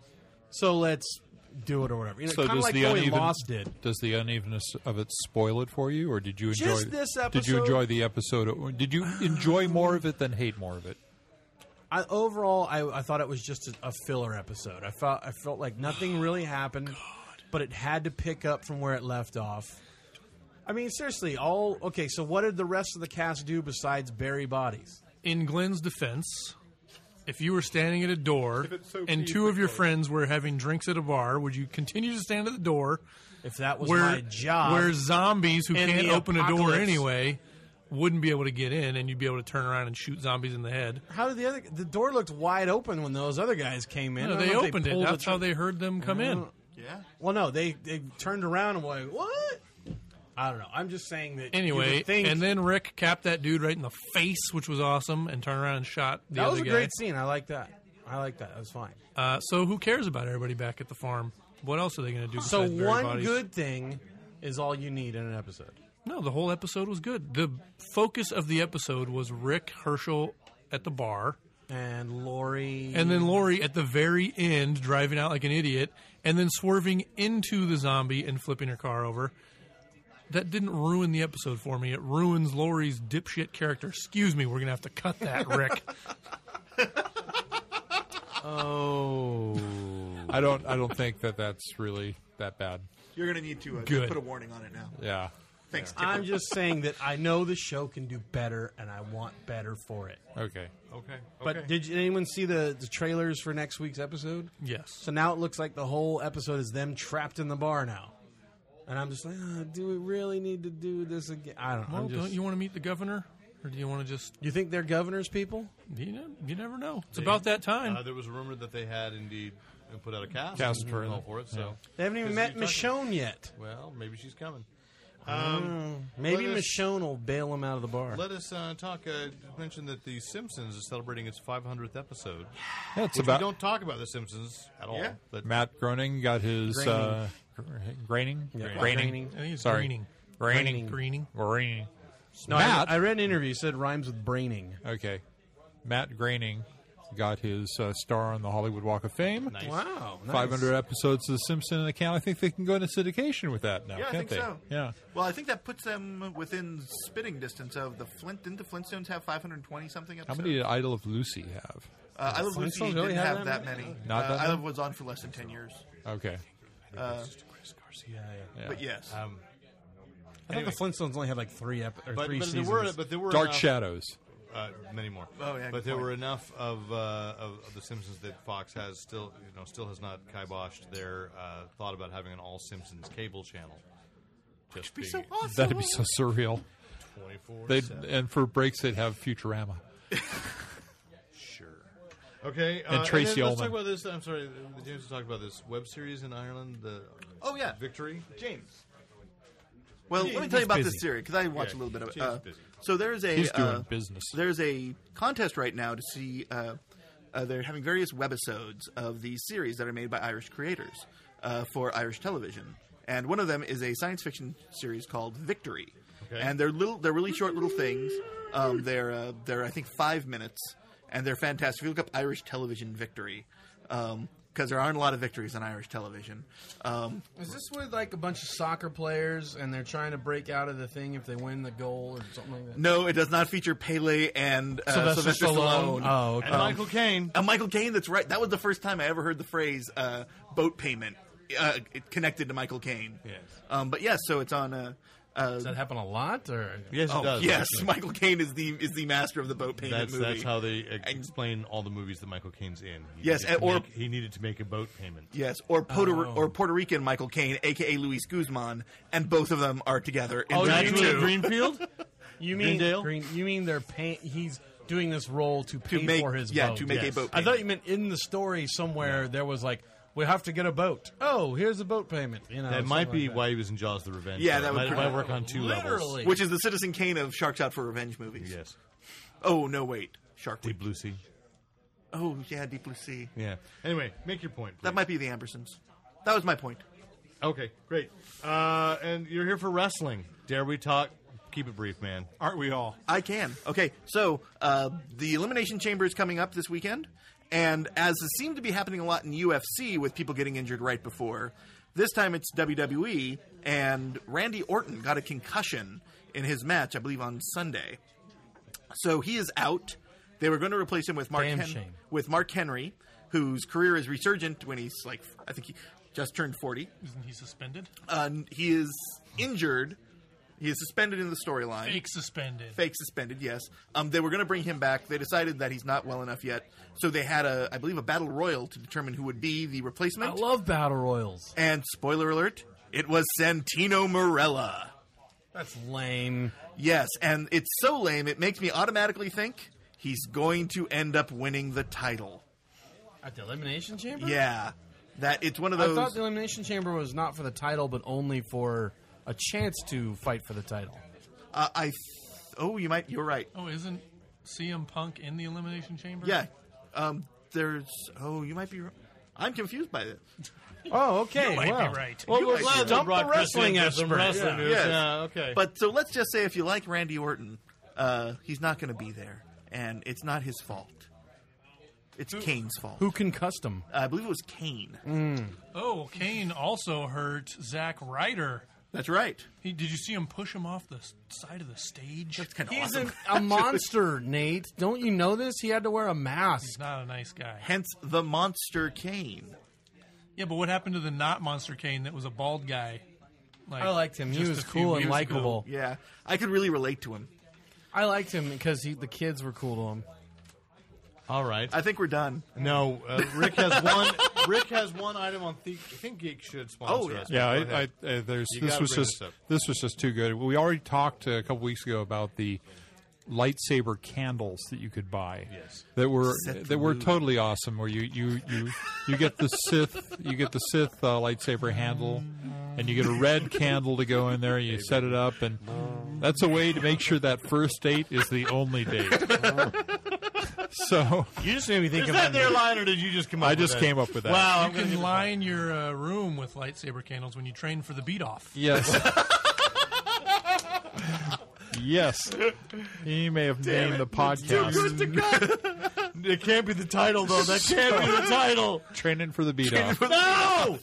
Speaker 2: so let's do it or whatever. You know,
Speaker 8: So
Speaker 2: kind of
Speaker 8: does
Speaker 2: like
Speaker 8: the
Speaker 2: the way
Speaker 8: uneven
Speaker 2: Lost did.
Speaker 8: does the unevenness of it spoil it for you, or did you enjoy
Speaker 2: Just this
Speaker 8: Did
Speaker 2: episode?
Speaker 8: you enjoy the episode? Or did you enjoy more of it than hate more of it?
Speaker 2: I, overall, I, I thought it was just a, a filler episode. I felt I felt like
Speaker 5: Oh,
Speaker 2: nothing really happened, but it had to pick up from where it left off. I mean, seriously, all okay. So, what did the rest of the cast do besides bury bodies?
Speaker 5: in Glenn's defense, if you were standing at a door and two of your friends were having drinks at a bar, would you continue to stand at the door
Speaker 2: If that was
Speaker 5: where
Speaker 2: my job,
Speaker 5: where zombies who
Speaker 2: in
Speaker 5: can't
Speaker 2: the
Speaker 5: open a door
Speaker 2: apocalypse.
Speaker 5: anyway wouldn't be able to get in, and you'd be able to turn around and shoot zombies in the head?
Speaker 2: how did the other the door looked wide open when those other guys came in?
Speaker 5: No,
Speaker 2: I don't
Speaker 5: they
Speaker 2: know if
Speaker 5: opened it.
Speaker 2: pulled
Speaker 5: That's
Speaker 2: the
Speaker 5: how
Speaker 2: tr- Uh,
Speaker 5: they heard them come in.
Speaker 4: Yeah.
Speaker 2: Well, no, they they turned around and were like, "What?" I don't know. I'm just saying that. you
Speaker 5: Anyway,
Speaker 2: would think,
Speaker 5: and then Rick capped that dude right in the face, which was awesome, and turned around and shot the
Speaker 2: that
Speaker 5: other
Speaker 2: was a
Speaker 5: guy.
Speaker 2: great scene. I like that. I like that. That was fine.
Speaker 5: Uh, so who cares about everybody back at the farm? What else are they going to do?
Speaker 2: So
Speaker 5: besides bury
Speaker 2: one
Speaker 5: bodies?
Speaker 2: good thing is all you need in an episode.
Speaker 5: No, the whole episode was good. The focus of the episode was Rick Herschel at the bar,
Speaker 2: And Lori
Speaker 5: and then Lori at the very end driving out like an idiot, and then swerving into the zombie and flipping her car over. That didn't ruin the episode for me. It ruins Lori's dipshit character. Excuse me, we're gonna have to cut that, Rick.
Speaker 8: I don't. I don't think that that's really that bad.
Speaker 4: You're going to need to uh,
Speaker 5: Good.
Speaker 4: put a warning on it now.
Speaker 8: Yeah.
Speaker 4: Thanks, Tipper.
Speaker 2: I'm just saying that I know the show can do better, and I want better for it.
Speaker 8: Okay.
Speaker 3: Okay.
Speaker 2: But did you, anyone see the, the trailers for next week's episode?
Speaker 5: yes,
Speaker 2: So now it looks like the whole episode is them trapped in the bar now, and I'm just like, "Ah, do we really need to do this again? I don't know.
Speaker 5: Well,
Speaker 2: I'm just,
Speaker 5: don't you want to meet the governor, or do you want to just
Speaker 2: you think they're governors, people?
Speaker 5: you know you never know? It's about that time.
Speaker 3: Uh, there was a rumor that they had indeed put out a cast,
Speaker 8: Cast
Speaker 3: and
Speaker 8: for it.
Speaker 3: all for it. So,
Speaker 2: They haven't even
Speaker 3: 'Cause
Speaker 2: met
Speaker 3: you're talking-
Speaker 2: Michonne yet.
Speaker 3: well, maybe she's coming. Um,
Speaker 2: Maybe
Speaker 3: Let us-
Speaker 2: Michonne will bail them out of the bar.
Speaker 3: let us uh, talk. Uh, mention that The Simpsons is celebrating its 500th episode.
Speaker 8: That's
Speaker 3: Which we
Speaker 8: about.
Speaker 3: don't talk about The Simpsons at all.
Speaker 4: Yeah.
Speaker 3: But
Speaker 8: Matt Groening got his
Speaker 2: Groening.
Speaker 8: uh, gr- graining.
Speaker 2: Yeah,
Speaker 8: graining.
Speaker 5: I think it's
Speaker 8: Sorry.
Speaker 5: greening.
Speaker 8: Graining.
Speaker 5: Greening.
Speaker 8: Graining.
Speaker 2: no,
Speaker 8: Matt.
Speaker 2: I, I read an interview it said rhymes with braining.
Speaker 8: Okay. Matt Groening got his uh, star on the Hollywood Walk of Fame.
Speaker 2: Wow, nice.
Speaker 8: 500 episodes of The Simpson account. I think they can go into syndication with that now,
Speaker 4: Yeah, I
Speaker 8: can't
Speaker 4: think
Speaker 8: they?
Speaker 4: so.
Speaker 8: Yeah.
Speaker 4: Well, I think that puts them within spitting distance of the Flint. Didn't the Flintstones have 520 something?
Speaker 8: How
Speaker 4: Episodes?
Speaker 8: many uh, did Idol of Lucy have?
Speaker 4: Uh, I Love Lucy
Speaker 2: Flintstones
Speaker 4: didn't
Speaker 2: really had
Speaker 4: have
Speaker 2: that
Speaker 4: that
Speaker 2: many?
Speaker 4: many.
Speaker 8: Not
Speaker 4: Uh,
Speaker 8: that
Speaker 4: I
Speaker 8: many?
Speaker 4: Love was on for less than 10 years. Uh,
Speaker 8: Okay. Yeah.
Speaker 4: But yes,
Speaker 3: um,
Speaker 2: I thought the Flintstones only had like three ep- or
Speaker 3: but,
Speaker 2: three
Speaker 3: but there
Speaker 2: seasons.
Speaker 3: were but there were
Speaker 8: Dark
Speaker 3: enough-
Speaker 8: Shadows.
Speaker 3: uh, many more.
Speaker 4: Oh, yeah,
Speaker 3: but
Speaker 4: good
Speaker 3: there
Speaker 4: point.
Speaker 3: were enough of, uh, of of the Simpsons that Fox has still you know still has not kiboshed their uh, thought about having an all Simpsons cable channel. Just
Speaker 4: be
Speaker 3: being
Speaker 4: so awesome.
Speaker 8: That'd be so surreal.
Speaker 3: 24
Speaker 8: They'd, and for breaks, they'd have Futurama.
Speaker 3: Okay, uh,
Speaker 8: And Tracy
Speaker 3: then Let's
Speaker 8: Ullman.
Speaker 3: talk about this. I'm sorry, uh, James talked about this web series in Ireland. The
Speaker 4: Oh, yeah.
Speaker 3: Victory.
Speaker 4: James. Well, let me tell you about this series because I watch a little bit of it.
Speaker 3: James
Speaker 4: Uh,
Speaker 3: is busy.
Speaker 4: so there's a
Speaker 8: He's doing
Speaker 4: uh,
Speaker 8: business.
Speaker 4: There's a contest right now to see. Uh, uh, they're having various webisodes of these series that are made by Irish creators uh, for Irish television, and one of them is a science fiction series called Victory.
Speaker 3: Okay.
Speaker 4: And they're little, they're really short little things. Um, they're uh, they're I think five minutes, and they're fantastic. If you look up Irish television Victory. Um, because there aren't a lot of victories on Irish television. Um,
Speaker 2: Is this with like a bunch of soccer players and they're trying to break out of the thing if they win the goal or something like that?
Speaker 4: No, it does not feature Pele and uh,
Speaker 2: Sylvester
Speaker 4: Sylvester,
Speaker 2: Stallone.
Speaker 4: Stallone.
Speaker 2: Oh, okay.
Speaker 3: And Michael Caine.
Speaker 4: And Michael Caine. That's right. That was the first time I ever heard the phrase uh, "boat payment" uh, it connected to Michael Caine. Yes. Um, but yes, so it's on. Uh, uh,
Speaker 2: Does that happen a lot or
Speaker 3: Yes,
Speaker 4: oh,
Speaker 3: it does.
Speaker 4: yes, Michael Caine is the is the master of the boat payment
Speaker 3: That's,
Speaker 4: movie.
Speaker 3: that's how they uh,
Speaker 4: And-
Speaker 3: explain all the movies that Michael Caine's in. He needed
Speaker 4: Yes,
Speaker 3: to
Speaker 4: and- or-
Speaker 3: make- he needed to make a boat payment.
Speaker 4: Yes, or Puerto or Puerto Rican Michael Caine, aka Luis Guzman, and both of them are together. In
Speaker 2: Oh,
Speaker 4: Victory
Speaker 2: you mean
Speaker 4: Two.
Speaker 3: Greenfield.
Speaker 2: you mean
Speaker 3: Greendale?
Speaker 2: Green, you mean they're paying he's doing this role to pay
Speaker 4: make-
Speaker 2: for his
Speaker 4: yeah,
Speaker 2: boat.
Speaker 4: to make a boat
Speaker 2: I thought
Speaker 4: payment.
Speaker 2: you meant in the story somewhere there was like
Speaker 9: We have to get a boat. Oh, here's a boat payment. You know,
Speaker 3: That might
Speaker 9: something
Speaker 3: be
Speaker 9: like
Speaker 3: why he was in Jaws: The Revenge.
Speaker 4: Yeah,
Speaker 3: Killer.
Speaker 4: that would
Speaker 3: might,
Speaker 4: pre-
Speaker 3: might work on two levels.
Speaker 8: Literally.
Speaker 4: which is the Citizen Kane of Sharks Out for Revenge movies.
Speaker 3: Yes,
Speaker 4: Oh no, wait, Shark Week.
Speaker 3: Deep Blue Sea.
Speaker 4: Oh yeah, Deep Blue Sea.
Speaker 3: Yeah. Anyway, make your point.
Speaker 4: That
Speaker 3: please.
Speaker 4: might be the Ambersons. That was my point.
Speaker 3: okay, great. Uh, and you're here for wrestling. Dare we talk? Keep it brief, man.
Speaker 8: Aren't we all?
Speaker 4: I can. Okay, so uh, the Elimination Chamber is coming up this weekend, and as it seemed to be happening a lot in UFC with people getting injured right before, this time it's WWE, and Randy Orton got a concussion in his match, I believe, on Sunday. So he is out. They were going to replace him with Mark
Speaker 8: Damn
Speaker 4: Hen-
Speaker 8: shame.
Speaker 4: with Mark Henry, whose career is resurgent when he's like I think he just turned forty.
Speaker 5: Isn't he suspended?
Speaker 4: Uh, he is injured. He is suspended in the storyline
Speaker 5: Fake suspended.
Speaker 4: fake suspended. Yes, um, they were going to bring him back. They decided that he's not well enough yet, so they had a, I believe, a battle royal to determine who would be the
Speaker 11: I
Speaker 4: replacement.
Speaker 11: love battle royals.
Speaker 4: and spoiler alert: it was Santino Morella.
Speaker 9: That's lame.
Speaker 4: Yes, and it's so lame it makes me automatically think he's going to end up winning the title.
Speaker 11: At the Elimination Chamber?
Speaker 4: Yeah, that it's one of
Speaker 11: I
Speaker 4: those.
Speaker 11: thought the Elimination Chamber was not for the title, but only for a chance to fight for the title.
Speaker 4: uh, I, th- oh, you might. You're right.
Speaker 5: Oh, isn't CM Punk in the Elimination Chamber?
Speaker 4: Yeah, um, there's. Oh, you might be. wrong. I'm confused by this.
Speaker 9: Oh, okay.
Speaker 5: You might be
Speaker 9: wow.
Speaker 5: right.
Speaker 3: Well, we're
Speaker 4: guys
Speaker 3: glad
Speaker 9: dump
Speaker 3: they brought
Speaker 9: the
Speaker 3: Chris
Speaker 9: wrestling
Speaker 3: in for some
Speaker 9: expert.
Speaker 3: wrestling
Speaker 9: Yeah.
Speaker 3: news.
Speaker 4: Yes.
Speaker 3: Yeah, okay.
Speaker 4: But so let's just say if you like Randy Orton, uh, he's not going to be there, and it's not his fault. It's Kane's fault.
Speaker 11: Who can custom?
Speaker 4: I believe it was Kane.
Speaker 3: Mm.
Speaker 5: Oh, Kane also hurt Zack Ryder.
Speaker 4: That's right.
Speaker 5: He, did you see him push him off the s- side of the stage?
Speaker 4: That's kind of
Speaker 11: He's
Speaker 4: awesome.
Speaker 11: an, a monster, Nate. Don't you know this? He had to wear a
Speaker 5: He's
Speaker 11: mask.
Speaker 5: not a nice guy.
Speaker 4: Hence the monster Kane.
Speaker 5: Yeah, but what happened to the not Monster Kane that was a bald guy? Like,
Speaker 11: I liked him. He
Speaker 5: just
Speaker 11: was
Speaker 5: a few
Speaker 11: cool and
Speaker 5: years
Speaker 11: likable.
Speaker 5: ago?
Speaker 4: Yeah, I could really relate to him.
Speaker 11: I liked him because he, the kids were cool to him.
Speaker 3: All right.
Speaker 4: I think we're done.
Speaker 3: No, uh, Rick has one. Rick has one item on. The- I think Geek should sponsor
Speaker 4: Oh, yeah.
Speaker 3: us.
Speaker 8: Yeah,
Speaker 3: Go ahead.
Speaker 8: I, I, uh, there's
Speaker 3: You
Speaker 8: this
Speaker 3: gotta
Speaker 8: was
Speaker 3: bring
Speaker 8: just
Speaker 3: this up.
Speaker 8: this was just too good. We already talked uh, a couple weeks ago about the lightsaber candles that you could buy. Yes, that were
Speaker 4: Set the
Speaker 8: that were
Speaker 4: mood.
Speaker 8: totally awesome. Where you you you you get the Sith you get the Sith uh, lightsaber handle, and you get a red candle to go in there. and You set it up, and that's a way to make sure that first date is the only date. so
Speaker 9: You just made me think
Speaker 3: Is
Speaker 9: of
Speaker 3: that their line, or did you just come up
Speaker 8: I
Speaker 3: with
Speaker 8: just
Speaker 3: that?
Speaker 8: came up with that.
Speaker 3: Wow. I'm
Speaker 5: You
Speaker 3: gonna give
Speaker 5: can
Speaker 3: it-
Speaker 5: line your uh, room with lightsaber candles when you train for the beat off.
Speaker 8: Yes. yes. He may have named the podcast
Speaker 3: It can't be the title, though. That can't be the title.
Speaker 8: Training for the Beat Off.
Speaker 3: No!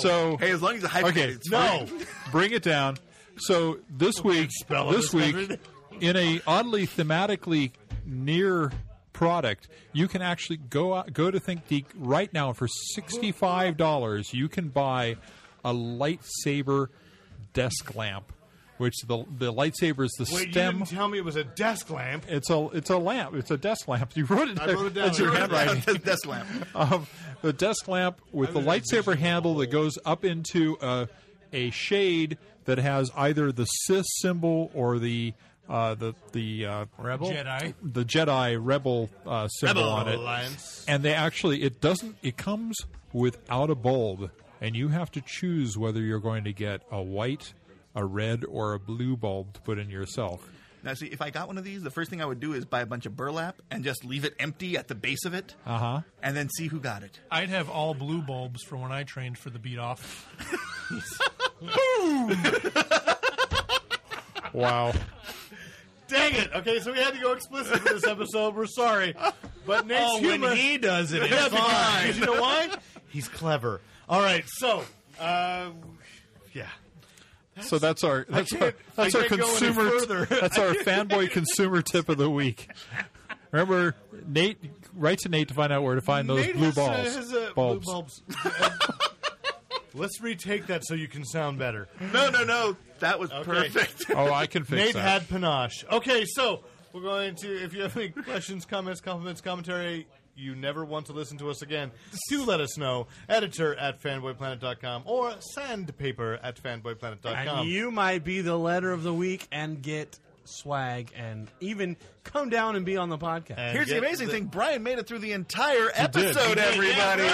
Speaker 8: So
Speaker 4: Hey, as long as I hype
Speaker 8: okay,
Speaker 4: it's fine.
Speaker 8: no. Bring it down. So this week
Speaker 3: spell it,
Speaker 8: this week in a oddly thematically near product, you can actually go out, go to Think Geek right now and for $65. You can buy a lightsaber desk lamp. Which the the lightsaber is the
Speaker 3: Wait,
Speaker 8: stem.
Speaker 3: you didn't tell me it was a desk lamp.
Speaker 8: It's a it's a lamp. It's a desk lamp. You wrote it.
Speaker 3: I wrote it down.
Speaker 8: That's your
Speaker 3: I wrote it
Speaker 8: handwriting.
Speaker 4: That's lamp.
Speaker 8: Um, the desk lamp with the lightsaber handle that goes up into a, a shade that has either the Sith symbol or the uh, the the uh, rebel
Speaker 5: Jedi.
Speaker 8: the Jedi rebel uh, symbol on it.
Speaker 3: Alliance.
Speaker 8: And they actually it doesn't it comes without a bulb, and you have to choose whether you're going to get a white, a red, or a blue bulb to put in yourself.
Speaker 4: Now, see, if I got one of these, the first thing I would do is buy a bunch of burlap and just leave it empty at the base of it,
Speaker 8: Uh huh.
Speaker 4: and then see who got it.
Speaker 5: I'd have all blue bulbs for when I trained for the beat off.
Speaker 8: Wow.
Speaker 3: Dang it. Okay, so we had to go explicit for this episode. We're sorry. But Nate's
Speaker 9: Oh,
Speaker 3: humor.
Speaker 9: when he does it,
Speaker 3: Yeah,
Speaker 9: it's
Speaker 3: because-
Speaker 9: fine.
Speaker 3: because you know why? He's clever. All right, so. Uh, yeah.
Speaker 8: So that's our that's our,
Speaker 3: can't-
Speaker 8: that's
Speaker 3: I
Speaker 8: our
Speaker 3: can't go any
Speaker 8: consumer
Speaker 3: further.
Speaker 8: that's our fanboy consumer tip of the week. Remember, Nate write to Nate to find out where to find those
Speaker 3: Nate
Speaker 8: blue
Speaker 3: has, uh,
Speaker 8: balls.
Speaker 3: has, uh,
Speaker 8: bulbs.
Speaker 3: Blue bulbs. Let's retake that so you can sound better.
Speaker 4: No, no, no. That was perfect.
Speaker 8: Oh, I can fix
Speaker 3: Nate
Speaker 8: that.
Speaker 3: had panache. Okay, so we're going to. If you have any questions, comments, compliments, commentary, you never want to listen to us again, do let us know. Editor at fanboyplanet.com or sandpaper at fanboyplanet.com.
Speaker 9: And you might be the letter of the week and get swag and even come down and be on the podcast.
Speaker 3: And
Speaker 4: Here's the
Speaker 3: get
Speaker 4: amazing
Speaker 3: the-
Speaker 4: thing: Brian made it through the entire episode. Everybody,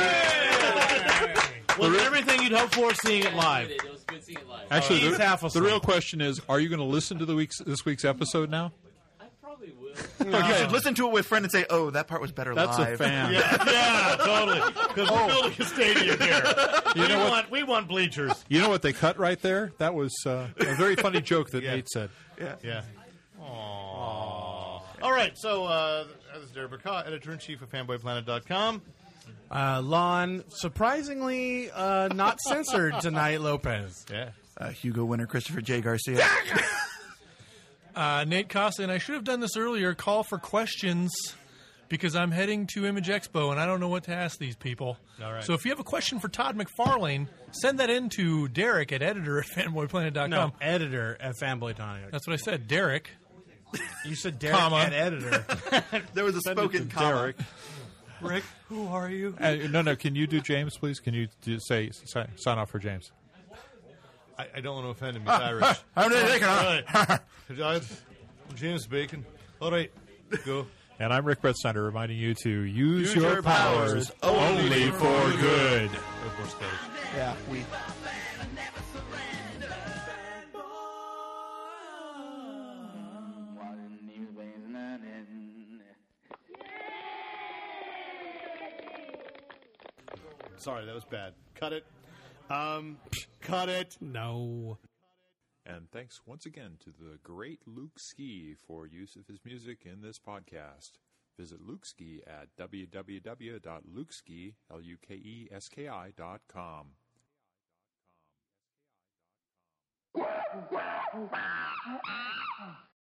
Speaker 3: Well, did everything you'd hope for seeing it live.
Speaker 7: It was good seeing it live.
Speaker 8: Actually,
Speaker 9: He's
Speaker 8: the,
Speaker 9: half
Speaker 8: the
Speaker 9: asleep.
Speaker 8: real question is: Are you going to listen to the week's this week's episode now?
Speaker 7: I probably will.
Speaker 4: you should listen to it with friend and say, "Oh, that part was better
Speaker 8: That's
Speaker 4: live." Uh,
Speaker 8: a fan.
Speaker 3: yeah, totally. Because we're building a stadium here.
Speaker 8: You know
Speaker 3: we,
Speaker 8: what?
Speaker 3: want, we want bleachers.
Speaker 8: You know what they cut right there? That was uh, a very funny joke that
Speaker 3: Yeah.
Speaker 8: Nate said.
Speaker 3: Yeah. Aww. All right, so uh, this is Derek Burkott, editor in chief of fanboyplanet.com.
Speaker 9: Uh, Lon, surprisingly uh, not censored tonight, Lopez.
Speaker 3: Yeah.
Speaker 4: Uh, Hugo winner Christopher J. Garcia.
Speaker 5: Uh, Nate Costa, and I should have done this earlier. Call for questions because I'm heading to Image Expo and I don't know what to ask these people.
Speaker 3: All right.
Speaker 5: So if you have a question for Todd McFarlane, send that in to Derek at editor at fanboyplanet.com.
Speaker 9: No, editor at Fanboy Tonic.
Speaker 5: That's what I said, Derek.
Speaker 9: You said Derek
Speaker 5: Comma.
Speaker 9: at editor.
Speaker 4: there was a spoken comma.
Speaker 8: Derek,
Speaker 5: Rick, who are you?
Speaker 8: uh, no, no. Can you do James, please? Can you do, say sign, sign off for James?
Speaker 3: I, I don't want to offend him. He's Irish.
Speaker 4: I'm not taking it.
Speaker 3: Really? James Bacon. All right, go.
Speaker 8: And I'm Rick Brett Snyder, reminding you to
Speaker 4: Use
Speaker 8: use, your,
Speaker 4: your
Speaker 8: powers,
Speaker 4: powers
Speaker 8: only for good.
Speaker 3: Of course, that is.
Speaker 4: Yeah, we.
Speaker 3: Sorry, that was bad. Cut it. Um, cut it.
Speaker 9: no.
Speaker 12: And thanks once again to the great Luke Ski for use of his music in this podcast. Visit Luke Ski at www.lukeski, L-U-K-E-S-K-I dot com.